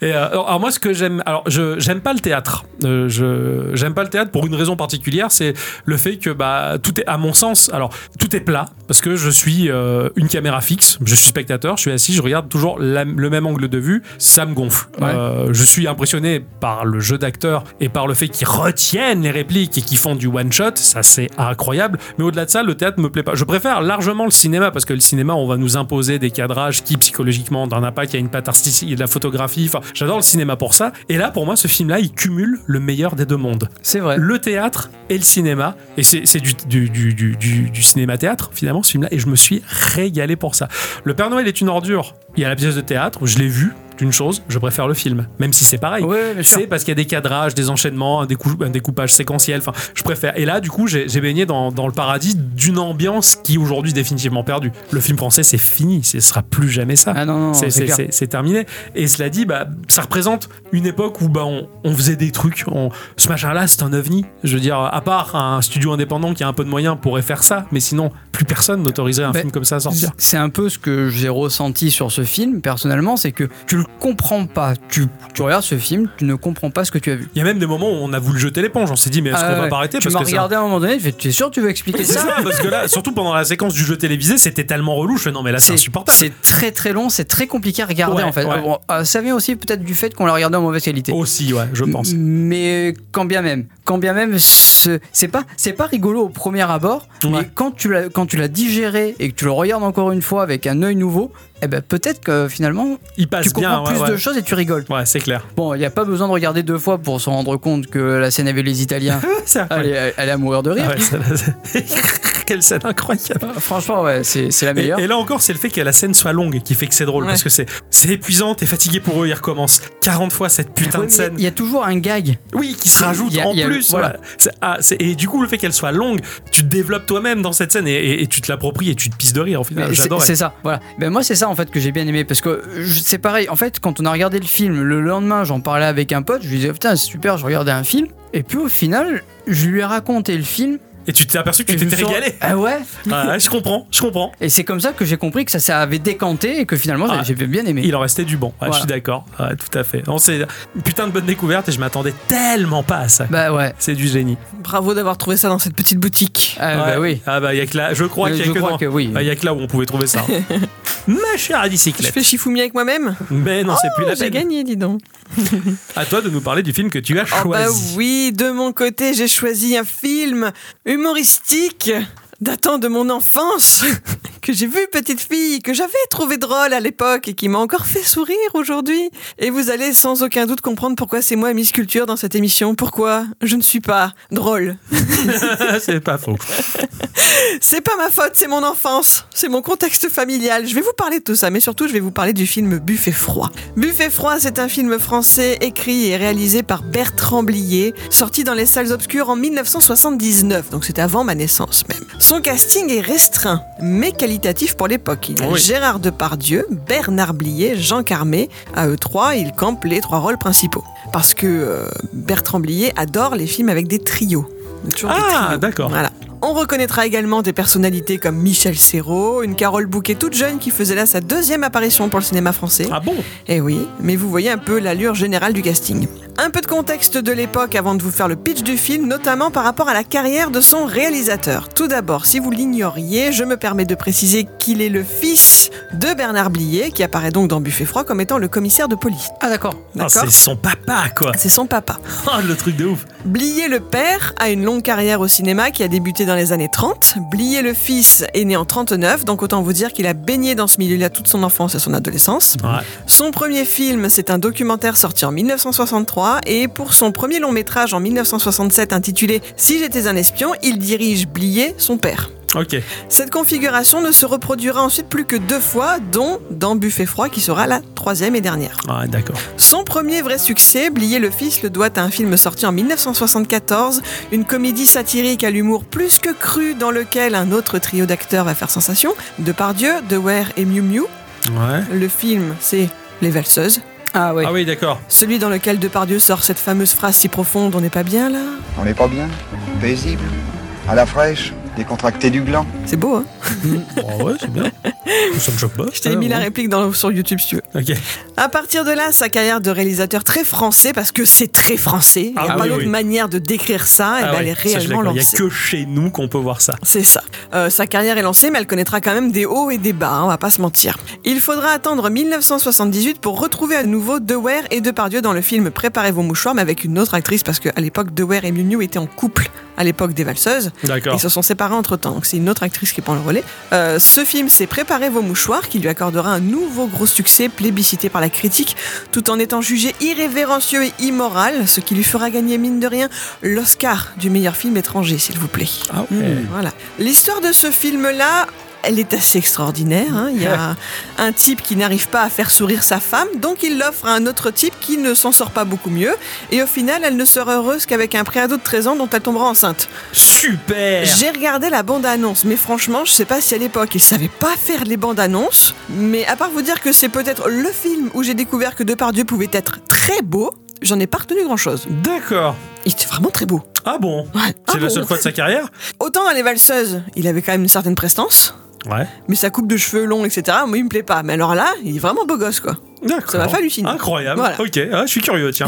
S3: Et, euh, alors, alors moi, ce que j'aime, alors je j'aime pas le théâtre. Euh, je j'aime pas le théâtre pour une raison particulière, c'est le fait que bah tout est, à mon sens, alors tout est plat parce que je suis euh, une caméra fixe, je suis spectateur, je suis assis, je regarde toujours la- le même angle de vue, ça me gonfle.
S1: Ouais.
S3: Euh, je suis impressionné par le jeu d'acteur et par le fait qu'ils retiennent les répliques et qu'ils font du one shot, ça c'est incroyable. Mais au-delà de ça, le théâtre me plaît pas. Je préfère largement le cinéma parce que le cinéma, on va nous imposer des cadrages qui psychologiquement n'en a pas, qui a une patte artistique, il y a de la photographie. Enfin, j'adore le cinéma pour ça. Et là, pour moi, ce film-là, il cumule le meilleur des deux mondes
S1: C'est vrai.
S3: le théâtre et le cinéma. Et c'est c'est du, du, du, du, du- du cinéma-théâtre, finalement, ce film-là. Et je me suis régalé pour ça. Le Père Noël est une ordure. Il y a la pièce de théâtre, je l'ai vue, d'une chose, je préfère le film. Même si c'est pareil.
S1: Ouais, bien sûr.
S3: C'est parce qu'il y a des cadrages, des enchaînements, un, décou- un découpage séquentiel. Enfin, je préfère. Et là, du coup, j'ai j'ai baigné dans, dans le paradis d'une ambiance qui est aujourd'hui définitivement perdue. Le film français, c'est fini. Ce sera plus jamais ça.
S1: Ah non, non,
S3: C'est-
S1: c'est
S3: c'est
S1: clair.
S3: c'est- c'est terminé. Et cela dit, bah, ça représente une époque où bah, on, on faisait des trucs. On, ce machin-là, c'est un ovni. Je veux dire, à part un studio indépendant qui a un peu de moyens pourrait faire ça, mais sinon, plus personne n'autoriserait un
S1: Ben,
S3: film comme ça à sortir.
S1: C'est un peu ce que j'ai ressenti sur ce film, personnellement, c'est que tu le comprends pas. Tu, tu regardes ce film, tu ne comprends pas ce que tu as vu.
S3: Il y a même des moments où on a voulu jeter l'éponge. On s'est dit, mais est-ce
S1: Ah
S3: qu'on va
S1: ouais.
S3: pas arrêter
S1: Tu
S3: parce
S1: m'as
S3: que ça-
S1: regardé à un moment donné, tu fais, tu es sûr que tu veux expliquer
S3: (laughs) C'est
S1: ça
S3: ça, parce que là, surtout pendant la séquence du jeu télévisé, c'était tellement relou. Je fais, non, mais là, c'est insupportable.
S1: c'est très très long, c'est très compliqué à regarder
S3: Ouais,
S1: en fait.
S3: ouais.
S1: Bon, euh, ça vient aussi peut-être du fait qu'on l'a regardé en mauvaise qualité.
S3: Aussi, ouais, je
S1: Mm,
S3: pense.
S1: Mais quand bien même, quand bien même, ce- c'est pas, c'est pas rigolo au premier abord, mais
S3: Ouais.
S1: quand tu l'as, quand tu l'as digéré et que tu le regardes encore une fois avec un œil nouveau, eh ben peut-être que finalement
S3: Il passe
S1: mm. tu
S3: Ah, bien,
S1: comprends
S3: ouais,
S1: plus
S3: ouais.
S1: de choses et tu rigoles.
S3: Ouais,
S1: (laughs)
S3: c'est clair.
S1: Bon, il n'y a pas besoin de regarder deux fois pour se rendre compte que la scène avec les
S3: (laughs)
S1: Italiens,
S3: C'est
S1: elle,
S3: incroyable.
S1: est, elle est à mourir de rire.
S3: Ah ouais, ça- (laughs) ça- Quelle scène incroyable.
S1: Franchement, ouais, c'est c'est la
S3: Et,
S1: meilleure.
S3: et là encore, c'est le fait que la scène soit longue qui fait que c'est drôle
S2: Ouais.
S3: parce que c'est c'est épuisant, t'es fatigué pour eux, ils recommencent 40 fois cette putain
S1: Ouais,
S3: de
S1: mais
S3: scène.
S1: Il y a toujours un gag.
S3: Oui, qui se
S1: Il y a-
S3: rajoute
S1: il y a-
S3: en
S1: il y a-
S3: plus.
S1: voilà.
S3: Voilà. C'est- ah, c'est- et du coup, le fait qu'elle soit longue, tu te développes toi-même dans cette scène et, et- et tu te l'appropries et tu te pisses de rire au final.
S1: Mais c'est-
S3: Ah, J'adore.
S1: C'est ça, voilà. Ben moi, c'est ça en fait que j'ai bien aimé parce que euh, je- c'est pareil. En fait, quand on a regardé le film, le lendemain, j'en parlais avec un pote. Je lui disais oh, putain, c'est super, je regardais un film. Et puis au final, je lui ai raconté le film.
S3: Et tu t'es aperçu que
S1: et
S3: tu
S1: je me
S3: t'étais
S1: suis- (laughs)
S3: régalé.
S1: Ah ouais.
S3: Ah, ouais, je comprends, je comprends.
S1: Et c'est comme ça que j'ai compris que ça, ça avait décanté et que finalement,
S3: Ah.
S1: j'ai j'ai bien aimé.
S3: Il en restait du bon. Ouais,
S1: Voilà.
S3: Je suis d'accord. Ouais, tout à fait. Non, C'est une putain de bonne découverte et je m'attendais tellement pas à ça.
S1: Bah ouais.
S3: C'est du génie.
S2: Bravo d'avoir trouvé ça dans cette petite boutique.
S1: Ah,
S3: Ouais.
S1: Bah oui.
S3: Ah bah, y a que là, je crois
S2: Euh,
S1: Mais
S3: qu'il y a
S1: je
S3: que
S1: crois
S3: dans-
S1: que oui.
S3: Bah, y a que là où on pouvait
S2: (laughs)
S3: trouver ça. Ma chère à
S2: Je
S3: bicyclette.
S2: fais chifoumi avec moi-même. Oh,
S3: Mais non, c'est plus la
S2: J'ai
S3: peine.
S2: gagné, dis donc.
S3: À toi de nous parler du film que tu as
S2: Oh bah
S3: choisi.
S2: oui, de mon côté, j'ai choisi un film humoristique datant de mon enfance (laughs) que j'ai vu petite fille, que j'avais trouvé drôle à l'époque et qui m'a encore fait sourire aujourd'hui. Et vous allez sans aucun doute comprendre pourquoi c'est moi Miss Culture dans cette émission, pourquoi je ne suis pas drôle.
S3: (laughs) c'est pas faux.
S2: C'est pas ma faute, c'est mon enfance, c'est mon contexte familial. Je vais vous parler de tout ça, mais surtout je vais vous parler du film Buffet froid. Buffet froid, c'est un film français écrit et réalisé par Bertrand Blier, sorti dans les salles obscures en 1979, donc c'était avant ma naissance même. Son casting est restreint, mais qualitatif pour l'époque. Il y a
S3: Oui.
S2: Gérard Depardieu, Bernard Blier, Jean Carmé. À eux trois, ils campent les trois rôles principaux. Parce que euh, Bertrand Blier adore les films avec des trios. Donc, toujours des
S3: Ah,
S2: trios.
S3: d'accord.
S2: Voilà. On reconnaîtra également des personnalités comme Michel Serrault, une Carole Bouquet toute jeune qui faisait là sa deuxième apparition pour le cinéma français.
S3: Ah bon
S2: Eh oui, mais vous voyez un peu l'allure générale du casting. Un peu de contexte de l'époque avant de vous faire le pitch du film, notamment par rapport à la carrière de son réalisateur. Tout d'abord, si vous l'ignoriez, je me permets de préciser qu'il est le fils de Bernard Blier, qui apparaît donc dans Buffet Froid comme étant le commissaire de police.
S1: Ah d'accord.
S3: Ah,
S2: D'accord
S3: C'est son papa,
S2: (laughs)
S3: quoi.
S2: C'est son papa.
S3: Oh, le truc de ouf.
S2: Blier le père a une longue carrière au cinéma qui a débuté dans les années 30. Blier le fils est né en 39, donc autant vous dire qu'il a baigné dans ce milieu-là toute son enfance et son adolescence.
S3: Ouais.
S2: Son premier film, c'est un documentaire sorti en 1963 et pour son premier long métrage en 1967 intitulé Si j'étais un espion, il dirige Blier, son père.
S3: Ok.
S2: Cette configuration ne se reproduira ensuite plus que deux fois, dont dans Buffet froid qui sera la troisième et dernière.
S3: Ah, d'accord.
S2: Son premier vrai succès, Blier le fils, le doit à un film sorti en 1974, une comédie satirique à l'humour plus que cru dans lequel un autre trio d'acteurs va faire sensation, Depardieu, Dewey et Miu Miu.
S3: Ouais.
S2: Le film, c'est Les Valseuses.
S1: Ah ouais.
S3: Ah
S2: (laughs)
S3: oui, d'accord.
S2: Celui dans lequel Depardieu sort cette fameuse phrase si profonde, on n'est pas bien là
S8: On n'est pas bien Paisible À la fraîche Décontracté du gland
S2: C'est beau, hein
S3: Oh, ouais, c'est bien. Ça me choque pas. Ah,
S2: Je t'ai mis la Ah, réplique dans, sur YouTube si tu veux.
S3: Ok. Ah
S2: À partir de là, sa carrière de réalisateur très français, parce que c'est très français, il n'y a
S3: Ah
S2: pas
S3: oui,
S2: d'autre
S3: oui.
S2: manière de décrire ça, et
S3: Ah
S2: ben, elle
S3: ouais,
S2: est
S3: ça, je suis
S2: réellement
S3: d'accord. Il y a
S2: lancée.
S3: que chez nous qu'on peut voir ça.
S2: C'est ça. Euh, sa carrière est lancée, mais elle connaîtra quand même des hauts et des bas, hein, on va pas se mentir. Il faudra attendre 1978 pour retrouver à nouveau Dewey et Depardieu dans le film Préparez vos mouchoirs, mais avec une autre actrice, parce qu'à l'époque, Dewey et Miu Miu étaient en couple à l'époque des valseuses.
S3: D'accord.
S2: Ils se sont séparés entre temps, donc c'est une autre actrice qui prend le relais. Euh, ce film, c'est Préparez vos mouchoirs, qui lui accordera un nouveau gros succès plébiscité par la critique, tout en étant jugé irrévérencieux et immoral, ce qui lui fera gagner, mine de rien, l'Oscar du meilleur film étranger, s'il vous plaît. Hmm,
S3: Ah ouais.
S2: Voilà. L'histoire de ce film-là, elle est assez extraordinaire. hein. Il y
S3: (laughs)
S2: a un type qui n'arrive pas à faire sourire sa femme, donc il l'offre à un autre type qui ne s'en sort pas beaucoup mieux. Et au final, elle ne sera heureuse qu'avec un préado de 13 ans dont elle tombera enceinte.
S3: Super.
S2: J'ai regardé la bande-annonce, mais franchement, je sais pas si à l'époque ils savaient pas faire les bandes-annonces. Mais à part vous dire que c'est peut-être le film où j'ai découvert que Depardieu pouvait être très beau, j'en ai pas retenu grand-chose.
S3: D'accord.
S2: Il était vraiment très beau.
S3: Ah bon.
S2: Ouais.
S3: C'est
S2: Ah
S3: la
S2: bon
S3: seule fois de sa carrière
S2: Autant dans les valseuses, il avait quand même une certaine prestance.
S3: Ouais.
S2: mais sa coupe de cheveux longs, etc. Moi, il me plaît pas. Mais alors là, il est vraiment beau gosse, quoi.
S3: D'accord.
S2: Ça m'a fait halluciner.
S3: Incroyable.
S2: Voilà.
S3: Ok, ah, je suis curieux, tiens.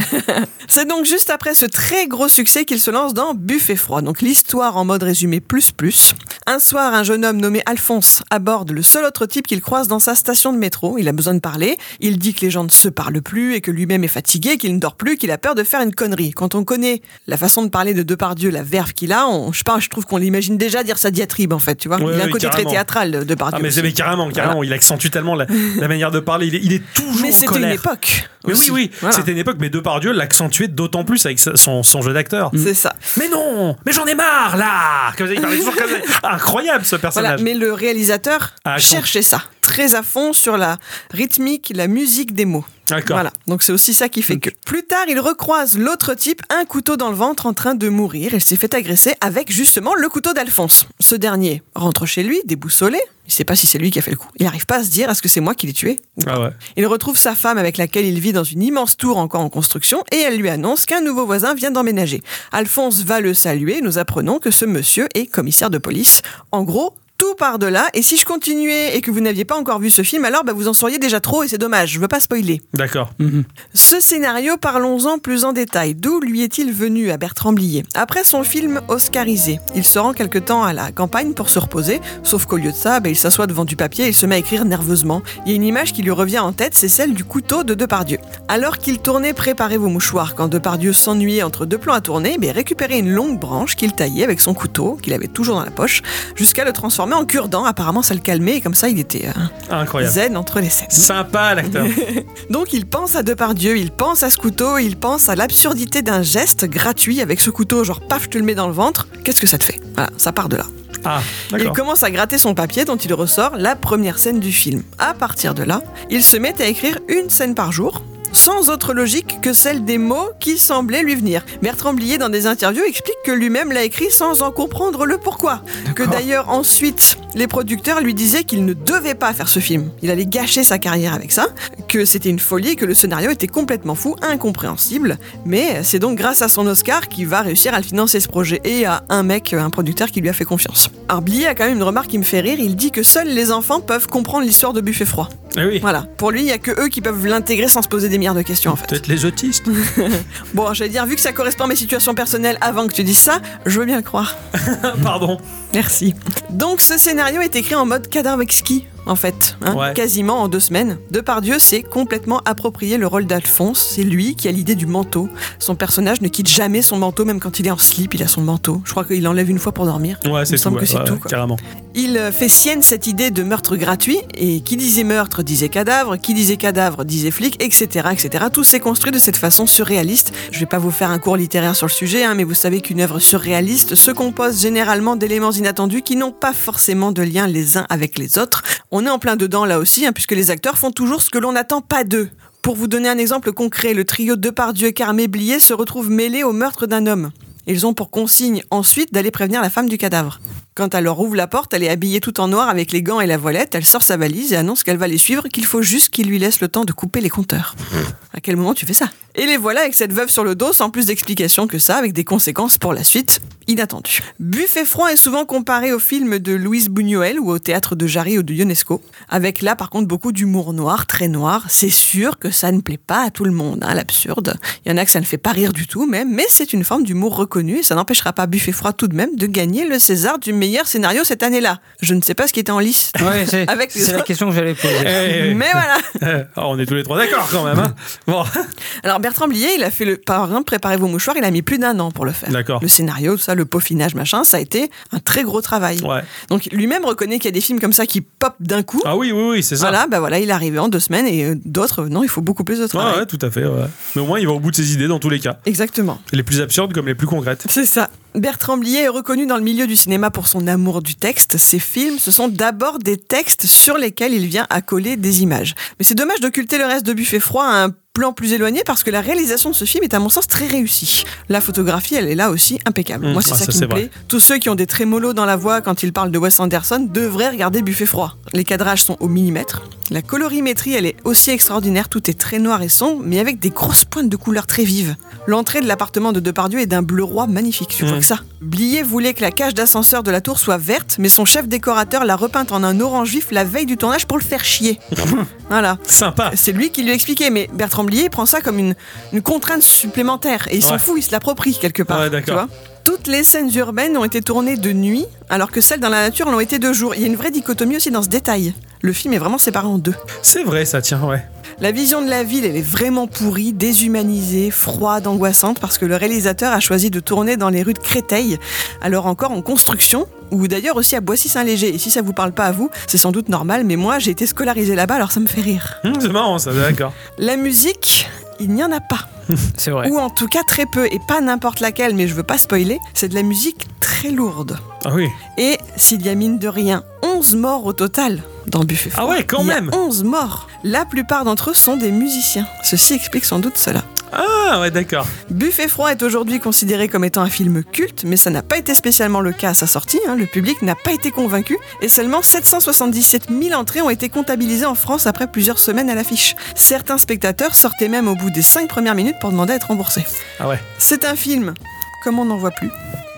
S2: C'est donc juste après ce très gros succès qu'il se lance dans Buffet froid. Donc l'histoire en mode résumé plus plus. Un soir, un jeune homme nommé Alphonse aborde le seul autre type qu'il croise dans sa station de métro. Il a besoin de parler. Il dit que les gens ne se parlent plus et que lui-même est fatigué, qu'il ne dort plus, qu'il a peur de faire une connerie. Quand on connaît la façon de parler de Depardieu, la verve qu'il a, on, je sais pas, je trouve qu'on l'imagine déjà dire sa diatribe en fait. Tu vois,
S3: Ouais,
S2: il a un
S3: ouais,
S2: côté
S3: carrément.
S2: très théâtral de Depardieu.
S3: Ah, mais,
S2: aussi.
S3: mais carrément, carrément, il accentue tellement la, la manière de parler. Il est, il est toujours
S2: Mais
S3: en
S2: c'était une
S3: colère.
S2: époque.
S3: Mais oui,
S2: aussi.
S3: oui,
S2: Voilà.
S3: c'était une époque, mais Depardieu l'accentuait d'autant plus avec sa- son, son jeu d'acteur.
S2: C'est ça.
S3: Mais non Mais j'en ai marre, là Comme ça, il parlait toujours comme ça.
S2: (laughs)
S3: Incroyable, ce
S2: Voilà,
S3: personnage.
S2: mais le réalisateur
S3: Ah, je
S2: cherchait ça très à fond sur la rythmique, la musique des mots.
S3: D'accord.
S2: Voilà, donc c'est aussi ça qui fait que. Plus tard, il recroise l'autre type, un couteau dans le ventre en train de mourir. Il s'est fait agresser avec justement le couteau d'Alphonse. Ce dernier rentre chez lui, déboussolé. Il sait pas si c'est lui qui a fait le coup. Il n'arrive pas à se dire est-ce que c'est moi qui l'ai tué ou
S3: Ah ouais.
S2: il retrouve sa femme avec laquelle il vit dans une immense tour encore en construction et elle lui annonce qu'un nouveau voisin vient d'emménager. Alphonse va le saluer, nous apprenons que ce monsieur est commissaire de police. En gros, tout part de là et si je continuais et que vous n'aviez pas encore vu ce film, alors bah, vous en sauriez déjà trop et c'est dommage, je veux pas spoiler.
S3: D'accord.
S2: Mm. Ce scénario, parlons-en plus en détail. D'où lui est-il venu à Bertrand Blier Après son film Oscarisé, il se rend quelque temps à la campagne pour se reposer, sauf qu'au lieu de ça, ben, il s'assoit devant du papier et il se met à écrire nerveusement. Il y a une image qui lui revient en tête, c'est celle du couteau de Depardieu. Alors qu'il tournait Préparez vos mouchoirs, quand Depardieu s'ennuyait entre deux plans à tourner, ben, il récupérait une longue branche qu'il taillait avec son couteau, qu'il avait toujours dans la poche, jusqu'à le transformer met en cure-dent, apparemment ça le calmait, et comme ça il était euh,
S3: Ah, incroyable.
S2: zen entre les scènes.
S3: Sympa
S2: (laughs)
S3: l'acteur.
S2: Donc il pense à Depardieu, il pense à ce couteau, il pense à l'absurdité d'un geste gratuit avec ce couteau, genre paf, je te le mets dans le ventre, qu'est-ce que ça te fait Voilà, ça part de là.
S3: Ah,
S2: Il
S3: d'accord.
S2: commence à gratter son papier dont il ressort la première scène du film. À partir de là, il se met à écrire une scène par jour. Sans autre logique que celle des mots qui semblaient lui venir. Bertrand Blier, dans des interviews, explique que lui-même l'a écrit sans en comprendre le pourquoi. Que d'ailleurs, ensuite, les producteurs lui disaient qu'il ne devait pas faire ce film. Il allait gâcher sa carrière avec ça, que c'était une folie et que le scénario était complètement fou, incompréhensible. Mais c'est donc grâce à son Oscar qu'il va réussir à le financer ce projet et à un mec, un producteur qui lui a fait confiance. Alors, Blier a quand même une remarque qui me fait rire. Il dit que seuls les enfants peuvent comprendre l'histoire de Buffet Froid.
S3: Eh oui.
S2: Voilà. Pour lui, il n'y a que eux qui peuvent l'intégrer sans se poser des milliards de questions, en fait.
S3: Peut-être les autistes.
S2: Bon, j'allais dire, vu que ça correspond à mes situations personnelles avant que tu dises ça, je veux bien le croire.
S3: (laughs) Pardon.
S2: Merci. Donc ce scénario est écrit en mode cadavre exquis. En fait, hein,
S3: Ouais.
S2: quasiment en deux semaines, Depardieu s'est complètement approprié le rôle d'Alphonse. C'est lui qui a l'idée du manteau. Son personnage ne quitte jamais son manteau, même quand il est en slip, il a son manteau. Je crois qu'il l'enlève une fois pour dormir.
S3: Ouais,
S2: Il me
S3: c'est tout.
S2: semble
S3: ouais,
S2: que c'est
S3: ouais,
S2: tout.
S3: ouais,
S2: quoi.
S3: carrément.
S2: Il euh, fait sienne cette idée de meurtre gratuit, et qui disait meurtre disait cadavre, qui disait cadavre disait flic, etc. etc. Tout s'est construit de cette façon surréaliste. Je vais pas vous faire un cours littéraire sur le sujet, hein, mais vous savez qu'une œuvre surréaliste se compose généralement d'éléments inattendus qui n'ont pas forcément de lien les uns avec les autres. On est en plein dedans là aussi, hein, puisque les acteurs font toujours ce que l'on n'attend pas d'eux. Pour vous donner un exemple concret, le trio Depardieu, Carmé, Blier se retrouve mêlé au meurtre d'un homme. Ils ont pour consigne ensuite d'aller prévenir la femme du cadavre. Quand elle leur ouvre la porte, elle est habillée tout en noir avec les gants et la voilette, elle sort sa valise et annonce qu'elle va les suivre, qu'il faut juste qu'il lui laisse le temps de couper les compteurs. À quel moment tu fais ça Et les voilà avec cette veuve sur le dos sans plus d'explication que ça, avec des conséquences pour la suite inattendues. Buffet froid est souvent comparé au film de Louise Buñuel ou au théâtre de Jarry ou de Ionesco, avec là par contre beaucoup d'humour noir, très noir. C'est sûr que ça ne plaît pas à tout le monde, hein, l'absurde. Il y en a que ça ne fait pas rire du tout même, mais c'est une forme d'humour reconnue et ça n'empêchera pas Buffet froid tout de même de gagner le César du meilleur scénario cette année-là. Je ne sais pas ce qui était en lice.
S1: Ouais,
S3: (laughs)
S1: c'est
S2: Avec les
S1: c'est la
S2: autres.
S1: question que j'allais poser.
S3: Eh,
S2: Mais voilà
S3: eh, (laughs) oh, on est tous les trois d'accord quand
S2: (laughs)
S3: même. hein. Bon, (laughs)
S2: Alors Bertrand Blier, il a fait le par exemple préparer vos mouchoirs, il a mis plus d'un an pour le faire.
S3: D'accord.
S2: Le scénario, tout ça, le peaufinage, machin, ça a été un très gros travail.
S3: ouais.
S2: Donc lui-même reconnaît qu'il y a des films comme ça qui pop d'un coup.
S3: Ah oui, oui, oui, c'est ça.
S2: voilà, bah voilà, il est arrivé en deux semaines et euh, d'autres, non, il faut beaucoup plus de
S3: Ouais,
S2: travail.
S3: Ah ouais, tout à fait. ouais. Mais au moins, il va au bout de ses idées dans tous les cas.
S2: Exactement.
S3: Les plus absurdes comme les plus concrètes.
S2: C'est ça. Bertrand Blier est reconnu dans le milieu du cinéma pour son amour du texte. Ses films, ce sont d'abord des textes sur lesquels il vient accoler des images. Mais c'est dommage d'occulter le reste de Buffet Froid à un plan plus éloigné parce que la réalisation de ce film est à mon sens très réussie. La photographie, elle est là aussi impeccable.
S3: Mmh,
S2: Moi, c'est
S3: ah,
S2: ça,
S3: ça,
S2: qui
S3: c'est
S2: me
S3: vrai.
S2: plaît. Tous ceux qui ont des trémolos dans la voix quand ils parlent de Wes Anderson devraient regarder Buffet Froid. Les cadrages sont au millimètre. La colorimétrie, elle est aussi extraordinaire. Tout est très noir et sombre, mais avec des grosses pointes de couleurs très vives. L'entrée de l'appartement de Depardieu est d'un bleu roi magnifique. Tu vois
S3: Mm.
S2: que ça. Blier voulait que la cage d'ascenseur de la tour soit verte, mais son chef décorateur l'a repeinte en un orange vif la veille du tournage pour le faire
S3: (laughs)
S2: chier. voilà.
S3: Sympa.
S2: C'est lui qui lui a expliqué, mais Bertrand Blier prend ça comme une, une contrainte supplémentaire et il s'en
S3: Ouais.
S2: fout, il se l'approprie quelque part.
S3: Ouais, d'accord.
S2: tu vois. Toutes les scènes urbaines ont été tournées de nuit, alors que celles dans la nature l'ont été de jour. Il y a une vraie dichotomie aussi dans ce détail. Le film est vraiment séparé en deux.
S3: C'est vrai, ça, tiens, ouais.
S2: La vision de la ville, elle est vraiment pourrie, déshumanisée, froide, angoissante, parce que le réalisateur a choisi de tourner dans les rues de Créteil, alors encore en construction, ou d'ailleurs aussi à Boissy-Saint-Léger. Et si ça vous parle pas à vous, c'est sans doute normal, mais moi j'ai été scolarisée là-bas, alors ça me fait rire.
S3: Hum, c'est marrant, ça, d'accord.
S2: La musique, il n'y en a pas.
S1: C'est vrai.
S2: Ou en tout cas très peu, et pas n'importe laquelle, mais je veux pas spoiler, c'est de la musique très lourde.
S3: (laughs) Ah oui.
S2: Et s'il y a mine de rien 11 morts au total dans Buffet
S3: Ah ouais, quand
S2: il y a
S3: même.
S2: 11 morts. La plupart d'entre eux sont des musiciens. Ceci explique sans doute cela.
S3: Ah ouais, d'accord.
S2: Buffet froid est aujourd'hui considéré comme étant un film culte, mais ça n'a pas été spécialement le cas à sa sortie. hein. Le public n'a pas été convaincu et seulement 777 000 entrées ont été comptabilisées en France après plusieurs semaines à l'affiche. Certains spectateurs sortaient même au bout des 5 premières minutes pour demander à être remboursés.
S3: Ah ouais.
S2: C'est un film, comme on n'en voit plus,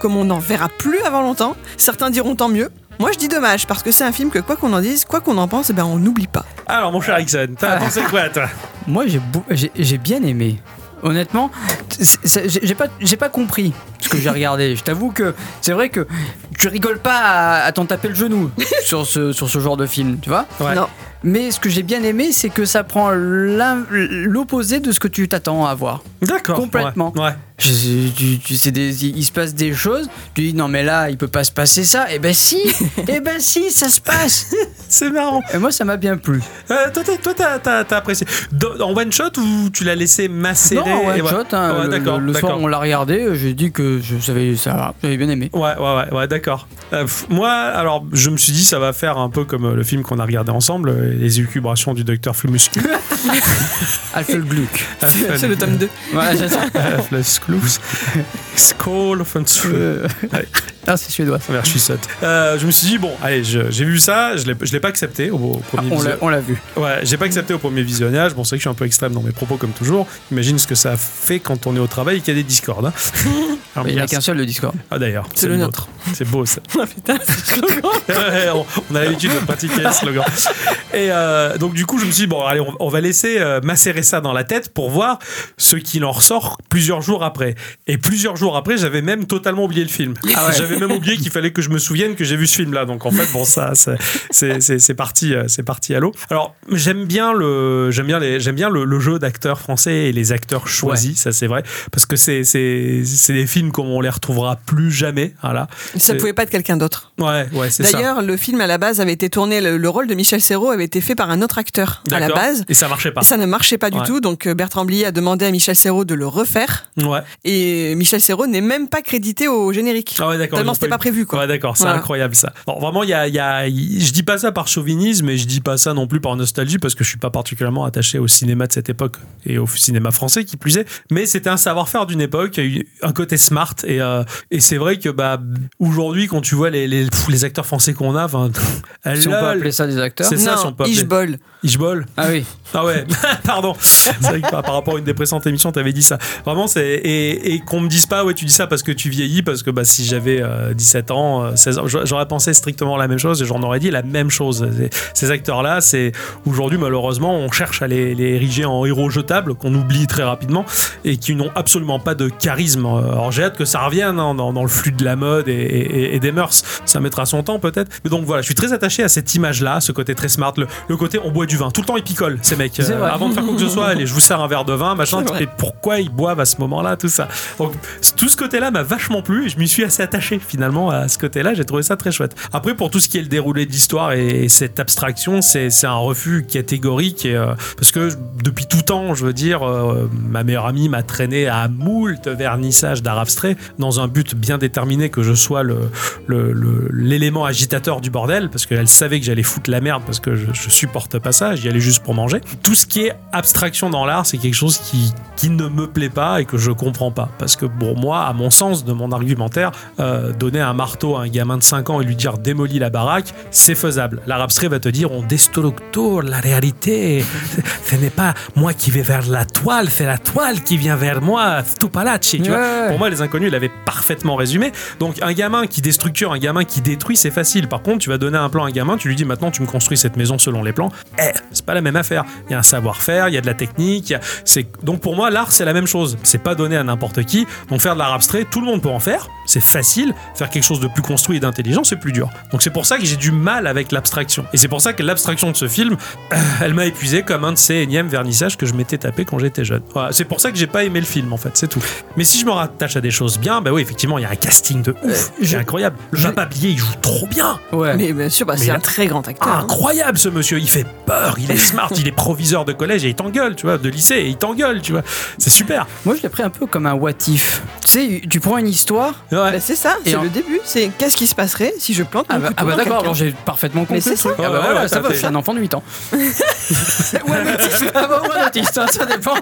S2: comme on n'en verra plus avant longtemps. Certains diront tant mieux. Moi je dis dommage parce que c'est un film que quoi qu'on en dise, quoi qu'on en pense, eh ben on n'oublie pas.
S3: Alors, mon cher Ixon, t'as pensé quoi, toi
S1: Moi, j'ai beau- j'ai j'ai bien aimé. Honnêtement, c'est- c'est- j'ai j'ai pas, j'ai pas compris ce que j'ai regardé. Je t'avoue que c'est vrai que tu rigoles pas à, à t'en taper le genou sur ce, sur ce genre de film, tu vois.
S3: Ouais.
S2: Non.
S1: Mais ce que j'ai bien aimé, c'est que ça prend l'un- l'opposé de ce que tu t'attends à voir.
S3: D'accord.
S1: Complètement.
S3: Ouais. ouais.
S1: Je- tu- tu- c'est des- il il se passe des choses. Tu dis non mais là il peut pas se passer ça. Et ben si, et ben si ça se passe.
S3: C'est marrant.
S1: Et moi ça m'a bien plu.
S3: Euh, toi, t'as- toi, t'as, t'as- t'as apprécié. Dans- en one shot ou tu l'as laissé macérer
S1: non, one
S3: et voilà.
S1: shot. hein,
S3: Ouais,
S1: le,
S3: d'accord,
S1: le soir
S3: d'accord.
S1: on l'a regardé. euh, J'ai dit que je savais ça va. J'avais bien
S3: (laughs)
S1: aimé.
S3: Ouais, ouais, ouais, ouais, d'accord. Euh, pff, moi, alors, je me suis dit, ça va faire un peu comme euh, le film qu'on a regardé ensemble, euh, les élucubrations du docteur Flumuscu.
S1: Alpha Gluck.
S2: C'est c'est le tome 2.
S1: Voilà, c'est ça.
S3: Le Scloos. Skål von Schlus.
S1: (laughs) Euh, ah, c'est suédois. ça.
S3: Merde, je suis sotte. Euh, je me suis dit, bon, allez, je- j'ai vu ça, je l'ai je l'ai pas accepté au, au
S1: Ah,
S3: premier
S1: on l'a-
S3: visio-
S1: on l'a vu.
S3: Ouais, j'ai pas accepté au premier visionnage. Bon, c'est vrai que je suis un peu extrême dans mes propos, comme toujours. Imagine ce que ça fait quand on est au travail et qu'il y a des discords.
S1: (laughs)
S3: hein. Alors,
S1: Il n'y a
S3: merci.
S1: qu'un seul le Discord.
S3: Ah d'ailleurs, c'est
S2: le
S3: le
S2: nôtre.
S3: nôtre. C'est beau ça. Ouais, on, on a l'habitude de pratiquer ce slogan. Et euh, donc du coup, je me suis dit, bon, allez, on, on va laisser euh, macérer ça dans la tête pour voir ce qu'il en ressort plusieurs jours après. Et plusieurs jours après, j'avais même totalement oublié le film. J'avais même oublié qu'il fallait que je me souvienne que j'ai vu ce film-là. Donc en fait, bon, ça, c'est- c'est c'est- c'est parti, euh, c'est parti à l'eau. Alors j'aime bien le, j'aime bien les, j'aime bien le, le jeu d'acteurs français et les acteurs choisis. Ça c'est vrai parce que c'est c'est c'est des films comme on les retrouvera plus jamais. Voilà.
S2: Ça
S3: C'est-
S2: pouvait pas être quelqu'un d'autre.
S3: Ouais, ouais, c'est ça.
S2: D'ailleurs, le film à la base avait été tourné, le, le rôle de Michel Serrault avait été fait par un autre acteur à la
S3: D'accord.
S2: base.
S3: Et ça marchait pas.
S2: Et ça ne marchait pas du
S3: Ouais.
S2: tout, donc euh, Bertrand Blier a demandé à Michel Serrault de le refaire.
S3: Ouais.
S2: Et Michel Serrault n'est même pas crédité au générique.
S3: Ah ouais, d'accord.
S2: Tellement
S3: ils ont
S2: c'était
S3: eu-
S2: pas prévu, quoi.
S3: Ouais, d'accord, c'est
S2: Voilà.
S3: incroyable ça. Bon, vraiment, il y a, il y a- il- je dis pas ça par chauvinisme et je dis pas ça non plus par nostalgie parce que je suis pas particulièrement attaché au cinéma de cette époque et au cinéma français qui plus est. Mais c'était un savoir-faire d'une époque, une- un côté smart et, euh, et c'est vrai que bah aujourd'hui quand tu vois les les, pff, les acteurs français qu'on a, enfin,
S1: Si on peut
S3: lol,
S1: appeler ça des acteurs.
S3: C'est ça,
S2: non,
S3: son peuple.
S2: Ishbol.
S3: Hitchball.
S1: Ah oui.
S3: Ah ouais, (laughs) pardon. C'est vrai que par, par rapport à une dépressante émission, t'avais dit ça. Vraiment, c'est et, et qu'on me dise pas, ouais, tu dis ça parce que tu vieillis, parce que bah si j'avais euh, 17 ans, euh, 16 ans, j'a- j'aurais pensé strictement la même chose et j'en aurais dit la même chose. Ces- Ces acteurs-là, c'est aujourd'hui malheureusement, on cherche à les, les ériger en héros jetables qu'on oublie très rapidement et qui n'ont absolument pas de charisme. Euh, Alors j'ai hâte que ça revienne hein, dans, dans le flux de la mode et, et- et des mœurs. Ça mettra son temps peut-être. Mais donc voilà, je suis très attaché à cette image-là, ce côté très smart, le, le côté on boit du vin. Tout le temps ils picolent ces mecs. Euh,
S1: C'est vrai.
S3: avant de faire quoi que ce soit, allez, je vous sers un verre de vin, machin.
S2: C'est vrai.
S3: Et pourquoi ils boivent à ce moment-là, tout ça. Donc c- tout ce côté-là m'a vachement plu et je m'y suis assez attaché finalement à ce côté-là. J'ai trouvé ça très chouette. Après pour tout ce qui est le déroulé de l'histoire et, et cette abstraction, c'est c'est un refus catégorique et, euh, parce que je- depuis tout temps, je veux dire, euh, ma meilleure amie m'a traîné à moult vernissages d'art abstrait dans un but bien déterminé que je sois le le- le- l'élément agitateur du bordel parce qu'elle savait que j'allais foutre la merde parce que je, je supporte pas ça. J'y allais juste pour manger. Tout ce qui est abstraction dans l'art, c'est quelque chose qui qui ne me plaît pas et que je comprends pas. Parce que pour moi, à mon sens, de mon argumentaire, euh, donner un marteau à un gamin de 5 ans et lui dire démolis la baraque, c'est faisable. L'art abstrait va te dire on destructeur la réalité. (laughs) Ce n'est pas moi qui vais vers la toile, c'est la toile qui vient vers moi. Stupalacci. Tu vois
S1: Ouais.
S3: pour moi, les inconnus l'avaient parfaitement résumé. Donc, un gamin qui déstructure, un gamin qui détruit, c'est facile. Par contre, tu vas donner un plan à un gamin, tu lui dis maintenant, tu me construis cette maison selon les plans. Eh, c'est pas la même affaire. Il y a un savoir-faire, il y a de la technique. il y a- c'est- Donc, pour moi, l'art, c'est la même chose. C'est pas donné à n'importe qui. Donc, faire de l'art abstrait, tout le monde peut en faire. C'est facile. Faire quelque chose de plus construit et d'intelligent, c'est plus dur. Donc, c'est pour ça que j'ai du mal avec l'abstraction. Et c'est pour ça que l'abstraction de ce film, (clears throat) euh, elle m'a épuisé comme un de ces énièmes vernissages que je m'étais tapé quand j'étais jeune. Voilà, c'est pour ça que j'ai pas aimé le film, en fait. C'est tout. Mais si je me rattache à des choses bien, bah oui, effectivement, il y a un casting de ouf. C'est incroyable. Le Papa Blier, il joue trop bien.
S1: Ouais.
S2: Mais bien sûr, bah,
S3: Mais
S2: c'est
S3: là-
S2: un très grand acteur. hein.
S3: Incroyable ce monsieur, il fait peur, il
S2: (laughs)
S3: est smart, il est proviseur de collège et il t'engueule, tu vois, de lycée et il t'engueule, tu vois. C'est super.
S1: Moi je l'ai pris un peu comme un what if. Tu sais, tu prends une histoire.
S2: Bah,
S3: Ouais.
S2: c'est ça,
S1: Et
S2: c'est
S1: en-
S2: le début. C'est qu'est-ce qui se passerait si je plante mon
S1: Ah bah,
S2: couteau
S1: ah bah
S2: dans
S1: d'accord,
S2: quelqu'un
S1: alors j'ai parfaitement compris.
S2: Mais c'est
S1: le
S2: ça.
S1: truc. Ah bah
S3: Ouais,
S1: voilà,
S3: ouais,
S1: ça
S3: t'as
S1: va,
S3: fait-
S1: je suis un enfant de
S3: (laughs)
S1: 8 ans. ouais, mais tu sais, ah bah ouais, autiste, hein, ça dépend.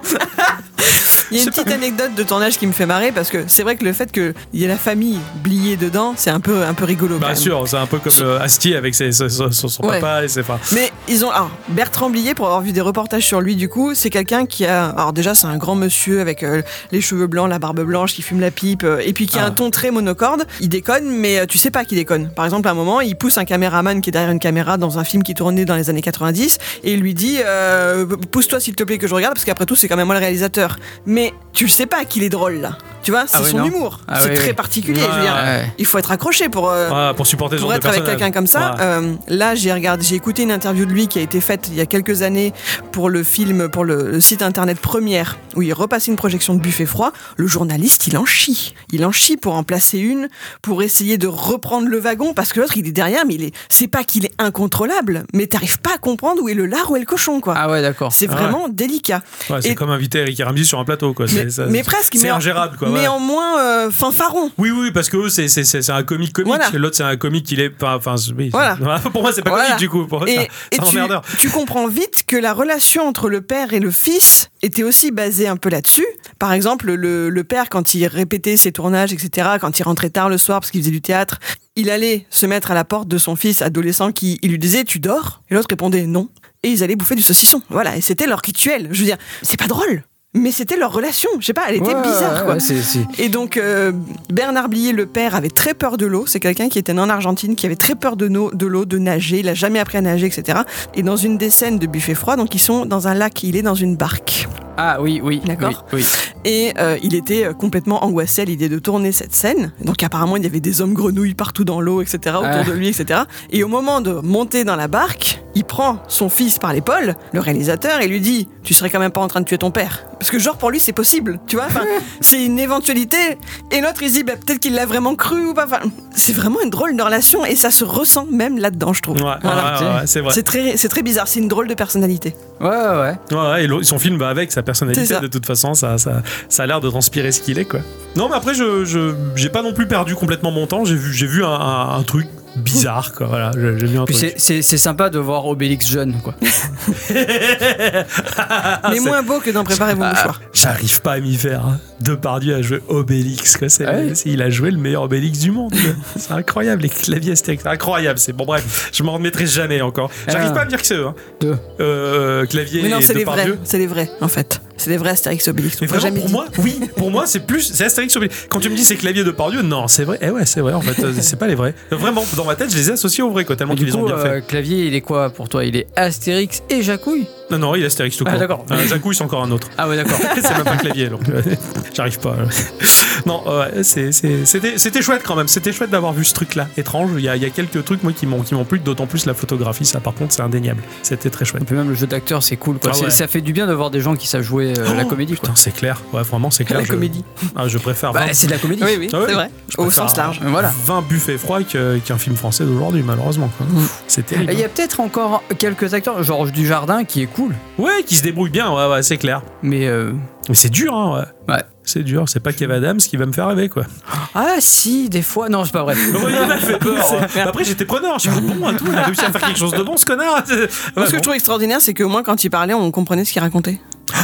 S2: Il y a une petite anecdote de tournage qui me fait marrer parce que c'est vrai que le fait qu'il y ait la famille bliée dedans, c'est un peu, un peu rigolo. quand
S3: Bien
S2: même.
S3: sûr, c'est un peu comme le Asti avec ses- son, son- son- son
S2: Ouais.
S3: papa et ses enfin,
S2: Mais ils ont. Alors, Bertrand Blier, pour avoir vu des reportages sur lui, du coup, c'est quelqu'un qui a. Alors, déjà, c'est un grand monsieur avec euh, les cheveux blancs, la barbe blanche, qui fume la pipe, euh, et puis qui a
S3: Ah.
S2: un ton très monocorde. Il déconne, mais euh, tu sais pas qu'il déconne. Par exemple, à un moment, il pousse un caméraman qui est derrière une caméra dans un film qui tournait dans les années 90, et il lui dit euh, Pousse-toi, s'il te plaît, que je regarde, parce qu'après tout, c'est quand même moi le réalisateur. Mais tu le sais pas qu'il est drôle, là. Tu vois, c'est
S1: oui,
S2: son
S1: non.
S2: humour.
S1: Ah
S2: c'est
S1: oui,
S2: très
S1: oui.
S2: particulier. je veux dire,
S1: Ouais.
S2: il faut être accroché pour. euh,
S3: Ouais, Ah, pour supporter ce
S2: pour
S3: genre de
S2: être avec
S3: personnage.
S2: quelqu'un comme ça,
S3: Ouais.
S2: euh, là j'ai regardé, j'ai écouté une interview de lui qui a été faite il y a quelques années pour le film, pour le, le site internet Première, où il repassait une projection de buffet froid. Le journaliste, il en chie, il en chie pour en placer une, pour essayer de reprendre le wagon parce que l'autre il est derrière, mais il est, c'est pas qu'il est incontrôlable, mais t'arrives pas à comprendre où est le lard où est le cochon quoi.
S1: Ah ouais, d'accord.
S2: C'est
S3: ouais.
S2: vraiment délicat.
S3: Ouais, c'est
S2: euh, Et-
S3: comme inviter Eric Ramsey sur un plateau, quoi.
S2: Mais,
S3: C'est- ça-
S2: mais presque.
S3: C'est
S2: mais en-
S3: ingérable, quoi.
S2: Mais
S3: ouais.
S2: en moins euh, fanfaron.
S3: Oui, oui, parce que eux, c'est c'est- c'est- c'est un comique comique.
S2: Voilà.
S3: L'autre, c'est un comique, il est. Enfin, enfin, oui.
S2: Voilà.
S3: (laughs) Pour moi, c'est pas
S2: Voilà.
S3: comique, du coup. Pour eux,
S2: et,
S3: c'est un-
S2: et
S3: c'est un
S2: tu,
S3: emmerdeur.
S2: tu comprends vite que la relation entre le père et le fils était aussi basée un peu là-dessus. Par exemple, le, le père, quand il répétait ses tournages, etc., quand il rentrait tard le soir parce qu'il faisait du théâtre, il allait se mettre à la porte de son fils adolescent qui il lui disait Tu dors Et l'autre répondait Non. Et ils allaient bouffer du saucisson. Voilà, et c'était leur rituel. Je veux dire, c'est pas drôle, mais c'était leur relation. Je sais pas, elle était
S1: Ouais,
S2: bizarre,
S1: ouais,
S2: quoi.
S1: ouais, c'est- c'est-
S2: Et donc, euh, Bernard Blier, le père, avait très peur de l'eau. C'est quelqu'un qui était né en Argentine, qui avait très peur de, no- de l'eau, de nager. Il a jamais appris à nager, etc. Et dans une des scènes de buffet froid, donc ils sont dans un lac, il est dans une barque.
S1: Ah oui, oui.
S2: D'accord.
S1: Oui, oui.
S2: Et euh, il était euh, complètement angoissé à l'idée de tourner cette scène. Donc apparemment, il y avait des hommes grenouilles partout dans l'eau, etc., autour
S1: Ah.
S2: de lui, etc. Et au moment de monter dans la barque, il prend son fils par l'épaule, le réalisateur, et lui dit Tu serais quand même pas en train de tuer ton père. Parce que, genre, pour lui, c'est possible, tu vois.
S3: (laughs)
S2: Enfin, c'est une éventualité. Et l'autre, il se dit Bah, Peut-être qu'il l'a vraiment cru ou pas. Enfin, c'est vraiment une drôle de relation, et ça se ressent même là-dedans, je trouve.
S3: Ouais, ouais,
S2: Voilà.
S3: ouais, ouais, c'est vrai.
S2: C'est très, c'est très bizarre, c'est une drôle de personnalité.
S1: Ouais, ouais, ouais.
S3: Ouais, ouais, et l'au- son film va avec sa personnalité
S2: C'est ça.
S3: de toute façon, ça, ça, ça a l'air de transpirer ce qu'il est quoi. Non mais après je je- j'ai pas non plus perdu complètement mon temps, j'ai vu j'ai vu un, un- un truc bizarre quoi voilà, j'ai j'ai vu un
S1: Puis
S3: truc.
S1: c'est- c'est c'est sympa de voir Obélix jeune, quoi.
S3: Ah,
S2: mais moins beau que d'en préparer vos mouchoirs.
S3: J'arrive pas à m'y faire. hein. Depardieu a joué Obélix quoi, c'est-
S1: Ouais.
S3: c'est- il a joué le meilleur Obélix du monde. quoi. c'est incroyable les claviers c'était ex- incroyable, c'est bon bref, je m'en remettrai jamais encore. J'arrive
S1: Ah.
S3: pas à me dire que c'est eux hein.
S1: Deux.
S3: Euh, clavier
S2: Mais non,
S3: et
S2: c'est les vrais,
S3: Depardieu.
S2: c'est les vrais en fait. C'est les vrais Astérix et Obélix.
S3: Mais
S2: on l'a
S3: vraiment,
S2: jamais
S3: pour
S2: dit.
S3: moi, oui, pour moi, c'est plus. C'est Astérix Obélix. Quand tu me dis c'est clavier de Pardieu, non, c'est vrai. Eh ouais, c'est vrai, en fait, euh, c'est pas les vrais. Vraiment, dans ma tête, je les ai associés aux vrais, quoi, tellement
S1: Mais
S3: qu'ils
S1: du
S3: les ont
S1: coup,
S3: bien
S1: euh,
S3: fait.
S1: Clavier, il est quoi pour toi Il est Astérix et Jacouille
S3: Non, non, il est Astérix tout
S1: Ah,
S3: court.
S1: d'accord.
S3: Euh, Jacouille, c'est encore un autre.
S1: Ah ouais, (laughs) d'accord.
S3: c'est même pas
S1: (laughs)
S3: clavier, donc euh, j'arrive pas.
S1: hein.
S3: euh. Non, euh, ouais, c'est- c'est- c'était c'était chouette quand même. C'était chouette d'avoir vu ce truc-là. Étrange. Il y a, il y a quelques trucs, moi, qui m'ont qui m'ont plu, d'autant plus la photographie. Ça, par contre, c'est indéniable. C'était très chouette.
S1: Et puis même le jeu d'acteur, c'est cool, quoi.
S3: Ah
S1: C'est-
S3: ouais.
S1: Ça fait du bien de voir des gens qui savent jouer euh, la
S3: Oh,
S1: comédie, quoi.
S3: Putain, c'est clair. Ouais, vraiment, c'est clair.
S2: La
S3: je,
S2: comédie.
S3: Ah, je préfère.
S1: Bah,
S3: vingt-
S1: c'est de la comédie. Euh,
S2: Oui, oui,
S3: Ah oui.
S2: c'est vrai.
S3: je
S2: Au
S3: préfère-
S2: sens large.
S1: Voilà.
S3: 20 buffets froids que- qu'un film français d'aujourd'hui, malheureusement. quoi. C'est
S1: Et il
S3: terrible.
S1: y a peut-être encore quelques acteurs, genre du Jardin, qui est cool,
S3: hein. Ouais, qui se débrouille bien, ouais, ouais, c'est clair.
S1: mais euh,
S3: Mais c'est dur, hein, ouais.
S1: Ouais.
S3: C'est dur, c'est pas Kev Adams qui va me faire rêver, quoi.
S1: ah si, des fois, non, c'est pas vrai.
S3: (laughs) C'est- Après, j'étais preneur, je suis bon et tout, il a réussi à faire quelque chose de bon, ce connard. (laughs) Ouais,
S2: Moi, ce que je
S3: bon. Ah,
S2: trouve extraordinaire, c'est qu'au moins quand il parlait, on comprenait ce qu'il racontait.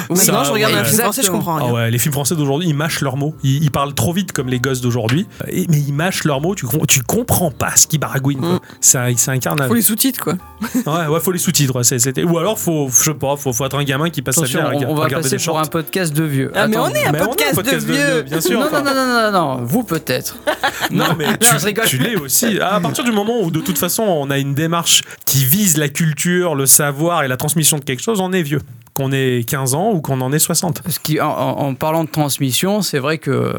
S2: Maintenant,
S3: Ça,
S2: je regarde
S3: ouais.
S2: un film français, je
S1: Exactement.
S2: comprends
S3: Ah
S2: rien.
S3: ouais, les films français d'aujourd'hui, ils mâchent leurs mots. Ils, ils parlent trop vite comme les gosses d'aujourd'hui. Et- Mais ils mâchent leurs mots, tu, com- tu comprends pas ce qu'ils baragouinent.
S1: Mm.
S3: quoi. Ça, ça incarne.
S2: Faut les sous-titres, quoi.
S3: Ouais, ouais, faut les sous-titres. ouais, c'est- c'était- Ou alors, faut, je sais pas, faut, faut être un gamin qui passe sa vie
S1: Attention,
S3: à rega-
S1: on, on va
S3: regarder
S1: passer
S3: des
S1: pour
S3: shorts.
S1: un podcast de vieux.
S2: Ah, mais on est un
S3: Mais on est un
S2: podcast, de
S3: podcast de
S2: vieux.
S3: vieux, bien sûr.
S1: non,
S3: enfin.
S1: non, non, non, non, non, non, vous peut-être.
S3: Non, (laughs) mais tu,
S1: non, je rigole.
S3: tu l'es aussi. À partir du moment où, de toute façon, on a une démarche qui vise la culture, le savoir et la transmission de quelque chose, on est vieux. Qu'on ait 15 ans ou qu'on en ait 60.
S1: Parce qu'en en, en parlant de transmission, c'est vrai que euh,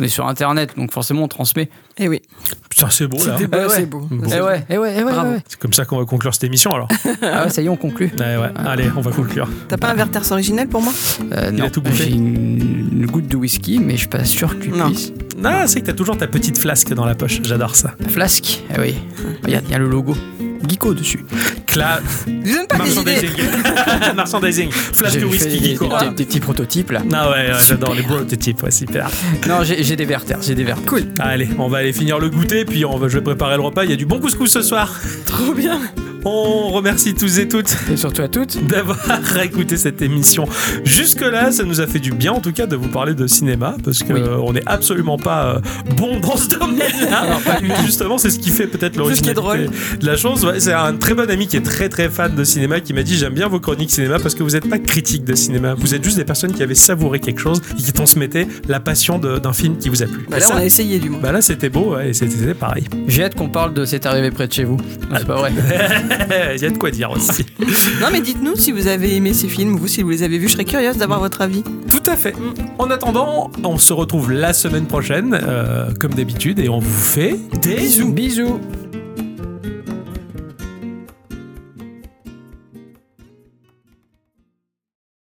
S1: on est sur Internet, donc forcément on transmet.
S2: Et Eh oui. Ah
S3: Putain, c'est beau, là.
S1: Eh ouais.
S2: C'est beau.
S3: Bon.
S1: Eh ouais, eh ouais, eh ouais,
S2: Bravo.
S1: ouais, ouais.
S3: C'est comme ça qu'on va conclure cette émission, alors.
S1: Ah ouais, ça y est, on conclut.
S3: (laughs) Ouais, ouais. Allez, on va conclure.
S2: T'as pas un Verters original pour moi
S1: Euh,
S3: Il a
S1: non,
S3: tout bouffé.
S1: J'ai une, une goutte de whisky, mais je suis pas sûr qu'il
S2: Non.
S1: puisse.
S3: Ah, c'est que t'as toujours ta petite flasque dans la poche. J'adore ça.
S1: Flasque, eh oui. Regarde, il y a le logo. Geeko dessus.
S3: (laughs) Cla...
S2: Je donne pas des idées.
S3: Merchandising. (laughs) Merchandising. Flasque
S1: J'ai
S3: de
S1: fait des,
S3: whisky,
S1: des-
S3: Gikora.
S1: des- des petits prototypes là.
S3: Ah ouais, ouais,
S1: Super.
S3: j'adore les prototypes, ouais, super.
S1: Non, j'ai j'ai des verters, j'ai des verters. Cool.
S3: Allez, on va aller finir le goûter, puis on va, je vais préparer le repas. Il y a du bon couscous ce soir.
S2: Trop bien.
S3: On remercie tous et toutes
S1: Et surtout à toutes.
S3: d'avoir (laughs) écouté cette émission jusque-là. Ça nous a fait du bien, en tout cas, de vous parler de cinéma, parce que
S1: Oui.
S3: euh, on n'est absolument pas euh, bon dans
S2: (laughs)
S3: ce domaine-là. Justement, c'est ce qui fait peut-être
S2: C'est ce qui est
S3: l'originalité de la chose. Ouais, c'est un très bon ami qui est très très fan de cinéma qui m'a dit j'aime bien vos chroniques cinéma parce que vous n'êtes pas critique de cinéma. Vous êtes juste des personnes qui avaient savouré quelque chose et qui transmettaient la passion de- d'un film qui vous a plu.
S2: Bah là,
S3: Ça,
S2: on a essayé, du moins.
S3: bah là, c'était beau ouais, et c'était c'était pareil.
S1: Ah. J'ai hâte qu'on parle de cette arrivée près de chez vous. Non, C'est pas vrai.
S3: (laughs) Il y a de quoi dire aussi.
S2: Non, mais dites-nous si vous avez aimé ces films, vous, si vous les avez vus. Je serais curieuse d'avoir votre avis.
S3: (laughs) Tout à fait. En attendant, on se retrouve la semaine prochaine, euh, comme d'habitude, et on vous fait des bisous.
S1: Bisous